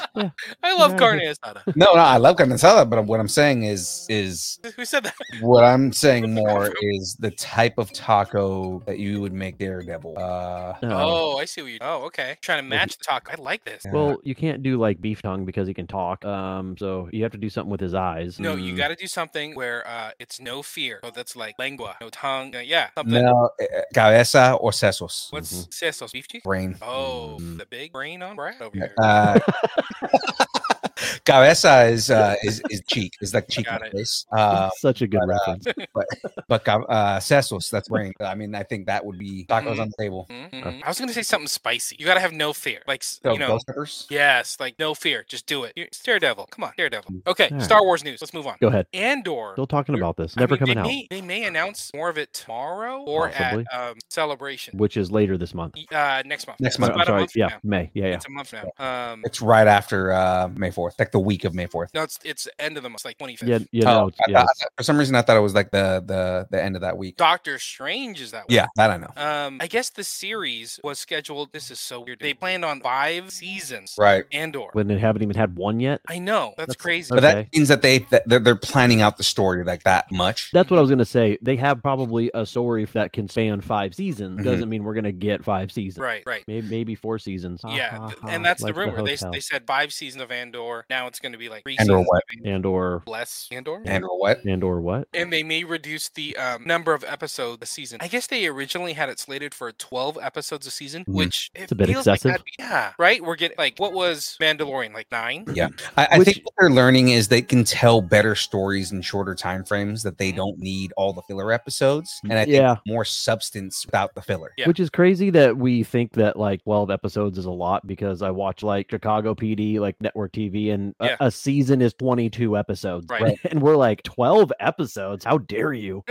E: I love
F: Yeah,
E: carne
F: but-
E: asada.
B: No, no, I love Gonzalo, but what I'm saying is is
E: Who said that?
B: What I'm saying more is the type of taco that you would make Daredevil. Uh,
F: No.
E: Oh, I see what you. Oh, okay. Trying to match the taco. I like this.
F: Well, you can't do like beef tongue because he can talk. Um, so you have to do something with his eyes.
E: No, you
F: Mm.
E: got to do something where uh, it's no fear. So that's like lengua, no tongue. uh, yeah, something.
B: no, eh, cabeza or sesos.
E: What's
F: Mm-hmm.
E: sesos beef cheese?
B: brain?
F: uh,
E: Oh, the big brain on Brad over here.
B: Uh, Cabeza is uh, is, is cheek, is like cheek
E: Got it.
B: face. Uh,
F: Such a good
B: but, uh,
F: reference.
B: but but ca- uh, sesos, that's brain. I mean, I think that would be tacos on the table.
E: Mhm, mhm. I was gonna say something spicy. You gotta have no fear, like s-
B: So
E: you know.
B: ghost peppers.
E: Yes, like no fear, just do it. You're- it's Daredevil, come on, Daredevil. Okay,
F: All right.
E: Star Wars news. Let's move on.
F: Go ahead.
E: Andor.
F: Still talking about this.
E: I
F: Never
E: mean,
F: coming
E: they
F: out,
E: May, they may announce more of it tomorrow or
F: Possibly.
E: at um, celebration
F: which is later this month.
E: Y- uh, next month.
B: Next
E: It's
F: Or,
B: month,
E: about a
F: I'm sorry.
E: month from
F: Yeah,
E: now.
F: May. Yeah, yeah.
E: It's a month now. Um,
B: It's right after uh, May fourth, like the week of May fourth.
E: no, it's it's the end of the month, it's like twenty fifth.
F: Yeah, yeah. No,
B: Oh,
F: it's,
B: I
F: yeah.
B: thought- I thought- for some reason, I thought it was like the the the end of that week.
E: Doctor Strange is that.
B: Yeah, that I know.
E: Um, I guess the series was scheduled. This is so weird. They planned on five seasons.
B: Right.
E: Andor.
F: When they haven't even had one yet.
E: I know that's,
F: That's-
E: crazy.
B: But
F: Okay.
B: that means that they that they're, they're planning out the story like that much.
F: That's what I was gonna say. They have probably a story that can span five seasons.
B: Mm-hmm.
F: Doesn't may mean we're gonna get five seasons.
E: Right. Right.
F: Maybe, maybe four seasons. Ha,
E: Yeah,
F: ha,
E: th-
F: ha,
E: and that's
F: Uh-huh, like
E: the rumor. they, s-
F: hotel.
E: they said five seasons of Andor. Now it's going to be like three
B: Andor
E: seasons
B: what?
E: of
F: and or
E: less Andor.
B: And or what?
F: and or what?
E: And they may reduce the um, number of episodes a season. I guess they originally had it slated for 12 episodes a season,
B: Mhm.
E: which it
F: a bit
E: feels
F: excessive.
E: Like that'd be- yeah, right? We're getting like, what was Mandalorian? Like nine?
B: Yeah, I, I
F: Which-
B: think what they're learning is they can tell better stories in shorter time frames. That they
E: Mhm.
B: don't need all the filler episodes, and I think
F: Yeah.
B: more substance without the filler.
E: Yeah.
F: Which is crazy that we think that like 12 episodes is a lot because I watch like Chicago PD, like network TV, and a,
E: Yeah.
F: a season is 22 episodes.
E: Right. Right.
F: And we're like, 12 episodes? How dare you?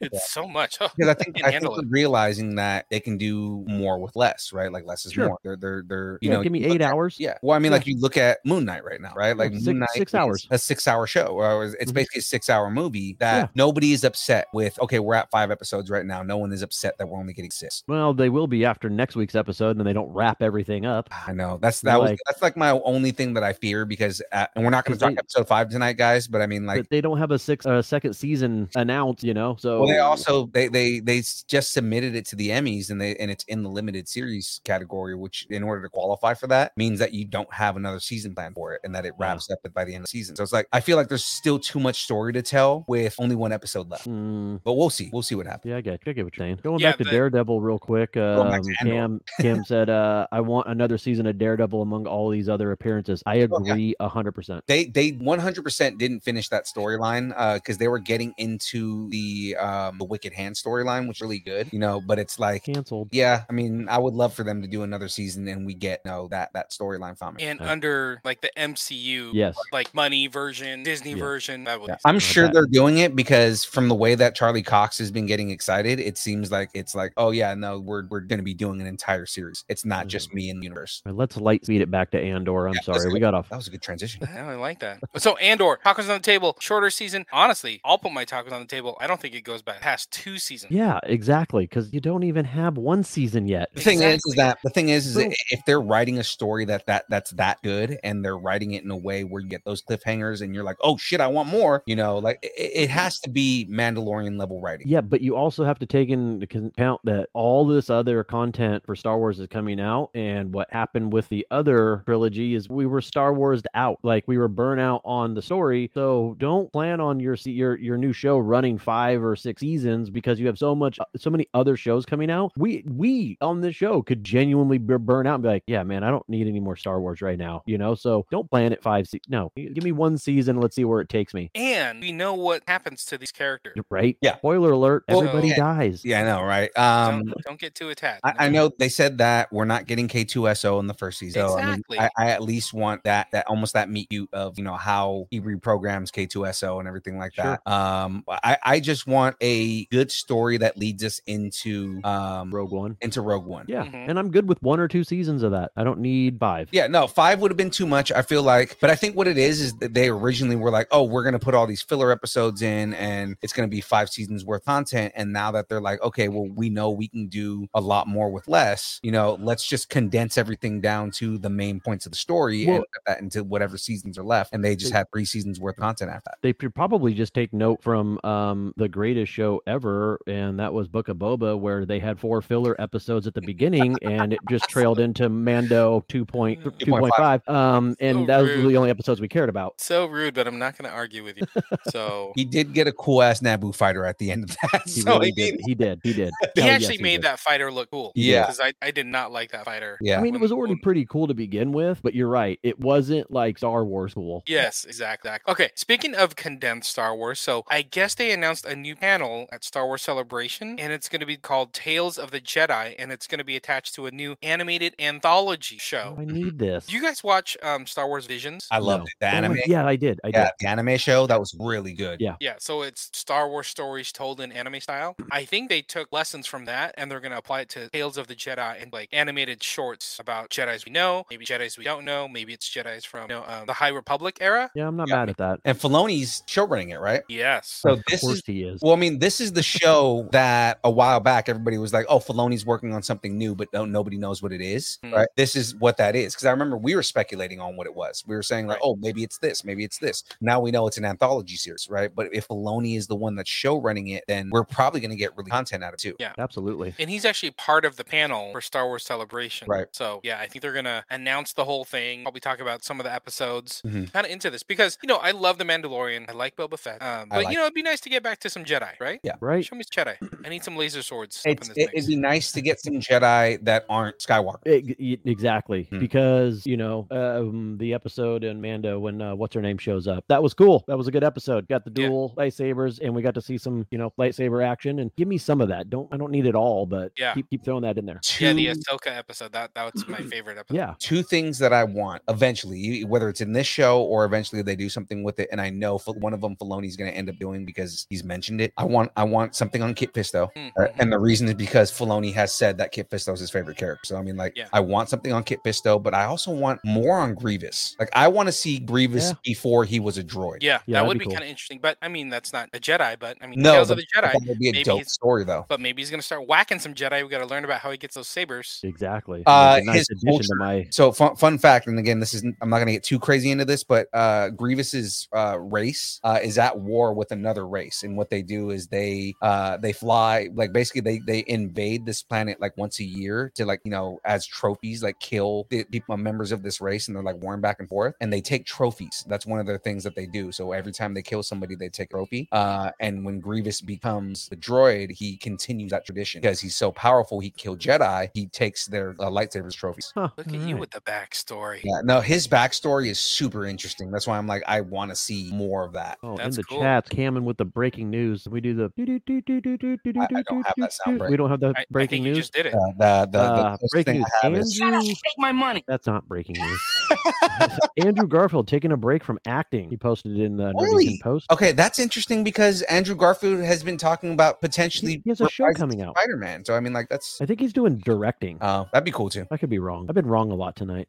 E: it's so much. Oh,
B: Because I think
E: can
B: I think
E: handle
B: they're
E: it.
B: realizing that they can do more with less, right? Like less is
F: Sure.
B: more. They're they're they're you
F: Yeah,
B: know
F: give me
B: you look
F: eight
B: at-
F: hours.
B: Yeah. Well, I mean,
F: Yeah.
B: like you look at Moon Knight right now, right? Like
F: Yeah,
B: Moon
F: six-
B: Knight
F: six
B: is
F: hours.
B: a six-hour show. Or it's it's
F: Mhm.
B: basically a six-hour movie that
F: Yeah.
B: nobody is upset with. Okay, we're at five episodes right now. No one is upset that we're only getting six.
F: Well, they will be after next week's episode and they don't wrap everything up.
B: I know that's
F: You're
B: that was
F: like-
B: that's like my only thing that I fear because uh, and we're not going to
F: 'Cause
B: talk
F: they-
B: episode five tonight, guys. But I mean, like
F: but they don't have a six uh, second season announced, you know. So
B: Well, they also they they they s- just submitted it to the Emmys and they and it's in the limited series category, which in order to qualify for that means that you don't have another season plan for it and that it
F: Yeah.
B: wraps up by the end of the season. So it's like I feel like there's still too much story to tell with only one episode left.
F: Mm,
B: But we'll see. We'll see what happens.
F: Yeah, I get, I get what you're saying. Going
E: Yeah,
F: back to
E: the-
F: Daredevil real quick. Um,
B: back to Andor.
F: Cam Cam said, uh, "I want another season of Daredevil among all these other appearances."
B: Oh,
F: I
B: yeah.
F: agree hundred percent.
B: They they 100% didn't finish that storyline because they were getting into the um the Wicked Hand storyline, which is really good, you know. But it's like.
F: Canceled.
B: Yeah, I mean, I would love for them to do another season, and we get no that that storyline from it.
E: and
F: Uh,
E: under like the MCU,
F: Yes.
E: like money version, Disney
F: Yeah.
E: version. That would
B: Yeah, I'm
F: Or
B: sure
F: that-
B: they're doing it because from the way that Charlie Cox has been getting excited, it seems like it's like, oh yeah, no, we're we're gonna be doing an entire series. It's not just me and the universe.
F: All right, let's light speed it back to Andor. I'm
B: Yeah, let's
F: sorry,
B: go.
F: we got off.
B: That was a good transition.
E: Yeah, I like that. So Andor, tacos on the table, shorter season. Honestly, I'll put my tacos on the table. I don't think it goes back past two seasons.
F: Yeah, exactly. Because you don't even have one season yet.
B: The thing is,
E: Exactly.
B: is that the thing is, is
F: Boom.
B: if they're writing a story that that that's that good, and they're writing it in a way where you get those cliffhangers, and you're like, oh shit, I want more. You know, like it, it has to be Mandalorian level writing.
F: Yeah, but you also have to take into account that all this other content for Star Wars is coming out, and what happened with the other trilogy is we were Star Wars out, like we were burnt out on the story. So don't plan on your se- your your new show running five or six seasons because you have so much uh, so many other shows coming out. We we on this show could genuinely b- burn out and be like, yeah, man, I don't need any more Star Wars right now, you know. So don't plan it five. Se- no, give me one season. Let's see where it takes me.
E: And we know what happens to these characters.
F: Right?
B: Yeah.
F: Spoiler alert:
B: Well,
F: everybody
B: yeah.
F: dies.
B: Yeah, I know, right?
E: Don't,
B: Um,
E: don't get too attached.
B: I, I know they said that we're not getting K2SO in the first season. So,
E: Exactly.
B: I, mean, I, I at least want that that almost that meet you of you know how he reprograms K2SO and everything like
F: Sure.
B: that. Um, I I just want a good story that leads us into um
F: Rogue One.
B: into Rogue One.
F: Yeah,
E: Mhm.
F: and I'm good with one or two seasons of that. I don't need five.
B: Yeah, no, five would have been too much. I feel like, but I think what it is is that they originally were like, oh, we're gonna put all these filler episodes in, and it's gonna be five seasons worth of content. And now that they're like, okay, well, we know we can do a lot more with less. You know, let's just condense everything down to the main points of the story
F: Well-
B: and put that into whatever seasons are left. And they just had three seasons worth of content after that.
F: They could probably just take note from um, the greatest show ever, and that was Book of Boba, where they had four filler episodes at the beginning, and it just trailed into Mando 2.2.5. 2.5. Um, and
E: So
F: that was
E: rude.
F: the only episodes we cared about.
E: So rude, but I'm not going to argue with you. So
B: He did get a cool ass Naboo fighter at the end of that.
F: He
B: so I
F: really
B: mean,
F: did. He did. He did.
E: he
F: Hell yes,
E: actually made
F: did.
E: that fighter look cool.
B: Yeah.
E: because I, I did not like that fighter.
B: Yeah.
F: I mean, it
E: when-
F: was already
E: when-
F: pretty cool to begin with, but you're right. It wasn't like Star Wars cool.
E: Yes, exactly. Okay, speaking of condensed Star Wars, so I guess they announced a new panel at Star Wars Celebration, and it's going to be called Tales of the Jedi, and it's going to be attached to a new animated anthology
F: Oh,
E: show.
F: I need this.
E: Do you guys watch um, Star Wars Visions?
B: I loved
F: No.
B: it. The
F: Oh,
B: anime.
F: Yeah, I did. I did.
B: Yeah, the anime show that was really good.
F: Yeah.
E: Yeah, so it's Star Wars stories told in anime style. I think they took lessons from that and they're going to apply it to Tales of the Jedi and like animated shorts about Jedi's we know, maybe Jedi's we don't know, maybe it's Jedi's from you know, um, the High Republic era.
F: Yeah, I'm not
B: Yeah.
F: mad at that.
B: And Filoni's show running it, right?
E: Yes.
B: So
F: of
B: this
F: course
B: is
F: he is.
B: well, I mean, this is the show that a while back everybody was like, "Oh, Filoni's working on something new," but no, nobody knows what it is.
E: Mm.
B: Right? This is what that is because I remember we were speculating on what it was. We were saying like,
E: Right.
B: "Oh, maybe it's this, maybe it's this." Now we know it's an anthology series, right? But if Filoni is the one that's show running it, then we're probably going to get really content out of it too.
E: Yeah.
F: Absolutely.
E: And he's actually part of the panel for Star Wars Celebration.
B: Right.
E: So, yeah, I think they're going to announce the whole thing, probably talk about some of the episodes.
B: Mhm.
E: Kind of into this because, you know, I love The Mandalorian. I like Boba Fett. Um,
B: I
E: but,
B: like-
E: you know, it'd be nice to get back to some Jedi, right?
F: Right.
E: Show me some Jedi. I need some laser swords up
B: It's,
E: in this
B: it,
E: mix.
B: would be nice to get some Jedi that aren't Skywalker.
F: E- e- exactly.
B: Hmm.
F: Because, you know, um, the episode in Mando when uh, what's her name shows up. That was cool. That was a good episode. Got the
E: Yeah.
F: dual lightsabers and we got to see some, you know, lightsaber action and give me some of that. Don't I don't need it all, but
E: Yeah.
F: keep keep throwing that in there.
E: Yeah, the
B: Two-
E: Ahsoka episode. That that was my favorite episode.
F: Yeah.
B: two things that I want eventually, you- whether it's in this show or eventually they do something with it. And I know for one of them, Filoni's going to end up doing because he's mentioned it. I want, I want something on Kit Fisto,
E: Mm,
B: Uh, and the reason is because Filoni has said that Kit Fisto is his favorite character. So I mean, like,
E: Yeah.
B: I want something on Kit Fisto, but I also want more on Grievous. Like, I want to see Grievous
F: Yeah.
B: before he was a droid.
E: Yeah,
F: Yeah,
E: that
F: that'd
E: would be
F: be cool.
E: kind of interesting. But I mean, that's not a Jedi. But I mean,
B: No,
E: Tales
B: but
E: of the Jedi.
B: that would be
E: maybe
B: a dope
E: he's-
B: story though.
E: But maybe he's gonna start whacking some Jedi. We got to learn about how he gets those sabers.
F: Exactly. It
B: Uh,
F: was a nice
B: his
F: addition
B: culture-
F: to my
B: So fun, fun fact, and again, this is I'm not gonna get too crazy into this, but uh Grievous's uh race uh is at war with another race. And what they do is they uh they fly like basically they they invade this planet like once a year to like you know as trophies, like kill the people members of this race and they're like warring back and forth and they take trophies. That's one of the things that they do. So every time they kill somebody, they take a trophy. Uh and when Grievous becomes the droid, he continues that tradition because he's so powerful he killed Jedi, he takes their uh, lightsabers trophies.
F: Huh,
E: Look at you
F: alright.
E: with the backstory.
B: Yeah, no, his backstory is super interesting. That's why I'm like, I want to see more of that.
F: Oh, in
E: That's
F: the
E: cool.
F: chat, Cameron with the breaking news. We do the.
B: I don't have that sound
F: We don't have the
E: I, I
F: breaking
E: think you
F: news.
E: just did it.
B: Uh, the the, the
F: Uh,
B: closest
F: breaking
B: thing
F: news.
B: I have is
F: Andrew
D: Take my money.
F: That's not breaking news. Andrew Garfield taking a break from acting. He posted it in the Nerdy
B: Really?
F: Teen Post.
B: okay. That's interesting because Andrew Garfield has been talking about potentially
F: He has a show coming out.
B: Spider Man. So I mean, like that's
F: I think he's doing directing.
B: uh, that'd be cool too.
F: I could be wrong. I've been wrong a lot tonight.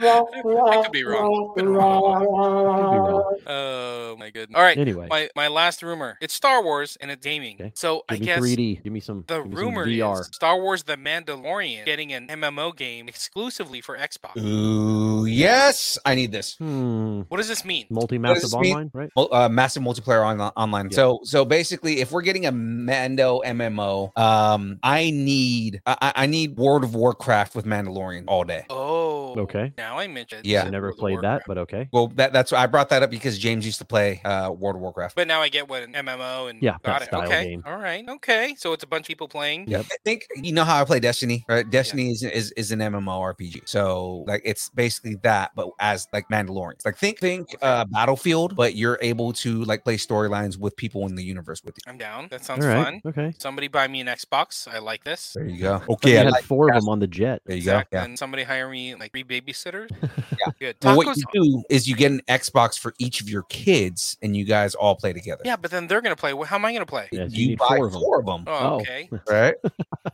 E: I could be wrong. Been wrong a lot.
F: I could be wrong.
E: Oh my goodness. All right.
F: Anyway,
E: My my last rumor. It's Star Wars and it's gaming.
F: Okay.
E: So I
F: give me
E: guess
F: 3D. Give me some.
E: the
F: give me some
E: rumor
F: VR.
E: is Star Wars: The Mandalorian getting an MMO game exclusively for Xbox.
B: Ooh, yes, I need this.
F: Hmm.
E: What does this mean?
B: Mm.
F: Multi-massive
B: this mean?
F: online, right?
B: Mul- uh, massive multiplayer on, online.
F: Yeah.
B: So so basically, if we're getting a Mando MMO, um, I need I, I I need World of Warcraft with Mandalorian all day.
E: Oh.
F: Okay.
E: Now I mentioned.
B: Yeah.
F: I never played that, but okay.
B: Well, that that's I brought that up because James used to play uh, World of Warcraft.
E: But now I get what an MMO and
F: Yeah,
E: got
F: that
E: it.
F: style
E: okay.
F: game.
E: All right. Okay. So it's a bunch of people playing.
F: Yep.
B: I think you know how I play Destiny, right? Destiny is, is is an MMORPG, so like it's basically that, but as like Mandalorians. Like think think uh, Battlefield, but you're able to like play storylines with people in the universe with you.
E: I'm down. That sounds
F: All right.
E: fun.
F: Okay.
E: Somebody buy me an Xbox. I like this.
B: There you go.
F: He
B: Okay, I
F: had
B: like-
F: four of them on the jet.
B: there you
E: Exact-
B: go. Yeah.
E: And somebody hire me like three babysitters. Good.
B: Well,
E: Tacos
B: what you
E: on-
B: do is you get an Xbox for each of your kids, and you guys all play together.
E: Yeah, but then they're gonna play. Well, How am I gonna play?
F: Yeah, so you
B: you,
F: need
B: buy
F: four of 'em.
B: four of them.
E: Oh,
F: Oh.
E: okay.
B: right?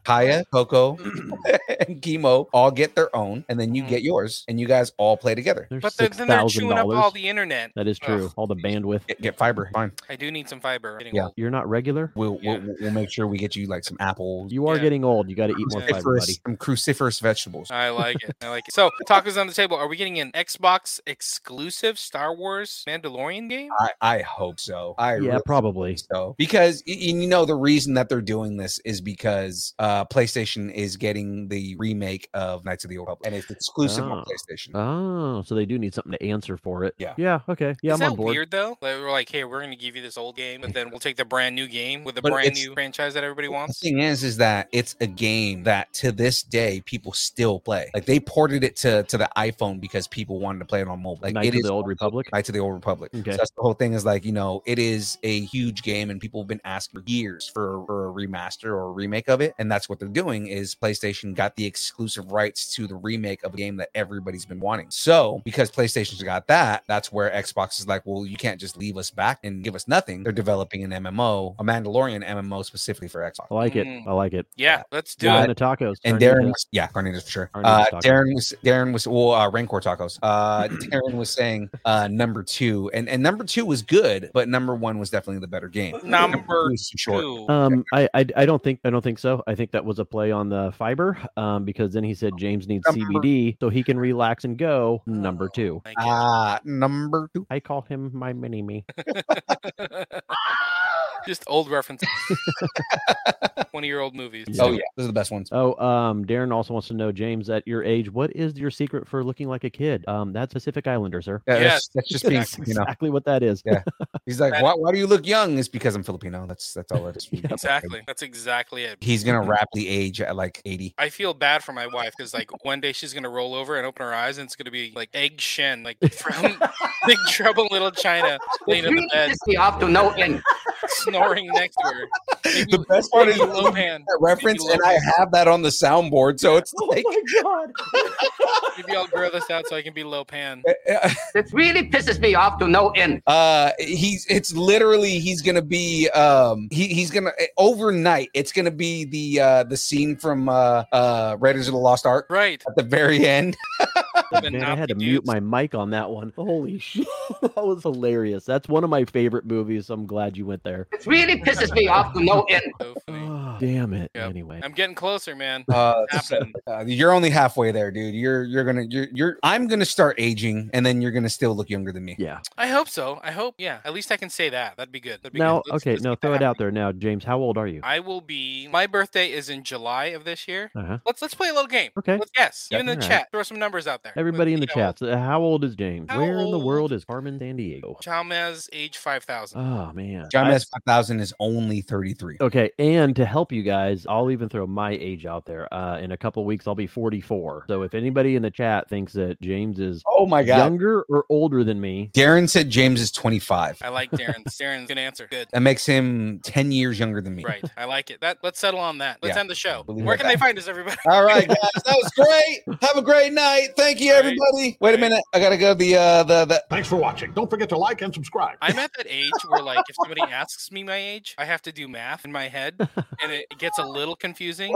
B: Kaya, Coco, and Chemo all get their own, and then you
E: Mhm.
B: get yours, and you guys all play together.
F: There's
E: But then,
F: six
E: then they're
F: thousand
E: chewing up all
F: dollars.
E: the internet.
F: That is true. All the bandwidth.
B: Get, get fiber, fine.
E: I do need some fiber. Getting
B: Yeah.
E: old.
F: You're not regular.
B: We'll,
E: Yeah.
B: we'll we'll make sure we get you like some apples,
F: You are
E: Yeah.
F: getting old. You got to eat more fiber,
B: cruciferous,
F: buddy.
B: some cruciferous vegetables.
E: I like it. I like it. So tacos on the table. Are we getting an Xbox exclusive Star Wars Mandalorian game?
B: I, I hope so. I
F: Yeah,
B: really
F: probably.
B: so because y- y- you know the reason that they're doing this is because uh PlayStation is getting the remake of Knights of the Old Republic and it's exclusive
F: Ah.
B: on PlayStation.
F: Oh, so they do need something to answer for it.
B: Yeah.
F: Yeah. Okay. Yeah,
E: Is
F: I'm
E: that
F: on board.
E: weird though? Like, we're like, hey, we're gonna give you this old game, and then we'll take the brand new game with the
B: But
E: brand
B: it's-
E: new franchise that everybody
B: The
E: wants.
B: thing is, is that it's a game that to this day people still play. Like they ported it to to to the iPhone because people wanted to play it on mobile. Like
F: Knights
B: it
F: of
B: is
F: the Old Republic.
B: Knights of the Old Republic.
F: Okay.
B: So that's the whole thing is like, you know, it is a huge game and people have been asking for years for, for a remaster or a remake of it. And that's what they're doing is PlayStation got the exclusive rights to the remake of a game that everybody's been wanting. So because PlayStation's got that, that's where Xbox is like, well, you can't just leave us back and give us nothing. They're developing an MMO, a Mandalorian MMO specifically for Xbox.
F: I like it.
E: Mm.
F: I like it.
E: Yeah, let's do
F: Yeah,
E: it.
F: and the tacos.
B: And
F: carnitas.
B: Darren was, yeah, carnitas for sure.
F: Carnitas
B: Uh,
F: tacos.
B: Darren was, Darren was, well, uh, Rancor tacos. Uh, Darren was saying uh, number two, and, and number two was good, but number one was definitely the better game.
E: Number
B: was too short.
E: two.
F: Um, I, I I don't think I don't think so. I think that was a play on the fiber. Um, because then he said James needs
B: Number-
F: CBD so he can relax and go. Number two,
E: Like it.
B: Ah, number two.
F: I call him my mini me.
E: Just old references. 20 year old movies.
F: Yeah.
B: Oh yeah, those are the best ones.
F: Oh, um, Darren also wants to know, James, at your age, what is your secret for looking like a kid? Um, that's Pacific Islander, sir.
B: Yeah,
E: Yes.
B: that's, that's just being,
F: That's
B: you know.
F: exactly what that is.
B: Yeah. He's like, why, why do you look young? It's because I'm Filipino. That's that's all it is.
E: Exactly. That's exactly it.
B: He's gonna rapidly age at like 80.
E: I feel bad for my wife because like one day she's gonna roll over and open her eyes and it's gonna be like egg shen like from Big Trouble in Little China laying in the bed
D: Piss me off to no end.
E: snoring next to her. Maybe-
B: The best part is
E: maybe Lohan.
B: that reference,
E: Maybe
B: and I have that on the soundboard, so it's
E: Oh
B: like
E: Maybe I'll grow this out so I can be Lopan.
F: Eh,
D: It really pisses me off to no end.
B: uh he's it's literally he's gonna be um he, he's gonna overnight it's gonna be the uh the scene from uh uh raiders of the lost ark
E: Right.
B: at the very end
E: The
F: Man, I had to
E: Nazi
F: mute
E: dudes.
F: my mic on that one. Holy shit. that was hilarious. That's one of my favorite movies. I'm glad you went there.
D: It really pisses me off to no end.
E: So funny.
F: Ah, damn it.
E: Yep.
F: Anyway.
E: I'm getting closer, man.
F: Oh,
B: uh,
E: Happening.
B: uh, you're only halfway there dude you're you're gonna you're, you're i'm gonna start aging and then you're gonna still look younger than me
F: Yeah.
E: I hope so. I hope. Yeah. At least I can say that. That'd be good. That'd be
F: Now,
E: good. Let's-
F: okay,
E: let's
F: no,
E: get
F: throw
E: that
F: it out
E: happening.
F: there now. James, how old are you?
E: I will be. My birthday is in July of this year.
F: Uh-huh.
E: Let's let's play a little game.
F: Okay.
E: Let's guess.
F: Yeah,
E: You in the
F: alright.
E: chat. Throw some numbers out there. Let's-
F: Everybody in
E: you
F: the
E: know,
F: chat, so how old is James?
E: uh, How
F: Where in the
E: old?
F: world is Carmen San Diego?
E: Chalmez, age five thousand.
F: Oh man.
B: john
F: I-
B: s 5000 is only 33
F: Okay, and to help you guys, I'll even throw my age out there. Uh, in a couple weeks, I'll be 44. So if anybody in the chat thinks that James is
B: oh my god
F: younger or older than me,
B: darren said james is 25
E: I like Darren. Darren's good answer. Good.
B: that makes him 10 years younger than me
E: Right. I like it. That let's settle on that. Let's
B: Yeah.
E: end the show.
B: Believe
E: Where
B: it.
E: can they find us, everybody?
B: All right, guys, that was great. Have a great night. Thank you,
E: Right.
B: everybody. Wait a minute, I gotta go. The uh, the the
A: Thanks for watching. Don't forget to like and subscribe.
E: I'm at that age where like if somebody asks me my age, I have to do math in my head and it gets a little confusing.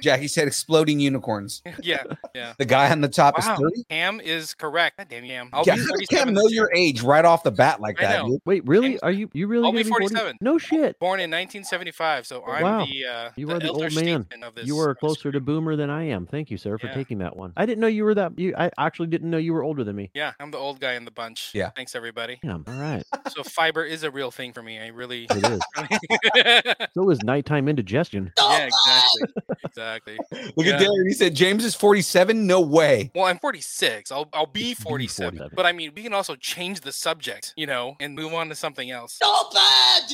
B: Jackie said exploding unicorns.
E: yeah, yeah.
B: The guy on the top
E: Wow.
B: is thirty.
E: Cam is correct. God damn you, Cam. I'll
B: Yeah,
E: be
B: you
E: 47.
B: can't
E: this
B: know
E: year.
B: your age right off the bat like
E: I
B: that.
E: know.
B: dude.
F: wait, really?
E: James-
F: Are you you really
E: I'll be
F: gonna 40?
E: 47.
F: No shit.
E: Born in 1975, so I'm
F: Wow.
E: the uh,
F: You are
E: elder
F: the old man.
E: statesman Of this
F: You are
E: of this
F: closer to
E: group.
F: boomer than I am. Thank you, sir, for
E: Yeah.
F: taking that one. I didn't know you were that. You, I actually didn't know you were older than me.
E: Yeah, I'm the old guy in the bunch.
B: Yeah.
E: Thanks everybody.
F: Damn. All right.
E: So fiber is a real thing for me. I really
F: It is.
E: Yeah,
F: So is nighttime indigestion.
E: exactly. Exactly.
B: Look at
E: Yeah.
B: Darren. He said James is forty-seven. No way.
E: Well, I'm 46. I'll I'll be 47.
F: 47.
E: But I mean, we can also change the subject, you know, and move on to something else.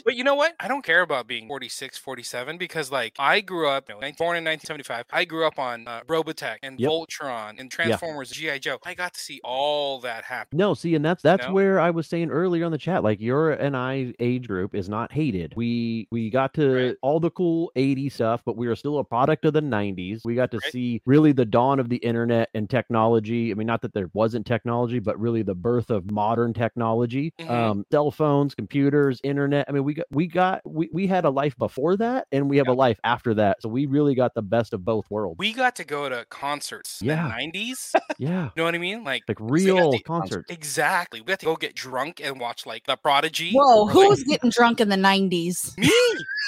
E: But you know what? I don't care about being 46, 47 because like I grew up, you know, 19 born in 1975. I grew up on uh, Robotech and
F: Yep.
E: Voltron and Transformers, GI Joe. I got to see all that happen.
F: No, see, and that's that's
E: know?
F: where I was saying earlier on the chat, like your and I age group is not hated. We we got to
E: Right.
F: all the cool 80s stuff, but we are still a product of the 90s. We got to
E: Right.
F: see really the dawn of the internet and technology. I mean, not that there wasn't technology, but really the birth of modern technology.
E: Mhm.
F: Um, cell phones, computers, internet. I mean, we got we got we, we had a life before that and we have a life after that. So we really got the best of both worlds.
E: We got to go to concerts
F: Yeah.
E: in the 90s. you
F: yeah.
E: know what I mean? Like
F: Like
E: they got
F: real
E: the-
F: concerts.
E: exactly. We got to go get drunk and watch like The Prodigy.
H: Whoa,
E: or,
H: who
E: like-
H: was getting drunk in the 90s?
E: me?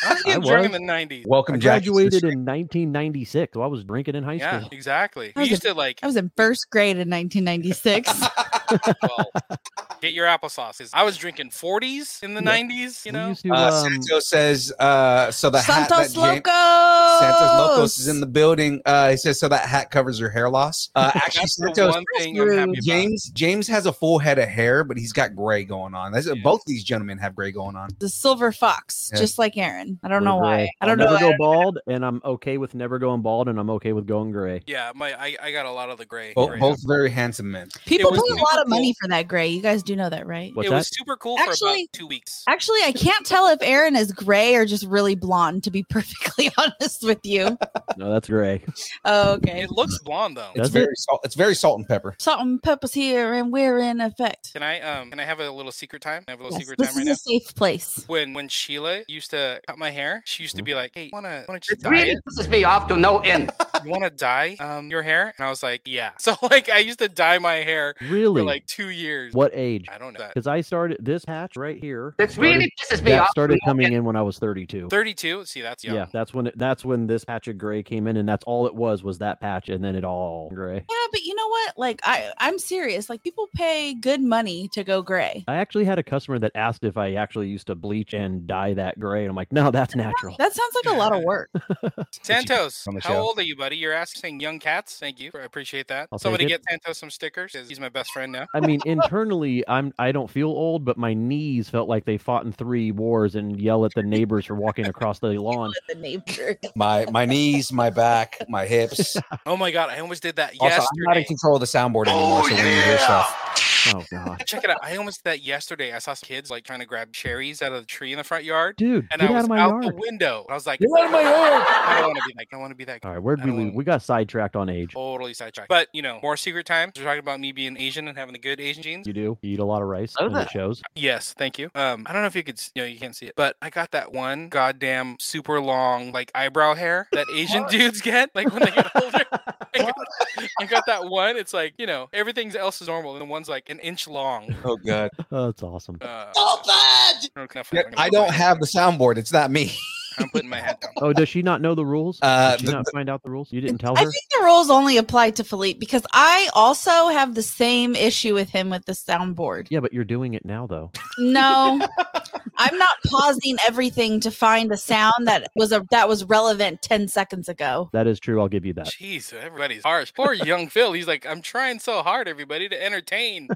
E: I was getting drunk in the 90s.
B: Welcome,
F: I
B: Jackie. to the
F: graduated
B: show.
F: in 1996. So I was drinking in high
E: Yeah,
F: school.
E: exactly.
H: I
E: We
H: was
E: used to like
H: I was in first grade in 1996.
E: well, get your applesauce. 'cause I was drinking 40s in the
F: Yeah.
E: 90s, you
F: We
E: know?
F: used to,
B: Uh,
F: um,
B: Santos says, uh, so the hat that
H: Santos
B: Jam-
H: Locos.
B: Santos Locos is in the building. Uh, he says, so that hat covers your hair loss. Uh, actually,
E: That's the
B: Santos,
E: one thing I'm happy about.
B: James James has a full head of hair, but he's got gray going on. That's,
E: Yeah.
B: Both these gentlemen have gray going on.
H: the silver fox,
B: Yeah.
H: just like Aaron. I
F: we're
H: don't know why.
F: gray.
H: I don't
F: I'll
H: know.
F: Never
H: why.
F: go bald, and I'm okay with never going bald, and I'm okay with going gray.
E: Yeah, my I, I got a lot of the gray.
B: Bo-
E: gray.
B: both very handsome men.
H: People
E: was
H: pay a lot of money
E: difficult.
H: for that gray. You guys do know that, right?
F: What's
E: it
F: that?
E: was super cool for about
H: Actually-
E: two weeks.
H: Actually, I can't tell if Aaron is gray or just really blonde, to be perfectly honest with you.
F: no, that's gray.
H: Oh, okay.
E: It looks blonde though.
B: It's
F: Does it?
B: very salt. It's very salt and pepper.
H: Salt and pepper's here, and we're in effect.
E: Can I um can I have a little secret time? Can I have a little
H: Yes,
E: secret
H: this
E: time right
H: is
E: now.
H: a safe place.
E: When when Sheila used to cut my hair, she used to
F: Mm-hmm.
E: be like, "Hey, wanna wanna just
D: It
E: dye
D: really
E: it?
D: pisses me off to no end.
E: You wanna dye um your hair?" And I was like, "Yeah." So like I used to dye my hair
F: Really?
E: for like two years.
F: what age?
E: I don't know.
F: Because I started this hatch right here.
D: It really pisses me
F: That
D: off.
F: started
D: to no
F: coming
D: end.
F: in when I was 32.
E: Thirty-two. See, that's young.
F: Yeah, that's when it, that's when this patch of gray came in, and that's all it was was that patch, and then it all gray.
H: Yeah, but you know what? Like, I I'm serious. Like, people pay good money to go gray.
F: I actually had a customer that asked if I actually used to bleach and dye that gray, and I'm like, no, that's natural.
H: That sounds like a lot of work.
E: Santos,
B: on the
E: how
B: show.
E: old are you, buddy? You're asking young cats. Thank you. I appreciate that.
F: I'll take
E: Somebody
F: it.
E: get Santos some stickers. 'cause He's my best friend now.
F: I mean, internally, I'm I don't feel old, but my knees felt like they fought in three wars and yell at the neighbors for walking across the lawn.
H: the neighbor.
B: My my knees, my back, my hips.
E: Oh my god, I almost did that
B: Also,
E: yesterday. Oh,
B: I'm not in control of the soundboard anymore. so when you hear stuff,
F: Oh god,
E: Check it out. I almost did that yesterday. I saw some kids like trying to grab cherries out of the tree in the front yard.
F: dude,
E: And
F: get
E: I
F: out
E: was
F: of my
E: out
F: yard.
E: the window. I was like,
B: Get out of my yard!
E: I don't want to be like, I want to be that guy.
F: All right, where'd
E: I
F: we
E: don't
F: leave?
E: wanna-
F: We got sidetracked on age.
E: Totally sidetracked. But you know, more secret time. We're talking about me being Asian and having the good Asian genes.
F: You do. You eat a lot of rice.
D: Oh,
F: and it
D: that-
F: shows.
E: Yes, thank you. Um, I don't know if you could, s- you know, you can't see it, but I got that one goddamn super long like eyebrow hair that Asian dudes get like when they get older. I got, I got that one. It's like you know everything else is normal, and the one's like an inch long.
B: Oh god.
F: Oh, that's awesome.
E: Uh, okay,
B: Yeah,
E: I'm gonna
B: I
E: put my
B: don't
E: head
B: have
E: down.
B: the soundboard. It's not me.
E: I'm putting my head down.
F: Oh, does she not know the rules?
B: Uh,
F: Did she
B: the-
F: not find out the rules? You didn't tell
H: I
F: her.
H: think the rules only apply to Philippe because I also have the same issue with him with the soundboard.
F: Yeah, but you're doing it now though.
H: No, I'm not pausing everything to find a sound that was a that was relevant ten seconds ago.
F: That is true. I'll give you that.
E: Jeez, everybody's harsh. Poor young Phil. He's like, I'm trying so hard, everybody, to entertain.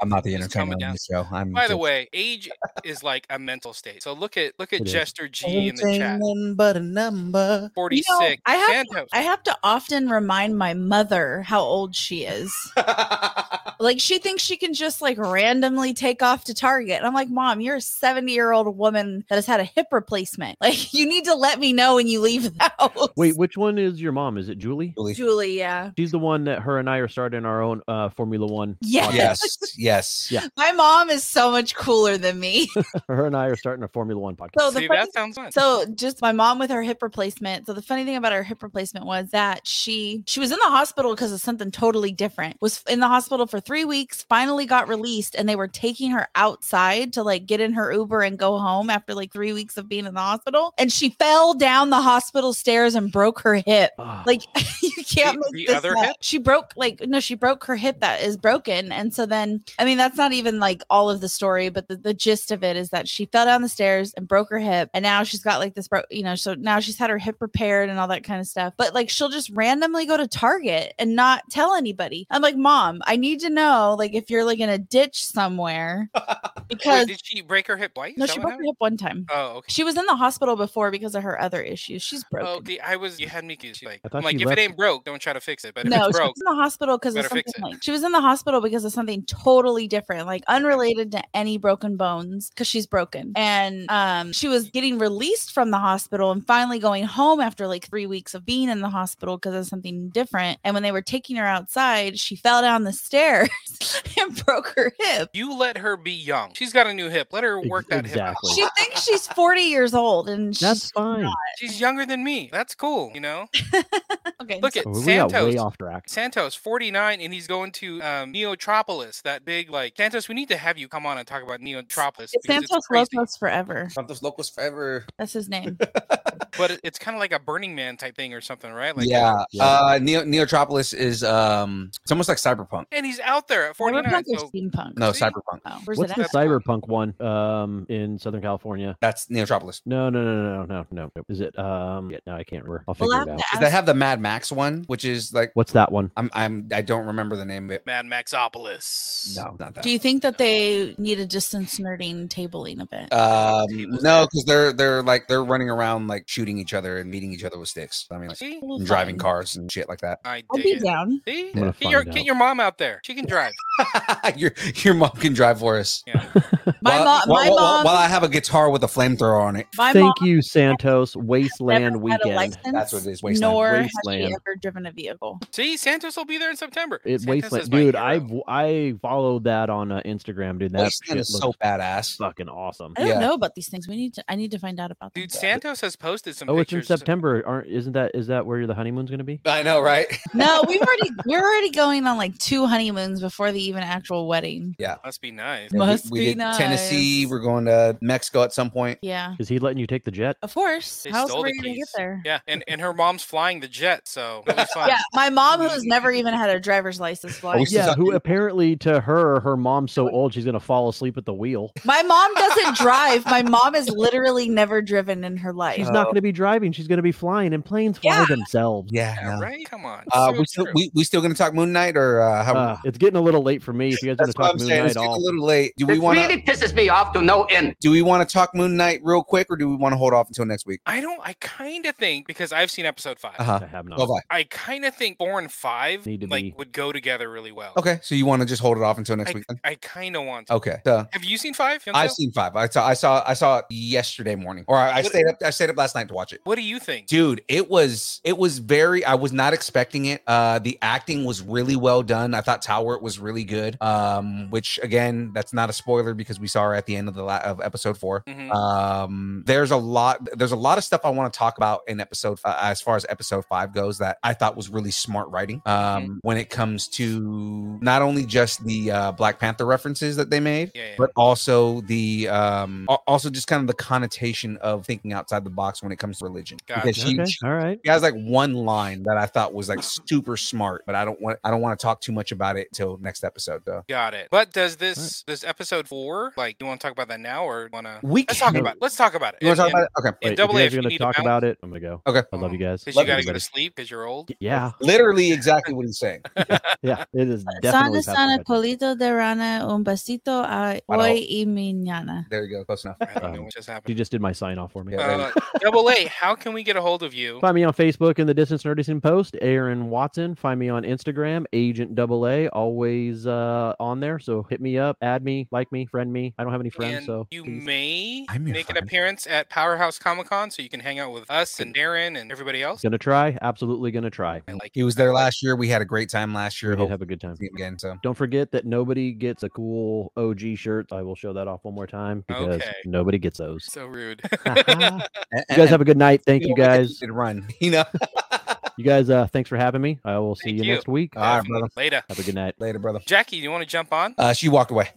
B: I'm not the
E: It's
B: entertainer
E: coming
B: on
E: down.
B: the show. I'm
E: By the
B: just-
E: way, age is like a mental state. So look at look at
F: It is.
E: Jester G in the chat.
B: Entertainment but a number.
E: Forty
H: You know,
E: six.
H: I have
E: Santos.
H: I have to often remind my mother how old she is. Like she thinks she can just like randomly take off to Target. And I'm like, Mom, you're a 70 year old woman that has had a hip replacement. Like you need to let me know when you leave the house.
F: Wait, which one is your mom? Is it Julie?
H: Julie, yeah.
F: She's the one that her and I are starting our own uh, Formula One.
H: Yes.
B: yes, yes.
F: Yeah.
H: My mom is so much cooler than me.
F: Her and I are starting a Formula One podcast.
H: So the
E: See,
H: funny-
E: that sounds fun.
H: so just my mom with her hip replacement. So the funny thing about her hip replacement was that she she was in the hospital because of something totally different. Was in the hospital for 3 weeks, finally got released and they were taking her outside to like get in her Uber and go home after like 3 weeks of being in the hospital and she fell down the hospital stairs and broke her hip.
F: Ah,
H: Like you can't
E: The-
H: make
E: the
H: this
E: other
H: up.
E: hip?
H: She broke like no, she broke her hip that is broken, and so then I mean that's not even like all of the story, but the, the gist of it is that she fell down the stairs and broke her hip, and now she's got like this broke, you know, so now she's had her hip repaired and all that kind of stuff. But like she'll just randomly go to Target and not tell anybody. I'm like, mom, I need to know like if you're like in a ditch somewhere because
E: Wait, did she break her hip twice?
H: no,
E: Is
H: she
E: that
H: broke
E: what
H: her hip one time.
E: happened? Oh, okay.
H: She was in the hospital before because of her other issues. She's broken.
E: Oh, the, I was. You had me confused. Like,
F: I
E: I'm
F: thought
E: like,
F: she
E: if
F: left-
E: it ain't broke, don't try to fix it. But if
H: no,
E: it's
H: she
E: broke,
H: was in the hospital because of
E: better
H: something
E: fix it.
H: like she was in the hospital because of something totally different, like unrelated to any broken bones, because she's broken. And um, she was getting released from the hospital and finally going home after like three weeks of being in the hospital because of something different. And when they were taking her outside, she fell down the stairs and broke her hip.
E: you let her be young. She's got a new hip. Let her
F: Ex-
E: work that hip. out.
F: e exactly.
H: She thinks she's 40 years old and
F: that's
H: she's
F: fine.
E: She's younger than me. That's cool. You know.
H: Okay.
E: Look at
F: We got
E: Santos.
F: way off track.
E: Santos, 49, and he's going to um, Neotropolis, that big, like, Santos, we need to have you come on and talk about Neotropolis.
H: It's
E: because it's
H: Santos
E: crazy.
H: Locos forever.
B: Santos Locos forever.
H: That's his name.
E: But it- it's kind of like a Burning Man type thing or something, right? Like,
B: yeah.
F: Yeah.
B: Uh, Neo- Neotropolis is um, it's almost like cyberpunk.
E: And he's out there at 49.
H: Cyberpunk or
E: So
H: steampunk?
B: No,
E: See?
B: cyberpunk.
H: Oh, where's
F: What's
H: it
F: the
H: at?
E: That's cool.
F: cyberpunk one um, in Southern California?
B: That's Neotropolis.
F: No, no, no, no, no, no, no. Is it? Um, yeah, no, I can't remember. I'll figure
H: We'll
F: it
H: have
F: out.
H: to
B: Because
H: ask.
B: they have the Mad Max one, which is like
F: What's that one?
B: I'm I'm I don't remember the name of it.
E: Mad Maxopolis.
B: No, not that.
H: Do you think that they need a distance nerding tabling event?
B: Um, no, because they're they're like they're running around like shooting each other and beating each other with sticks. I mean, like
E: See?
H: That'll be
B: and driving
H: fun.
B: cars and shit like that.
E: I
H: I'd
E: dig
H: be
E: it.
H: down.
E: See?
F: I'm gonna
E: Get your,
F: find
E: get
F: out.
E: your mom out there. She can drive.
B: your your mom can drive for us.
E: Yeah.
H: My
B: while,
H: mom-
B: while-
H: my
B: while-
H: mom-
B: while I have a guitar with a flamethrower on it.
H: My mom
F: Thank you, Santos.
H: never
F: Wasteland
H: had a
F: Weekend.
H: license,
B: That's what it is. Wasteland.
H: Nor has
F: Wasteland.
H: she ever driven a vehicle.
E: See, Santos will be there in September.
F: It
E: Santos
F: Wasteland,
E: is my
F: dude.
E: hero.
F: I I followed that on uh, Instagram, dude. That
B: Wasteland
F: shit
B: is
F: looks
B: so badass.
F: fucking awesome.
H: I don't
B: Yeah.
H: know about these things. We need to. I need to find out about them.
E: Dude, Santos has posted some
F: Oh, it's in
E: pictures.
F: September. Aren't isn't that is that where the honeymoon's gonna be?
B: I know, right?
H: No, we've already we're already going on like two honeymoons before the even actual wedding.
E: Must be nice.
B: Yeah,
H: Must
B: we, we
H: be
B: did Tennessee.
H: nice.
B: We're going to Mexico at some point.
H: Yeah,
F: Is he letting you take the jet?
H: of course.
E: They
H: How else
E: stole
H: are
E: the
H: we gonna get
E: keys.
H: there?
E: Yeah, and, and her mom's flying the jet, so it'll be fun.
H: Yeah, my mom, who's never even had a driver's license,
B: we
H: flies.
B: still
F: Yeah,
B: talking-
F: who apparently to her, her mom's so old she's gonna fall asleep at the wheel.
H: my mom doesn't drive. My mom has literally never driven in her life.
F: She's not gonna be driving. She's gonna be flying, and planes fly
H: Yeah.
F: themselves.
B: Oh. Yeah,
E: Yeah,
B: no.
E: right? Come on.
B: Uh,
E: So
B: we still
E: true.
B: we, we still gonna talk Moon Knight or uh, how?
F: Uh, it's getting a little late for me. If you guys want to
B: that's what
F: talk
B: I'm
F: Moon
B: saying. It's
F: Knight,
B: getting a
F: all
B: little late. Do we
D: It
B: want to
D: really pisses me off to no end.
B: do we want to talk Moon Knight real quick or do we want to hold off until next week?
E: I don't. I kind of think because I've seen episode 5
B: Uh huh.
F: I have not.
B: Oh, bye.
E: I kind of think four and five
F: Need to
E: like
F: be-
E: would go together really well.
B: Okay, so you want to just hold it off until next
E: I,
B: week? Then?
E: I kind of want. To.
B: Okay. Duh.
E: Have you seen five? Young
B: I've
E: Phil?
B: seen five. I saw. I saw. I saw it yesterday morning, or I, I
E: What-
B: stayed up. I stayed up last night to watch it.
E: What do you think?
B: Dude, it was it was very I was not expecting it. Uh the acting was really well done. I thought Talwart was really good. Um which again, that's not a spoiler because we saw her at the end of the la- of episode 4.
E: Mhm.
B: Um there's a lot there's a lot of stuff I want to talk about in episode uh, as far as episode 5 goes that I thought was really smart writing. Um
E: Mm-hmm.
B: when it comes to not only just the uh Black Panther references that they made,
E: Yeah, yeah.
B: but also the um al- also just kind of the connotation of thinking outside the box when it comes to religion
E: Gotcha.
B: because she,
F: Okay.
B: she
F: All right.
B: she has like one line that I thought was like super smart, but I don't want I don't want to talk too much about it till next episode though.
E: Got it. But does this this episode four like? You want to talk about that now or want to?
B: We
E: Let's talk
B: can-
E: about. It. Let's talk about it.
B: You want to talk
E: And-
B: about it? Okay.
E: and- and
F: Wait, if
E: double
F: you
E: A
F: guys are
E: you
F: gonna
E: need
F: talk about it, I'm gonna go.
B: Okay.
F: I love you guys.
E: Oh. because
B: Love
E: you
B: you
E: gotta go
B: guys.
E: to sleep because you're old.
F: Yeah,
B: Literally exactly what he's saying.
F: yeah. It is definitely.
H: Sana
F: past
H: sana
F: my bedtime.
H: colito de rana un besito a
B: Para-
H: hoy y mañana.
B: There you go. Close enough.
E: I don't know
F: Um,
E: what just
F: She
E: happened.
F: just did my sign off for me.
B: Yeah, there you
E: Uh, double A, how can we get a hold of you?
F: Find me on Facebook in the Distance Nerdism Post, Aaron Watson. Find me on Instagram, Agent Double A, always uh, on there. So hit me up, add me, like me, friend me. I don't have any friends,
E: and
F: so
E: you
F: please.
E: may
B: I'm your
E: make an
B: friend.
E: appearance at Powerhouse Comic Con, so you can hang out with us and Darren and everybody else.
F: gonna try, absolutely gonna try.
E: I like
B: He was there last year. We had a great time last year.
F: We did
B: Hope
F: have a good time.
B: to see him again. So
F: Don't forget that nobody gets a cool OG shirt. I will show that off one more time because
E: Okay.
F: nobody gets those.
E: so rude.
F: you guys have a good night. Thank you guys.
B: Did run. You know.
F: You guys, uh, thanks for having me. I will see
E: Thank
F: you
E: you. Uh,
F: next week.
B: All right, brother.
E: Later.
F: Have a good night.
B: Later, brother.
E: Jackie, you want to jump on?
B: Uh, she walked away.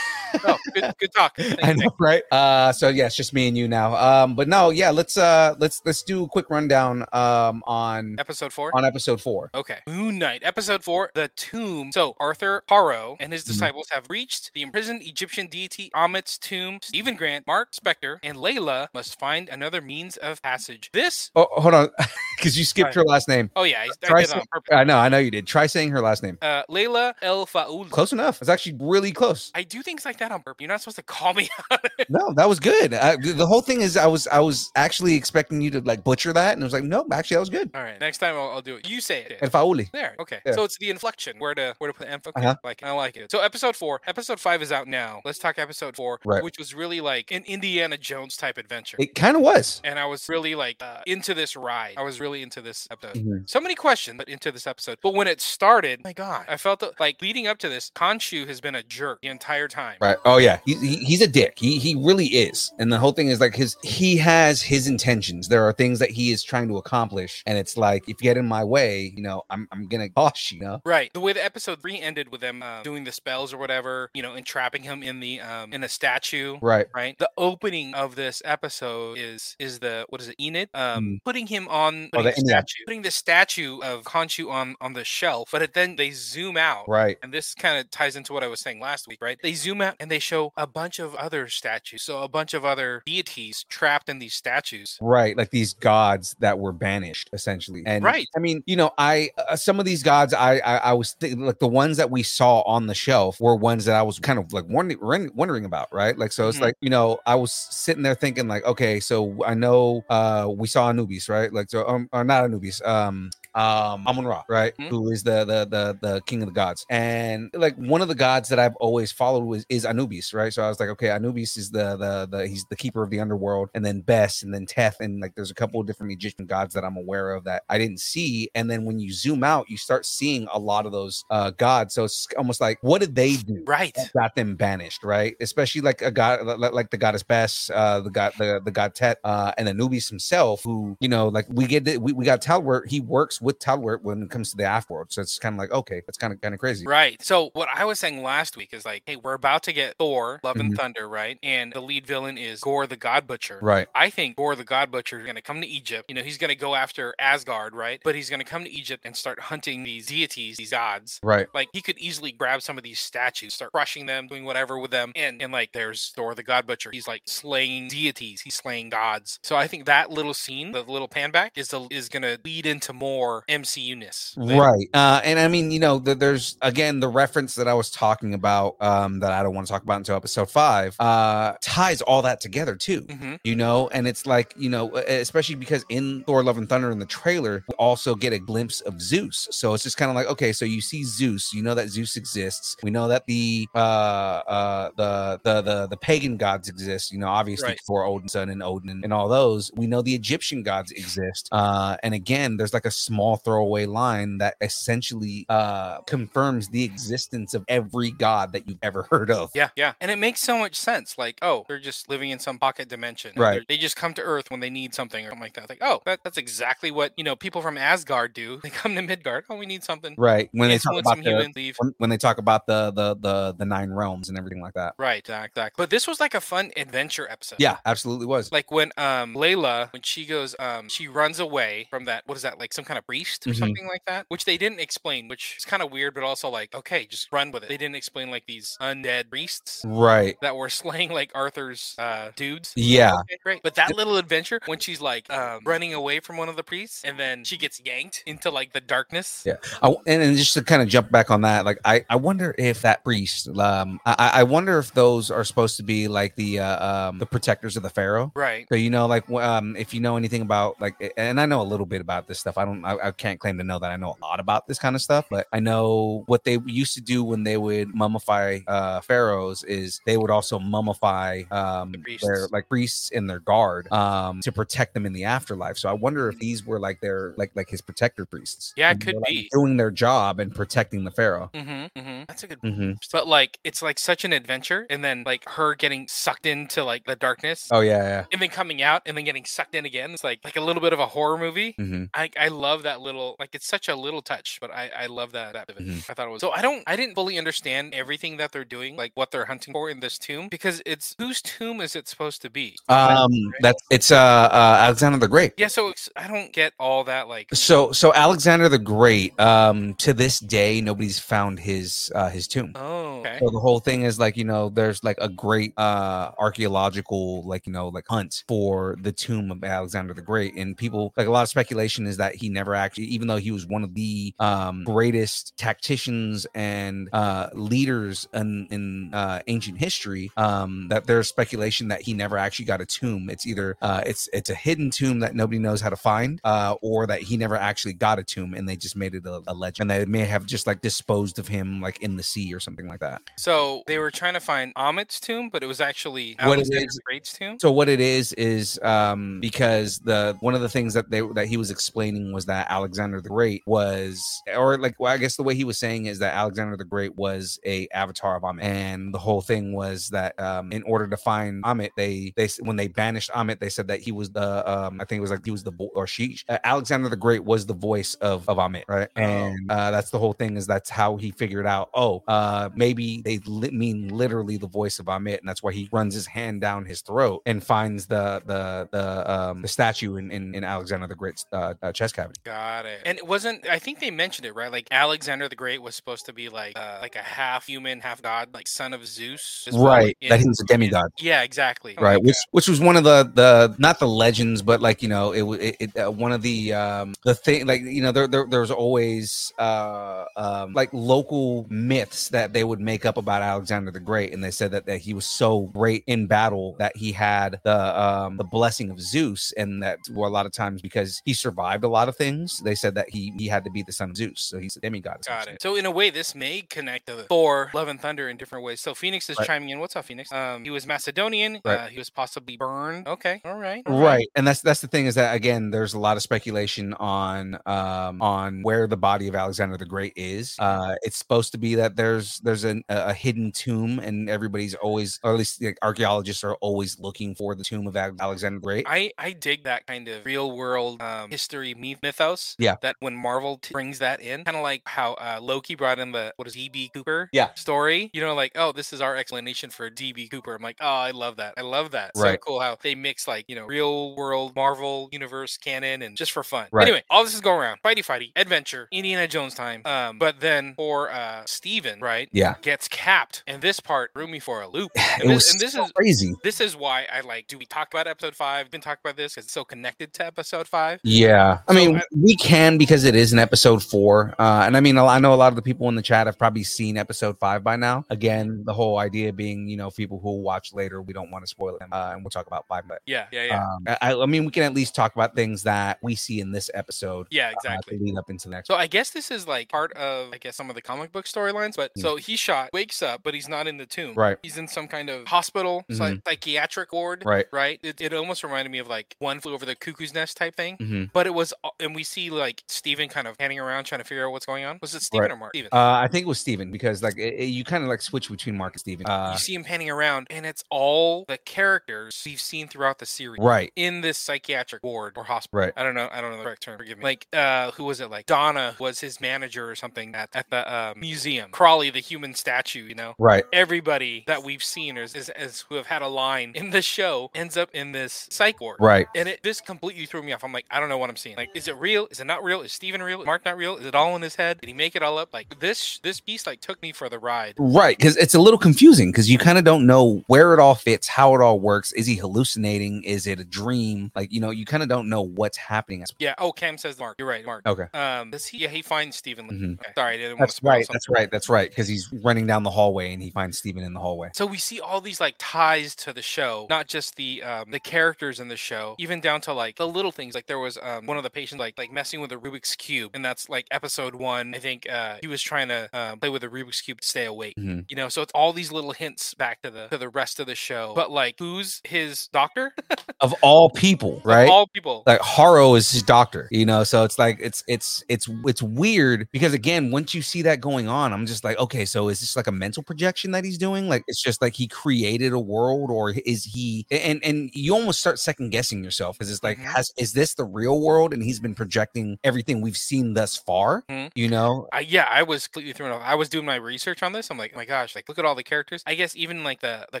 E: Oh, good, good talk.
B: I know, right? Uh, so yeah, it's just me and you now. Um, but no, yeah, let's uh, let's let's do a quick rundown um on
E: Episode four.
B: on episode four.
E: Okay. Moon Knight, episode four, The Tomb. So Arthur Harrow and
B: Mm-hmm.
E: his disciples have reached the imprisoned Egyptian deity Amit's tomb. Stephen Grant, Mark Spector, and Layla must find another means of passage. This.
B: Oh, hold on, because you skipped
E: Sorry.
B: her last name.
E: Oh, yeah. I, I did
B: Try
E: that
B: say-
E: on purpose.
B: I know, I know you did. Try saying her last name.
E: Uh, Layla El Faoul.
B: Close enough. It's actually really close.
E: I do things like that on purpose. You're not supposed to call me out.
B: No, that was good. I, th- the whole thing is, I was I was actually expecting you to like butcher that, and it was like, nope, actually that was good.
E: All right. Next time I'll, I'll do it. You say it.
B: And Fauli.
E: There. Okay.
B: Yeah.
E: So it's the inflection where to where to put the emphasis.
B: Uh-huh.
E: Like I like it. So episode four, episode five is out now. Let's talk episode four,
B: Right.
E: which was really like an Indiana Jones type adventure.
B: It kind of was.
E: and I was really like uh, into this ride. I was really into this episode.
B: Mm-hmm.
E: So many questions into this episode. But when it started, my God, I felt that, like leading up to this, Khonshu has been a jerk the entire time.
B: Right. Oh yeah. He, he, he's a dick. He he really is. And the whole thing is like his he has his intentions. There are things that he is trying to accomplish, and it's like if you get in my way, you know, I'm I'm gonna boss you. you know?
E: Right. The way the episode three ended with them uh, doing the spells or whatever, you know, entrapping him in the um in a statue.
B: Right.
E: Right. The opening of this episode is is the what is it Enid um
B: Mm.
E: putting him on
B: Oh,
E: putting,
B: the
E: the
B: Enid.
E: statue, putting the statue of Khonshu on on the shelf, but it, then they zoom out.
B: Right.
E: And this kind of ties into what I was saying last week, right? They zoom out and they show a bunch of other statues, so a bunch of other deities trapped in these statues.
B: Right, like these gods that were banished, essentially. And
E: Right.
B: I mean, you know, I uh, some of these gods, I I, I was thinking, like the ones that we saw on the shelf were ones that I was kind of like wondering wondering about, right? Like, so it's
E: Mhm.
B: like you know, I was sitting there thinking, like, okay, so I know uh we saw Anubis, right? Like, so um, or not Anubis, um. Um, Amun Ra, right?
E: Mhm.
B: Who is the, the the the king of the gods, and like one of the gods that I've always followed was is Anubis, right? So I was like, okay, Anubis is the the the he's the keeper of the underworld, and then Bes, and then Teth, and like there's a couple of different Egyptian gods that I'm aware of that I didn't see, and then when you zoom out, you start seeing a lot of those uh gods. So it's almost like, what did they do?
E: Right.
B: that got them banished, right? Especially like a god, li- li- like the goddess Bess, uh, the god, the, the god Tet, uh, and Anubis himself, who you know, like we get, the, we, we got Talwert. He works with Talwert when it comes to the afterworld, so it's kind of like okay, that's kind of kind of crazy,
E: Right. So what I was saying last week is like, hey, we're about to get Thor, Love and
B: Mhm.
E: Thunder, right? And the lead villain is Gore the God Butcher.
B: Right.
E: I think Gore the God Butcher is going to come to Egypt. You know, he's going to go after Asgard, right? But he's going to come to Egypt and start hunting these deities, these gods.
B: Right.
E: Like he could easily grab some of these statues, start crushing them, doing whatever with them, and and like there's Thor the God Butcher. He's like slaying deities, he's slaying gods. So I think that little scene, the little pan back, is the, is gonna lead into more MCU ness.
B: Right. Uh, and I mean, you know, th- there's again the reference that I was talking about um, that I don't want to talk about until episode five uh, ties all that together too.
E: hmm
B: you know and it's like you know e- especially because in thor love and thunder in the trailer we also get a glimpse of zeus so it's just kind of like okay so you see zeus you know that zeus exists we know that the uh uh the the the, the pagan gods exist you know obviously
E: Right.
B: thor odin's son and odin and, and all those we know the egyptian gods exist uh and again there's like a small throwaway line that essentially uh confirms the existence of every god that you've ever heard of
E: Yeah, yeah. And it makes so much sense. Like, oh, they're just living in some pocket dimension. and
B: Right.
E: they're- They just come to Earth when they need something or something like that. Like, oh, that, that's exactly what, you know, people from Asgard do. They come to Midgard. Oh, we need something.
B: right when they talk
E: Influence
B: about
E: some
B: the,
E: human, leave.
B: when, when they talk about the, the the the nine realms and everything like that.
E: Right, exactly. But this was like a fun adventure episode.
B: Yeah, absolutely was.
E: Like when um Layla, when she goes, um, she runs away from that, what is that, like some kind of priest or
B: Mhm.
E: something like that? Which they didn't explain, which is kind of weird, but also like, okay, just run with it. They didn't explain like these undead priests
B: right.
E: that were slaying like Arthur's uh dudes.
B: Yeah.
E: Okay, great. But that little adventure when she's like um, running away from one of the priests and then she gets yanked into like the darkness.
B: Yeah. I, and, and just to kind of jump back on that, like I, I wonder if that priest, um, I, I- I wonder if those are supposed to be like the uh, um, the protectors of the pharaoh.
E: Right.
B: So you know, like wh- um, if you know anything about like, a- and I know a little bit about this stuff. I don't, I, I can't claim to know that I know a lot about this kind of stuff, but I know what they used to do when they would mummify uh, pharaohs is they would also mummify um, their
E: priests.
B: like priests and their guard um, to protect them in the afterlife. So I wonder if these were like their like like his protector priests.
E: Mm-hmm. Yeah, it
B: and they
E: could
B: were, like,
E: be.
B: doing their job and protecting the pharaoh.
E: Mm-hmm, mm-hmm. That's a good.
B: hmm
E: But like, it's like such an adventure, and then like her getting sucked into like the darkness,
B: Oh yeah,
E: and then coming out, and then getting sucked in again. It's like like a little bit of a horror movie.
B: yeah. hmm
E: I, I love that little like it's such a little touch, but I, I love that, that bit of it.
B: Mhm.
E: I thought it was so I don't I didn't fully understand everything that they're doing, like what they're hunting for in this tomb, because it's whose tomb is it supposed to be?
B: Um, that's it's uh, uh Alexander the Great.
E: Yeah, so it's, I don't get all that like
B: So so Alexander the Great, um, to this day, nobody's found his uh, his tomb.
E: oh okay.
B: So the whole thing is like you know, there's like a great uh, archaeological like you know like hunt for the tomb of Alexander the Great, and people like a lot of speculation is that he never actually, even though he was one of the um, greatest tacticians and uh, leaders in, in uh, ancient history, um, that there's speculation that he never actually got a tomb. It's either uh, it's it's a hidden tomb that nobody knows how to find, uh, or that he never actually got a tomb and they just made it a, a legend, and they may have just like disposed of him like in the sea or something like that.
E: So they were trying to find Amit's tomb, but it was actually
B: What it
E: Alexander
B: is-
E: the Great's tomb.
B: So what it is is um, because the one of the things that they that he was explaining was that Alexander the Great was, or like well, I guess the way he was saying is that Alexander the Great was a avatar of Amit, and the whole thing was that um, in order to find Amit, they they when they banished Amit, they said that he was the um, I think it was like he was the vo- or she uh, Alexander the Great was the voice of of Amit, right? And uh, that's the whole thing is that's how he figured out. Oh, uh, maybe they li- mean literally the voice of Amit, and that's why he runs his hand down his throat and finds the the the um, the statue in in, in Alexander the Great's uh, uh, chest cavity.
E: Got it. And it wasn't. I think they mentioned it right. Like Alexander the Great was supposed to be like uh, like a half human, half god, like son of Zeus. as well,
B: Right,
E: in-
B: that he was a demigod.
E: Yeah, exactly. Something
B: right
E: like
B: which
E: that.
B: which was one of the the not the legends but like you know it wa- it, it uh, one of the um the thing like you know there, there there's always uh um like local myths that they would make up about alexander the great and they said that, that he was so great in battle that he had the um the blessing of zeus and that well, a lot of times because he survived a lot of things they said that he he had to be the son of zeus so he's a demigod
E: Got
B: essentially.
E: it. So in a way, this may connect to Thor, Love and Thunder in different ways. So Phoenix is
B: Right.
E: chiming in. What's up, Phoenix? Um, he was Macedonian.
B: Right.
E: Uh, he was possibly burned. Okay, all right, all
B: right and that's that's the thing is that again there's a lot of speculation on um on where the body of alexander the great is uh it's supposed to be that there's there's an, a a hidden tomb and everybody's always or at least like, archaeologists are always looking for the tomb of Al- alexander the great
E: I, I dig that kind of real world um, history myth- mythos.
B: Yeah.
E: That when Marvel t- brings that in, kind of like how uh, Loki brought in the what is DB Cooper
B: Yeah.
E: story. You know, like oh, this is our explanation for DB Cooper. I'm like, oh, I love that. I love that. So
B: Right.
E: cool how they mix like you know real world Marvel universe canon and just for fun.
B: Right.
E: Anyway, all this is going around. Fighty, fighty, adventure, Indiana Jones time. Um, but then for uh Steven, right?
B: yeah
E: Gets capped, and this part threw me for a loop.
B: it
E: And
B: was
E: this, and this
B: so
E: is
B: crazy
E: this is why I like. Do we talk about episode five? Been talk about this because it's so connected to episode five.
B: Yeah, I
E: So
B: mean,
E: I-
B: we can because it is an episode four, uh, and I mean, I know a lot of the people in the chat have probably seen episode five by now. Again, the whole idea being, you know, people who will watch later, we don't want to spoil them, uh, and we'll talk about five. But
E: Yeah, yeah, yeah,
B: um, I, I mean, we can at least talk about things that we see in this episode.
E: yeah.
B: uh,
E: Exactly.
B: to lead up into the next.
E: So I guess this is like part of I guess some of the comic book storylines. But
B: Mm.
E: so he shot, wakes up, but he's not in the tomb.
B: Right. Mm-hmm.
E: He's in some kind of hospital, psy- psychiatric ward.
B: Right.
E: Right. It, it almost reminded me of like one flew over the cuckoo's nest type thing.
B: Mhm.
E: But it was, a- and we see like Steven kind of handing around trying to figure out what's going on. Was it Steven
B: Right.
E: or Mark? Steven.
B: Uh, I think it was Steven because like it, it- you kind of like switch between Mark and Steven. Uh,
E: you see him panning around, and it's all the characters we've seen throughout the series.
B: right.
E: in this psychiatric ward or hospital.
B: Right.
E: I don't know. I don't know the correct term. Forgive me. Like, uh, who was it? Like Donna was his manager or something at, at the uh, museum. Crawley, the human statue. You know.
B: Right.
E: Everybody that we've seen is, is, is who have had a line in the show ends up in this psych ward.
B: Right.
E: And it this completely threw me off. I'm like, I don't know what I'm seeing. Like, is it real? Is it not real? Is Steven real? Is Mark not real? Is it all in his head? Did he make it all up? Like this this piece like took me for the ride.
B: Right, because it's a little confusing because you kind of don't know where it all fits, how it all works. Is he hallucinating? Is it a dream? Like you know, you kind of don't know what's happening.
E: Yeah. Oh, Cam says Mark. You're right, Mark.
B: Okay,
E: Um, does he? Yeah, he finds Steven.
B: Mhm.
E: Okay. Sorry, I didn't want to
B: that's
E: spoil
B: right,
E: something.
B: that's right, that's right. Because he's running down the hallway and he finds Steven in the hallway.
E: So we see all these like ties to the show, not just the um, the characters in the show, even down to like the little things. Like there was um, one of the patients like like messing with a Rubik's cube, and that's like episode one. I think uh, he was trying to uh, play with a Rubik's cube to stay awake.
B: Mhm.
E: You know, so it's all these little hints back to the to the rest of the show. But like, who's his doctor?
B: Of all people, right?
E: all people.
B: like Haro is his doctor, you know. So it's like it's it's it's it's weird because again, once you see that going on, I'm just like, okay, so is this like a mental projection that he's doing? Like it's just like he created a world, or is he? And and you almost start second guessing yourself because it's like,
E: Mhm.
B: has is this the real world? And he's been projecting everything we've seen thus far,
E: Mhm.
B: you know.
E: I, yeah, I was completely thrown off. I was doing my research on this. I'm like, oh my gosh, like look at all the characters. I guess even like the the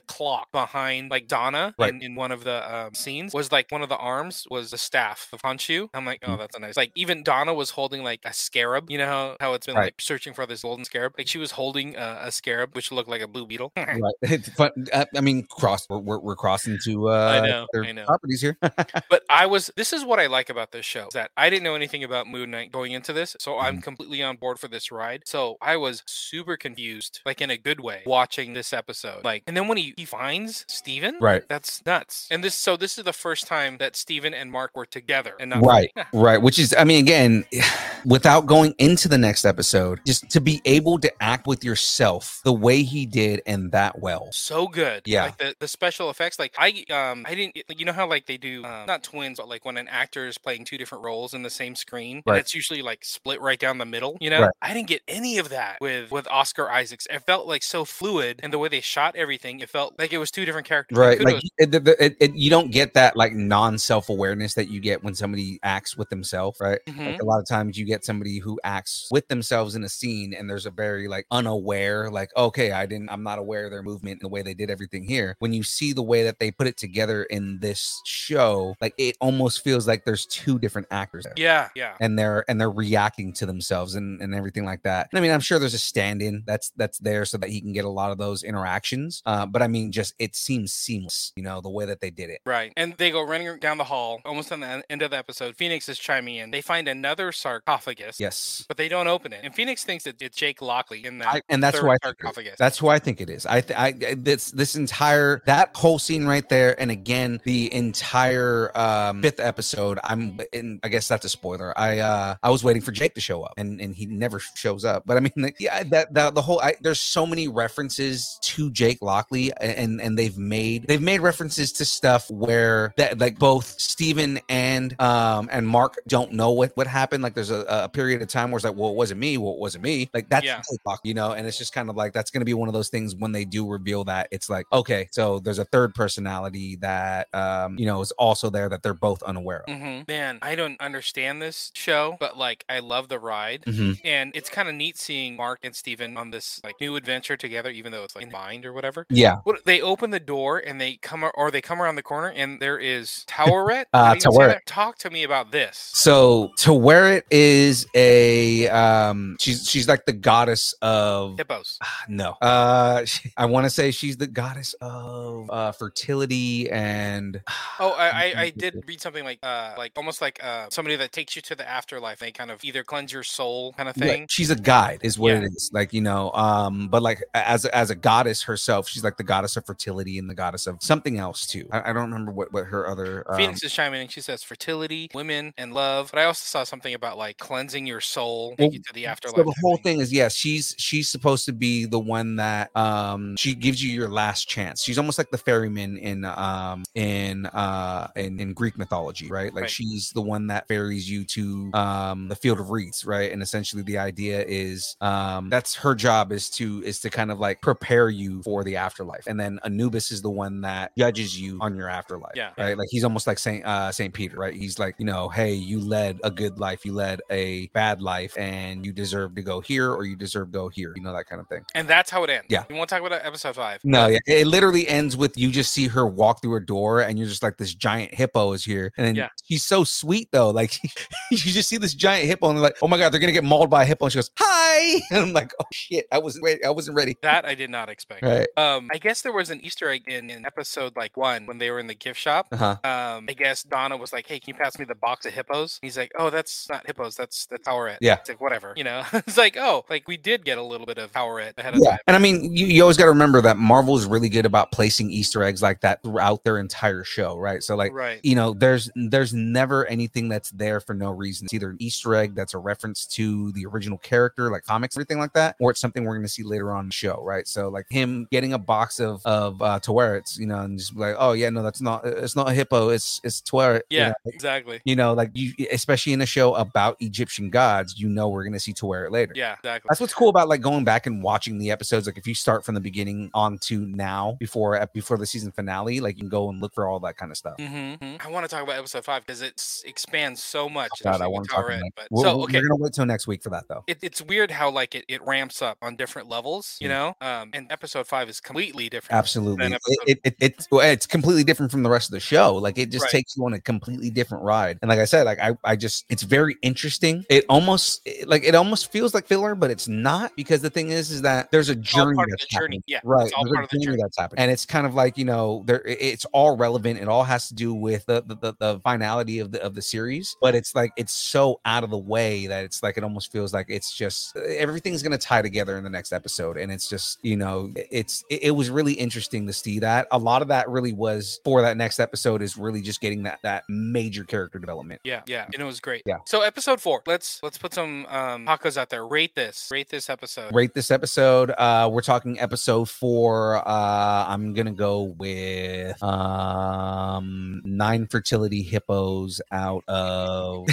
E: clock behind like Donna
B: Right.
E: in, in one of the um, scenes was like one of the arms was the staff of Honshu. I'm like, oh,
B: Mm.
E: that's a nice. Like even Donna was holding like a scarab. You know how, how it's been
B: Right.
E: like searching for this golden scarab. Like she was holding uh, a scarab which looked like a blue beetle.
B: Right. but uh, I mean, cross we're, we're, we're crossing to uh
E: know,
B: their
E: I know.
B: properties here.
E: but I was. This is what I like about this show is that I didn't know anything about Moon Knight going into this, so
B: Mm-hmm.
E: I'm completely on board for this ride. So I was super confused, like in a good way, watching this episode. Like, and then when he, he finds Steven,
B: Right.
E: That's nuts. And this, so this is the first time that Steven and Mark were together, and not
B: Right, right. Which is, I mean, again, without going into the next episode, just to be able to act with yourself the way he did and that well.
E: so good.
B: Yeah.
E: like the, the special effects. Like I um I didn't you know how like they do um, not twins, but like when an actor is playing two different roles in the same screen,
B: Right.
E: and it's usually like split right down the middle. You know,
B: Right.
E: I didn't get any of that with with Oscar Isaacs. It felt like so fluid, and the way they shot everything, it felt like it was two different characters. and
B: Right, like
E: kudos-
B: it, the- the- it, it, you don't get that like non self awareness that you get when somebody acts with themselves, right?
E: Mhm.
B: Like a lot of times you get somebody who acts with themselves in a scene and there's a very like unaware, like, okay, I didn't, I'm not aware of their movement and the way they did everything here. When you see the way that they put it together in this show, like it almost feels like there's two different actors there.
E: yeah, yeah.
B: And they're and they're reacting to themselves and, and everything like that. And I mean, I'm sure there's a stand-in that's that's there so that he can get a lot of those interactions. Uh, but I mean, just it seems seamless, you know, the way that they did it.
E: Right. And they go running down the hall almost on the en- end of the episode. Phoenix is chiming in. They find another sarcophagus,
B: Yes.
E: but they don't open it. And Phoenix thinks that it's Jake Lockley in that.
B: I, and that's
E: third
B: why
E: sarcophagus.
B: that's why I think it is. I, th- I I- this this entire that whole scene right there, and again the entire um, fifth episode. I'm in. I guess that's a spoiler. I uh I was waiting for Jake to show up, and and he never shows up. But I mean, like, yeah, that, that the whole I, there's so many references to Jake Lockley, a- and and they've made they've made references to stuff where that like both Steven and um and Mark don't know what what happened. Like there's a, a period of time where it's like, well, it wasn't me. Well, it wasn't me. Like that's
E: Yeah.
B: Jake Lockley, you know. And it's just kind of like that's going to be one of those things when they do reveal that it's like, okay, so there's a third personality that um you know is also there that they're both unaware of.
E: Mhm. Man, I don't understand this show, but like I love the ride.
B: Mhm.
E: And it's kind of neat seeing Mark and Steven on this like new adventure together, even though it's like in mind or whatever.
B: Yeah.
E: What, they open the door and they come ar- or they come around the corner and there is Towerette.
B: Uh,
E: Did I even say
B: Towerette.
E: that? Talk to me about this.
B: So to where it is a um she's she's like the goddess of
E: Hippos.
B: Ah, no uh she- I want to say she's the goddess of uh fertility and
E: Oh, I, I, I did read something like uh like almost like uh somebody that takes you to the afterlife. They kind of either cleanse your soul kind of
B: Right,
E: thing.
B: she's a guide is what
E: Yeah.
B: it is like you know um but like a- as as a goddess herself she's like the goddess of fertility and the goddess of something else too I, I don't remember what what her other um,
E: Phoenix is chiming in. She says fertility, women, and love. But I also saw something about like cleansing your soul, take
B: Well, mm,
E: you to the afterlife.
B: So the
E: I
B: whole
E: think.
B: thing is, yes, she's she's supposed to be the one that um she gives you your last chance. She's almost like the ferryman in um in uh in, in Greek mythology, right? Like
E: Right.
B: she's the one that ferries you to um the field of reeds, right? And essentially the idea is um that's her job is to is to kind of like prepare you for the afterlife. And then Anubis is the one that judges you on your afterlife.
E: Yeah.
B: Right. Like he's almost like Saint uh Saint Peter, right? He's like, you know, hey, you led a good life, you led a bad life, and you deserve to go here or you deserve to go here, you know, that kind of thing.
E: And that's how it ends.
B: Yeah. Mm.
E: We won't talk about episode five.
B: No, yeah. It literally ends with you just see her walk through a door and you're just like this giant hippo is here. And then
E: Yeah.
B: she's so sweet though. Like you just see this giant hippo and they're like, Oh my god, they're gonna get mauled by a hippo. And she goes, Hi. And I'm like, Oh shit, I wasn't ready. I wasn't ready.
E: That I did not expect.
B: Right.
E: Um, I guess there was an Easter egg in, in episode like one when they were in the gift shop.
B: Uh-huh.
E: Um, I guess Donna was like, "Hey, can you pass me the box of hippos?" He's like, "Oh, that's not hippos. That's that's Towerette."
B: Yeah.
E: It's like whatever, you know. it's like, oh, like we did get a little bit of Towerette ahead of
B: Yeah.
E: time.
B: And I mean, you, you always got to remember that Marvel is really good about placing Easter eggs like that throughout their entire show, right? So like, e,
E: Right.
B: you know, there's there's never anything that's there for no reason. It's either an Easter egg that's a reference to the original character, like comics, everything like that, or it's something we're going to see later on in the show, right? So like him getting a box of of uh, Tawerets, you know, and just be like, oh yeah, no, that's not it's not a hippo, it's it's Taweret. you
E: Yeah.
B: know?
E: Exactly.
B: You know, like you, especially in a show about Egyptian gods, you know we're gonna see Taweret later.
E: Yeah. Exactly.
B: That's what's cool about like going back and watching the episodes. Like if you start from the beginning on to now before before the season finale, like you can go and look for all that kind of stuff.
E: Mhm, mhm. I want to talk about episode five because it expands so much.
B: mm-hmm. God,
E: especially
B: I
E: with
B: want to talk about.
E: Towerette,
B: It.
E: But
B: We're,
E: so
B: we're-
E: okay,
B: we're gonna wait till next week for that though.
E: it, it's weird how like it, it ramps up on different levels, you know. Um, and episode five is completely different.
B: Absolutely,
E: Then
B: it,
E: episode-
B: it, it, it's well, it's completely different from the rest of the show. Like it just
E: Right.
B: takes you on a completely different ride. And like I said, like I I just it's very interesting. interesting. It almost it- like it almost feels like filler, but it's not because the thing is, is that there's a
E: all
B: journey
E: part of
B: that's
E: the journey.
B: happening.
E: Yeah,
B: right.
E: it's all
B: there's a
E: part of the journey.
B: that's happening, and it's kind of like you know, there i- it's all relevant. It all has to do with the the, the the finality of the of the series, but it's like it's so out of the way that it's like it almost feels like it's just uh, everything's gonna tie together in the next episode, and it's just you know, it's it, it was really interesting to see that. A lot of that really was for that next episode is really just getting that that major character development.
E: Yeah, yeah, and it was great.
B: Yeah.
E: So episode four, let's let's put some um tacos out there. Rate this, rate this episode.
B: rate this episode uh we're talking episode four uh i'm gonna go with um nine fertility hippos out of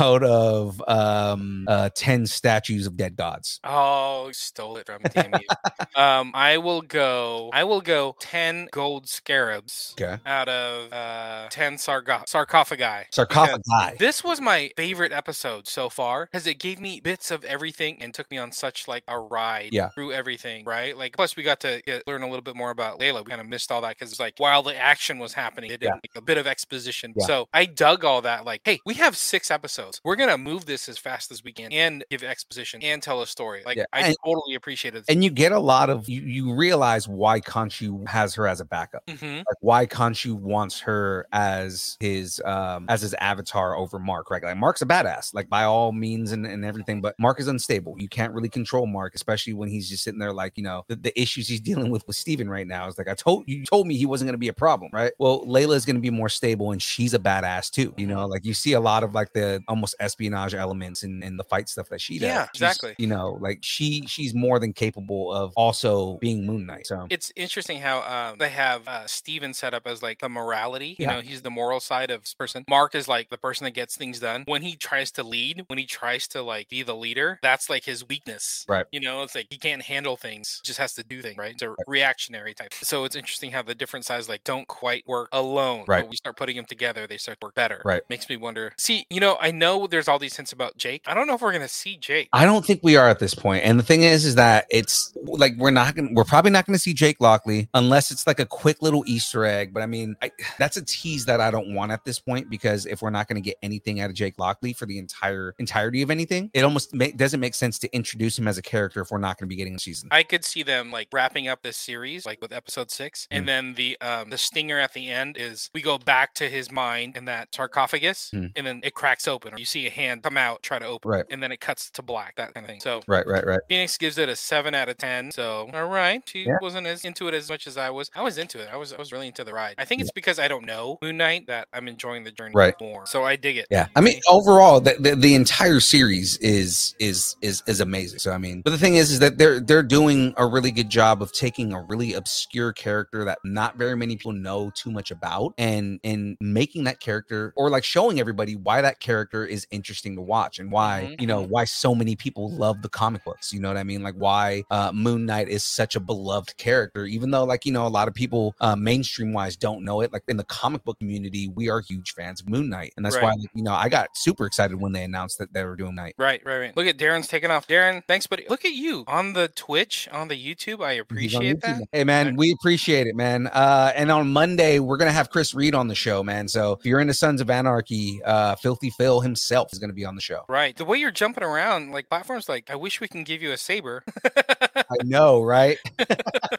B: out of um uh 10 statues of dead gods
E: Oh, you stole it from me, damn you. um, I will go. I will go ten gold scarabs
B: okay
E: out of uh ten sargo- sarcophagi.
B: sarcophagi
E: This was my favorite episode so far because it gave me bits of everything and took me on such like a ride
B: Yeah.
E: through everything, right? Like, plus we got to get, learn a little bit more about Layla. We kind of missed all that because like while the action was happening, it did
B: Yeah.
E: like, a bit of exposition.
B: Yeah.
E: So I dug all that. Like, hey, we have six episodes. We're gonna move this as fast as we can and give exposition and tell a story. Like,
B: Yeah,
E: I
B: and-
E: totally appreciated.
B: and you get a lot of you, you realize why Khonshu has her as a backup
E: hmm
B: like why Khonshu wants her as his um as his avatar over Mark, right? Like Mark's a badass, like by all means and, and everything, but Mark is unstable. You can't really control Mark, especially when he's just sitting there like, you know, the, the issues he's dealing with with Steven right now is like I told you told me he wasn't gonna be a problem, right? Well, Layla is gonna be more stable and she's a badass too. You know, like you see a lot of like the almost espionage elements and and the fight stuff that she does.
E: Yeah,
B: She's,
E: exactly.
B: You know, like she she's more than capable of also being Moon Knight. So
E: It's interesting how uh, they have uh, Steven set up as like the morality. You
B: Yeah.
E: know, he's the moral side of this person. Mark is like the person that gets things done. When he tries to lead, when he tries to like be the leader, that's like his weakness.
B: Right.
E: You know, it's like he can't handle things, just has to do things, right? It's a reactionary type. So it's interesting how the different sides like don't quite work alone.
B: Right.
E: But we start putting them together, they start to work better.
B: Right.
E: Makes me wonder. See, you know, I know there's all these hints about Jake. I don't know if we're going to see Jake.
B: I don't think we are at this point. And the thing is, is that it's like we're not gonna, we're probably not gonna see Jake Lockley unless it's like a quick little Easter egg. But I mean, I, that's a tease that I don't want at this point because if we're not gonna get anything out of Jake Lockley for the entire entirety of anything, it almost ma- doesn't make sense to introduce him as a character if we're not gonna be getting a season.
E: I could see them like wrapping up this series, like with episode six,
B: Mm.
E: and then the um the stinger at the end is we go back to his mind in that sarcophagus,
B: Mm.
E: and then it cracks open, or you see a hand come out, try to open, it,
B: Right.
E: and then it cuts to black, that kind of thing. So
B: right, right, right.
E: Phoenix gives it a seven out of ten. So all right, she
B: Yeah.
E: wasn't as into it as much as I was. I was into it. I was I was really into the ride. I think it's because I don't know Moon Knight that I'm enjoying the journey
B: Right.
E: more. So I dig it.
B: Yeah, I mean, oh overall, the, the the entire series is is is is amazing. So I mean, but the thing is, is that they're they're doing a really good job of taking a really obscure character that not very many people know too much about, and and making that character or like showing everybody why that character is interesting to watch and why
E: Mhm.
B: you know why so many people love the comic books. You know what I mean? Like why uh, Moon Knight is such a beloved character, even though like you know a lot of people uh, mainstream wise don't know it. Like in the comic book community, we are huge fans of Moon Knight, and that's why
E: Right.
B: like, you know I got super excited when they announced that they were doing Night.
E: Right, right, right. Look at Darren's taking off. Darren, thanks, buddy. Look at you on the Twitch, on the YouTube. I
B: He's on
E: appreciate
B: YouTube
E: that.
B: now. Hey man, we appreciate it, man. Uh, and on Monday we're gonna have Chris Reed on the show, man. So if you're into Sons of Anarchy, uh, Filthy Phil himself is gonna be on the show.
E: Right. The way you're jumping around, like platforms, like I wish we can give you a saber.
B: I know, right?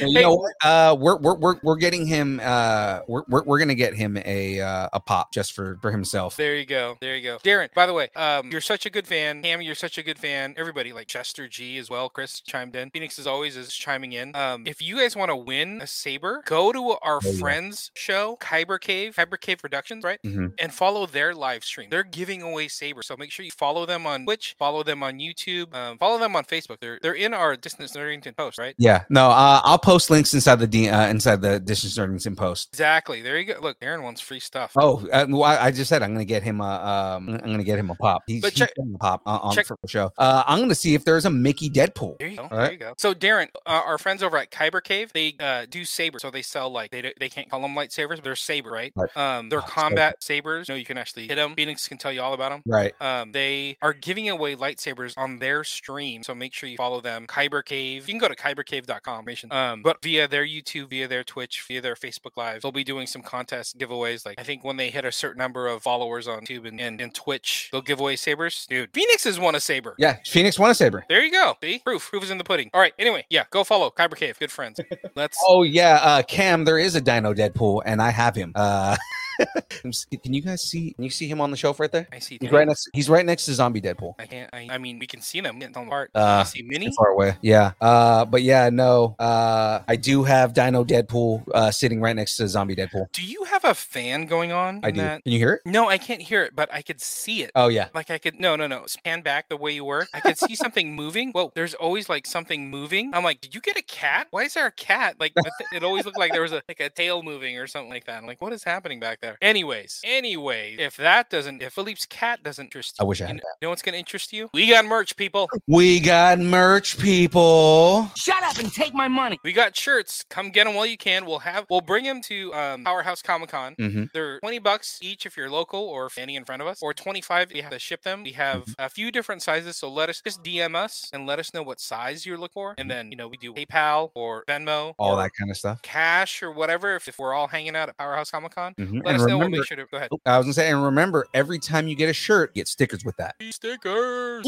B: And you
E: Hey,
B: know what? Uh, we're, we're we're we're getting him. Uh, we're we're, we're gonna get him a uh, a pop just for for himself.
E: There you go. There you go. Darren, by the way, um, you're such a good fan. Hammy, you're such a good fan. Everybody, like Chester G as well. Chris chimed in. Phoenix as always is chiming in. Um, if you guys want to win a saber, go to our
B: Oh, yeah.
E: friends show, Kyber Cave, Kyber Cave Productions, right?
B: Mhm.
E: And follow their live stream. They're giving away sabers. So make sure you follow them on Twitch, follow them on YouTube, um, follow them on Facebook. They're they're in our distance Nerdington post, right?
B: Yeah, no, uh, I'll post links inside the D, uh, inside the Distance Nerdington post.
E: Exactly. There you go. Look, Darren wants free stuff.
B: Oh, uh, well, I, I just said I'm gonna get him a um, I'm gonna get him a pop. He's,
E: But
B: he's
E: check-
B: getting a pop on, on
E: check-
B: for the show. Uh, I'm gonna see if there's a Mickey Deadpool.
E: There you go.
B: All
E: There
B: right.
E: you go. So Darren, uh, our friends over at Kyber Cave, they uh, do sabers. So they sell like they don't- they can't call them lightsabers, but they're saber, right?
B: Right.
E: Um, they're
B: Ah, saber.
E: combat sabers. No, you can actually hit them. Phoenix can tell you all about them.
B: Right.
E: Um, they are giving away lightsabers on their stream, so make sure you follow them. Kyber Cave. You can go to kybercave.com. information, Um, but via their YouTube, via their Twitch, via their Facebook Live, they'll be doing some contests, giveaways. Like I think when they hit a certain number of followers on YouTube and, and and, and Twitch, they'll give away sabers. Dude, Phoenix has won a saber.
B: Yeah, Phoenix won a saber.
E: There you go. See? Proof. Proof is in the pudding. All right. Anyway, yeah, go follow Kyber Cave. Good friends. Let's
B: Oh yeah, uh, Cam, there is a Dino Deadpool, and I have him. Uh, can you guys see? Can you see him on the shelf right there?
E: I see
B: He's
E: Dino.
B: right next. He's right next to Zombie Deadpool.
E: I can't I, I mean we can see them getting on part.
B: Uh,
E: I see Minnie.
B: Far away. Yeah. Uh, but yeah, no. Uh, I do have Dino Deadpool uh, sitting right next to Zombie Deadpool.
E: Do you have a fan going on?
B: I
E: in
B: do. Can
E: that?
B: you hear it?
E: No, I can't hear it, but I could see it.
B: Oh yeah.
E: Like I could no no no span back the way you were. I could see something moving. Well, there's always like something moving. I'm like, did you get a cat? Why is there a cat? Like I th- it always looked like there was a like a tail moving or something like that. I'm like, what is happening back there? Anyways, anyways, if that doesn't, if Philippe's cat doesn't interest,
B: I wish I
E: you
B: had
E: know, you know what's gonna interest you? We got merch, people.
B: We got merch, people.
D: Shut up and take my money.
E: We got shirts. Come get them while you can. We'll have we'll bring them to um, Powerhouse Comic Con.
B: Mhm.
E: They're twenty bucks each if you're local or if any in front of us, or twenty five. We have to ship them. We have
B: Mm-hmm.
E: a few different sizes, so let us just DM us and let us know what size you're looking for, and then you know we do PayPal or Venmo,
B: Mm-hmm. All
E: or
B: that kind of stuff.
E: cash or whatever. If, if we're all hanging out at Powerhouse Comic Con,
B: Mhm.
E: let
B: And
E: us know. We'll
B: remember,
E: make sure to go ahead.
B: Oh, I was gonna say, and remember, every time you get a shirt, get stickers with that.
E: Stickers.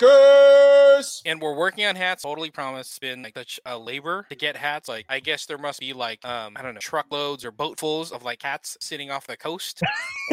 B: stickers.
E: and we're working on hats. Totally promise. It's been like such a labor to get hats. Like I guess there must be like um I don't know truckloads or boatfuls of like hats sitting off the coast,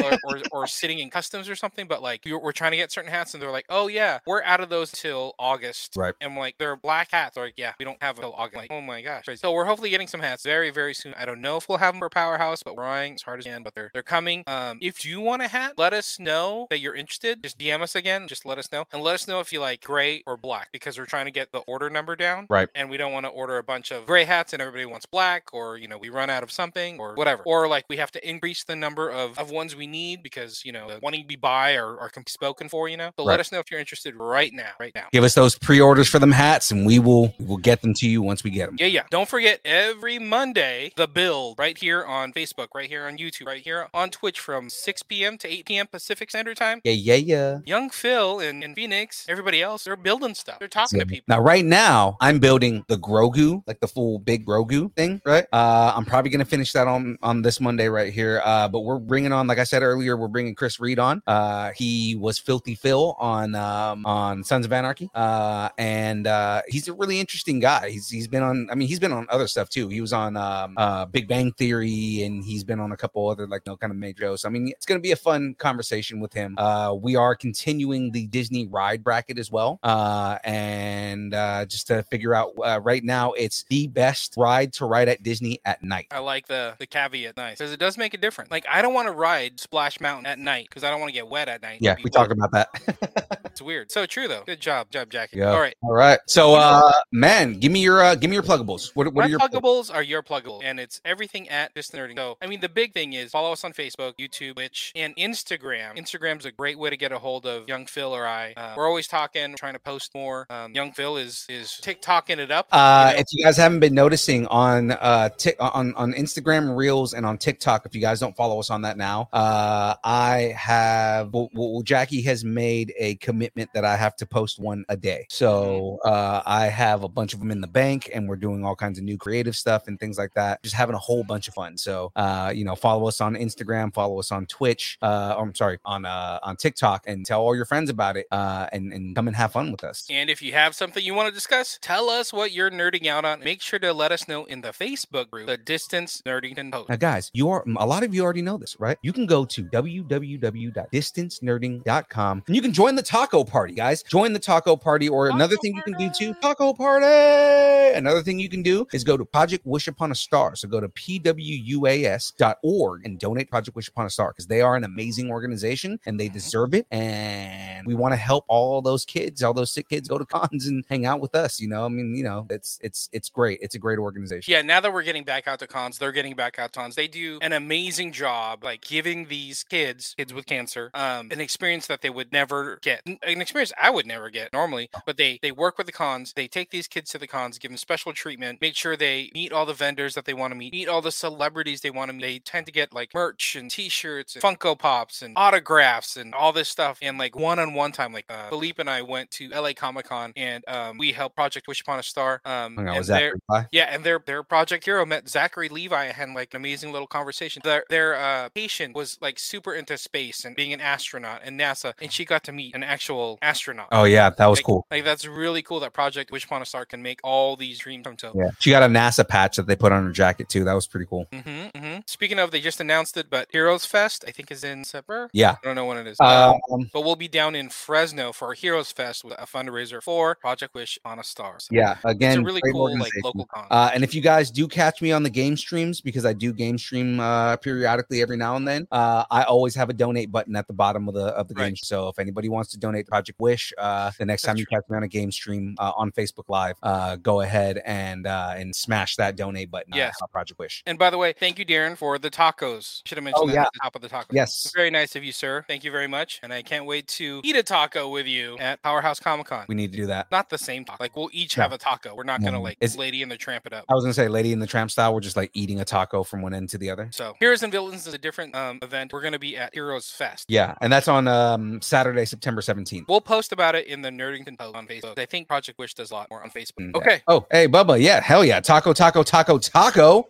E: or, or or sitting in customs or something. But like we we're, we're trying to get certain hats, and they're like, oh yeah, we're out of those till August.
B: Right.
E: And I'm like they're black hats. They're like yeah, we don't have them till August. I'm like oh my gosh. So we're hopefully getting some hats very very soon. I don't know if we'll have them for Powerhouse, but we're trying as hard as we can. But they're they're coming. Um, if you want a hat, let us know that you're interested. Just DM us again. Just let us know and let us know if you like gray or black because we're trying to get the order number down.
B: Right.
E: And we don't want to order a bunch of gray hats and everybody wants black or you know we run out of something or whatever or like we have to increase the number of of ones we need because you know the wanting we buy are are com- spoken for. You know. So
B: Right.
E: let us know if you're interested right now. Right now.
B: Give us those pre-orders for them hats, and we will we will get them to you once we get them.
E: Yeah, yeah. Don't forget every Monday, the build right here on Facebook, right here on YouTube, right here on Twitch from 6 p.m. to 8 p.m. Pacific Standard Time.
B: Yeah, yeah, yeah.
E: Young Phil and, and Phoenix, everybody else, they're building stuff. They're talking to people.
B: Now, right now, I'm building the Grogu, like the full big Grogu thing, right? Uh, I'm probably gonna finish that on on this Monday right here. Uh, but we're bringing on, like I said earlier, we're bringing Chris Reed on. Uh, he was Filthy Phil on um, on Sons of Anarchy, uh, and uh, he's a really interesting guy. He's he's been on, I mean, he's been on other stuff too. He was on um, uh, Big Bang Theory, and he's been on a couple other like you know, kind of major. shows. I mean, it's gonna be a fun conversation with him. Uh, we are continuing the Disney ride bracket as well, uh, and uh, just to figure out uh, right now, it's the best ride to ride at Disney at night.
E: I like the the caveat, nice, because it does make a difference. Like I don't want to ride Splash Mountain at night because I don't want to get wet at night.
B: Yeah,
E: It'd be
B: we talked
E: weird.
B: about that.
E: It's weird. So true though. Good job, job, Jackie.
B: Yeah.
E: All right.
B: All right. So, uh, man, give me your uh, give me your pluggables. What, what
E: My
B: are your
E: pluggables are your pluggable, and it's everything at this nerding. So, I mean, the big thing is follow us on Facebook, YouTube, Twitch, and Instagram. Instagram's a great way to get a hold of Young Phil or I. Uh, we're always talking, trying to post more. Um, Young Phil is is TikToking it up.
B: Uh,
E: know?
B: if you guys haven't been noticing on uh tick on on Instagram Reels and on TikTok, if you guys don't follow us on that now, uh, I have well, well, Jackie has made a commitment that I have to post one a day. So uh, I have a bunch of them in the bank, and we're doing all kinds of new creative stuff and things like that. Just having a whole bunch of fun. So uh, you know, follow us on Instagram, follow us on Twitch. Uh, I'm sorry, on uh on TikTok, and tell all your friends about it. Uh, and and come and have fun with us.
E: And if you have something you want to discuss, tell us what you're nerding out on. Make sure to let us know in the Facebook group, the Distance Nerdington Post.
B: Now, guys, you are a lot of you already know this, right? You can go to www.distancenerding.com and you can join the taco party, guys. Join the taco party, or another thing you can do too, taco party. Another thing you can do is go to Project Wish Upon a Star. So go to pwuas.org and donate to Project Wish Upon a Star because they are an amazing organization and they deserve it. And we want to help all those kids, all those sick kids, go to cons and hang out with us. You know, I mean, you know, it's it's it's great. It's a great organization.
E: Yeah, now that we're getting back out to cons, they're getting back out to cons. They do an amazing job, like giving these kids, kids with cancer, um, an experience that they would never get. N- an experience I would never get normally. But they they work with the cons. They take these kids to the cons, give them special treatment, make sure they meet all the vendors that they want to meet, meet all the celebrities they want to meet. They tend to get like merch and T-shirts, and Funko Pops, and autographs, and all this stuff. And like one-on-one time, like uh, Philippe and I went to LA Comic Con, and um, we helped Project Wish Upon a Star. Um,
B: Hang on,
E: and
B: was that
E: their-
B: reply?
E: yeah, and their their project hero met Zachary Levi and had like an amazing little conversation. Their their uh, patient was like super into space and being an astronaut and NASA, and she got to meet an actual astronaut.
B: Oh yeah, that was
E: Like-
B: cool.
E: Like that's really cool. That project Wish Upon a Star can make all these dreams come true.
B: Yeah, she got a NASA patch that they put on her jacket too. That was pretty cool.
E: hmm hmm Speaking of, they just announced it, but Heroes Fest I think is in September.
B: Yeah.
E: I don't know when it is. uh,
B: Um,
E: but we'll be down in Fresno for Heroes Fest with a fundraiser for Project Wish on a Star. So
B: Yeah, again,
E: it's a really
B: great
E: cool like
B: organization.
E: local con.
B: Uh, and if you guys do catch me on the game streams, because I do game stream uh, periodically every now and then, uh, I always have a donate button at the bottom of the of the game.
E: Right.
B: So if anybody wants to donate to Project Wish, uh, the next
E: That's
B: time you catch me on a game stream uh, on Facebook Live, uh, go ahead and uh, and smash that donate button. on-
E: Yes.
B: on Project Wish.
E: And by the way, thank you, Darren, for the tacos. Should have mentioned
B: Oh,
E: that
B: yeah.
E: at the top of the taco.
B: Yes.
E: Very nice of you, sir. Thank you very much. And I can't wait to eat a taco with you at Powerhouse Comic Con.
B: We need to do that.
E: Not the same taco. Like we'll each
B: No.
E: have a taco. We're not gonna
B: No.
E: like
B: It's- Oh.
E: lady and the tramp it up.
B: I was gonna say, Lady in the Tramp style, we're just like eating a taco from one end to the other.
E: So Heroes and Villains is a different um, event. We're gonna be at Heroes Fest.
B: Yeah, and that's on um, Saturday, September seventeenth.
E: We'll post about it in the Nerdington post on Facebook. I think Project Wish does a lot more on Facebook.
B: Mm, yeah.
E: Okay.
B: Oh, hey, Bubba. Yeah, hell yeah. Taco, taco, taco, taco.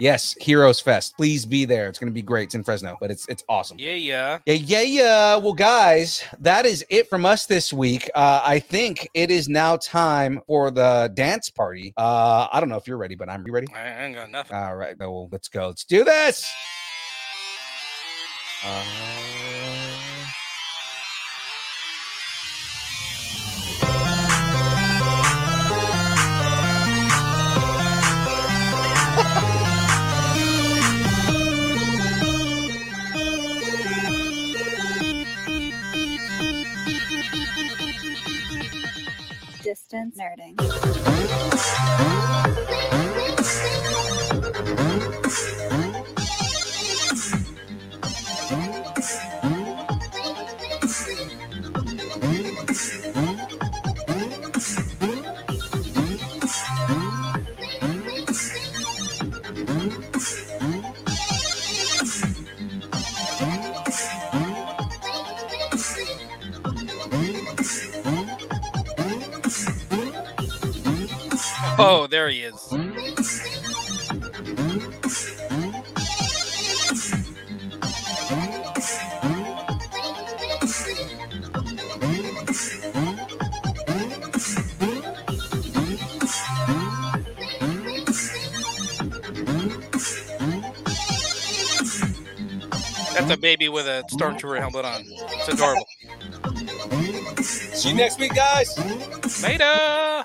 B: yes, Heroes Fest. Please be there. It's gonna be great. It's in Fresno, but it's it's awesome.
E: Yeah, yeah.
B: Yeah, yeah, yeah. Well, guys, that is it from us this week. Uh, I think it is now time for the dance party. Uh, I don't know if you're ready, but I'm you ready.
E: I ain't got nothing.
B: All right, well, let's go. Let's do this. Uh,
C: Distance nerding.
E: Oh, there he is. That's a baby with a stormtrooper helmet on. It's adorable.
B: See you next week, guys.
E: Later.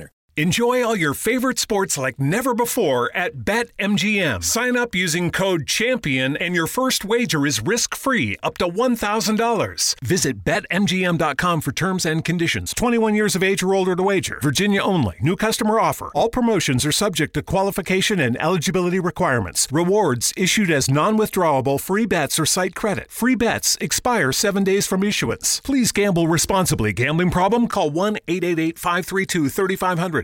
I: Enjoy all your favorite sports like never before at BetMGM. Sign up using code CHAMPION and your first wager is risk free up to $1,000. Visit BetMGM.com for terms and conditions. 21 years of age or older to wager. Virginia only. New customer offer. All promotions are subject to qualification and eligibility requirements. Rewards issued as non withdrawable free bets or site credit. Free bets expire seven days from issuance. Please gamble responsibly. Gambling problem? Call 1 888 532 3500.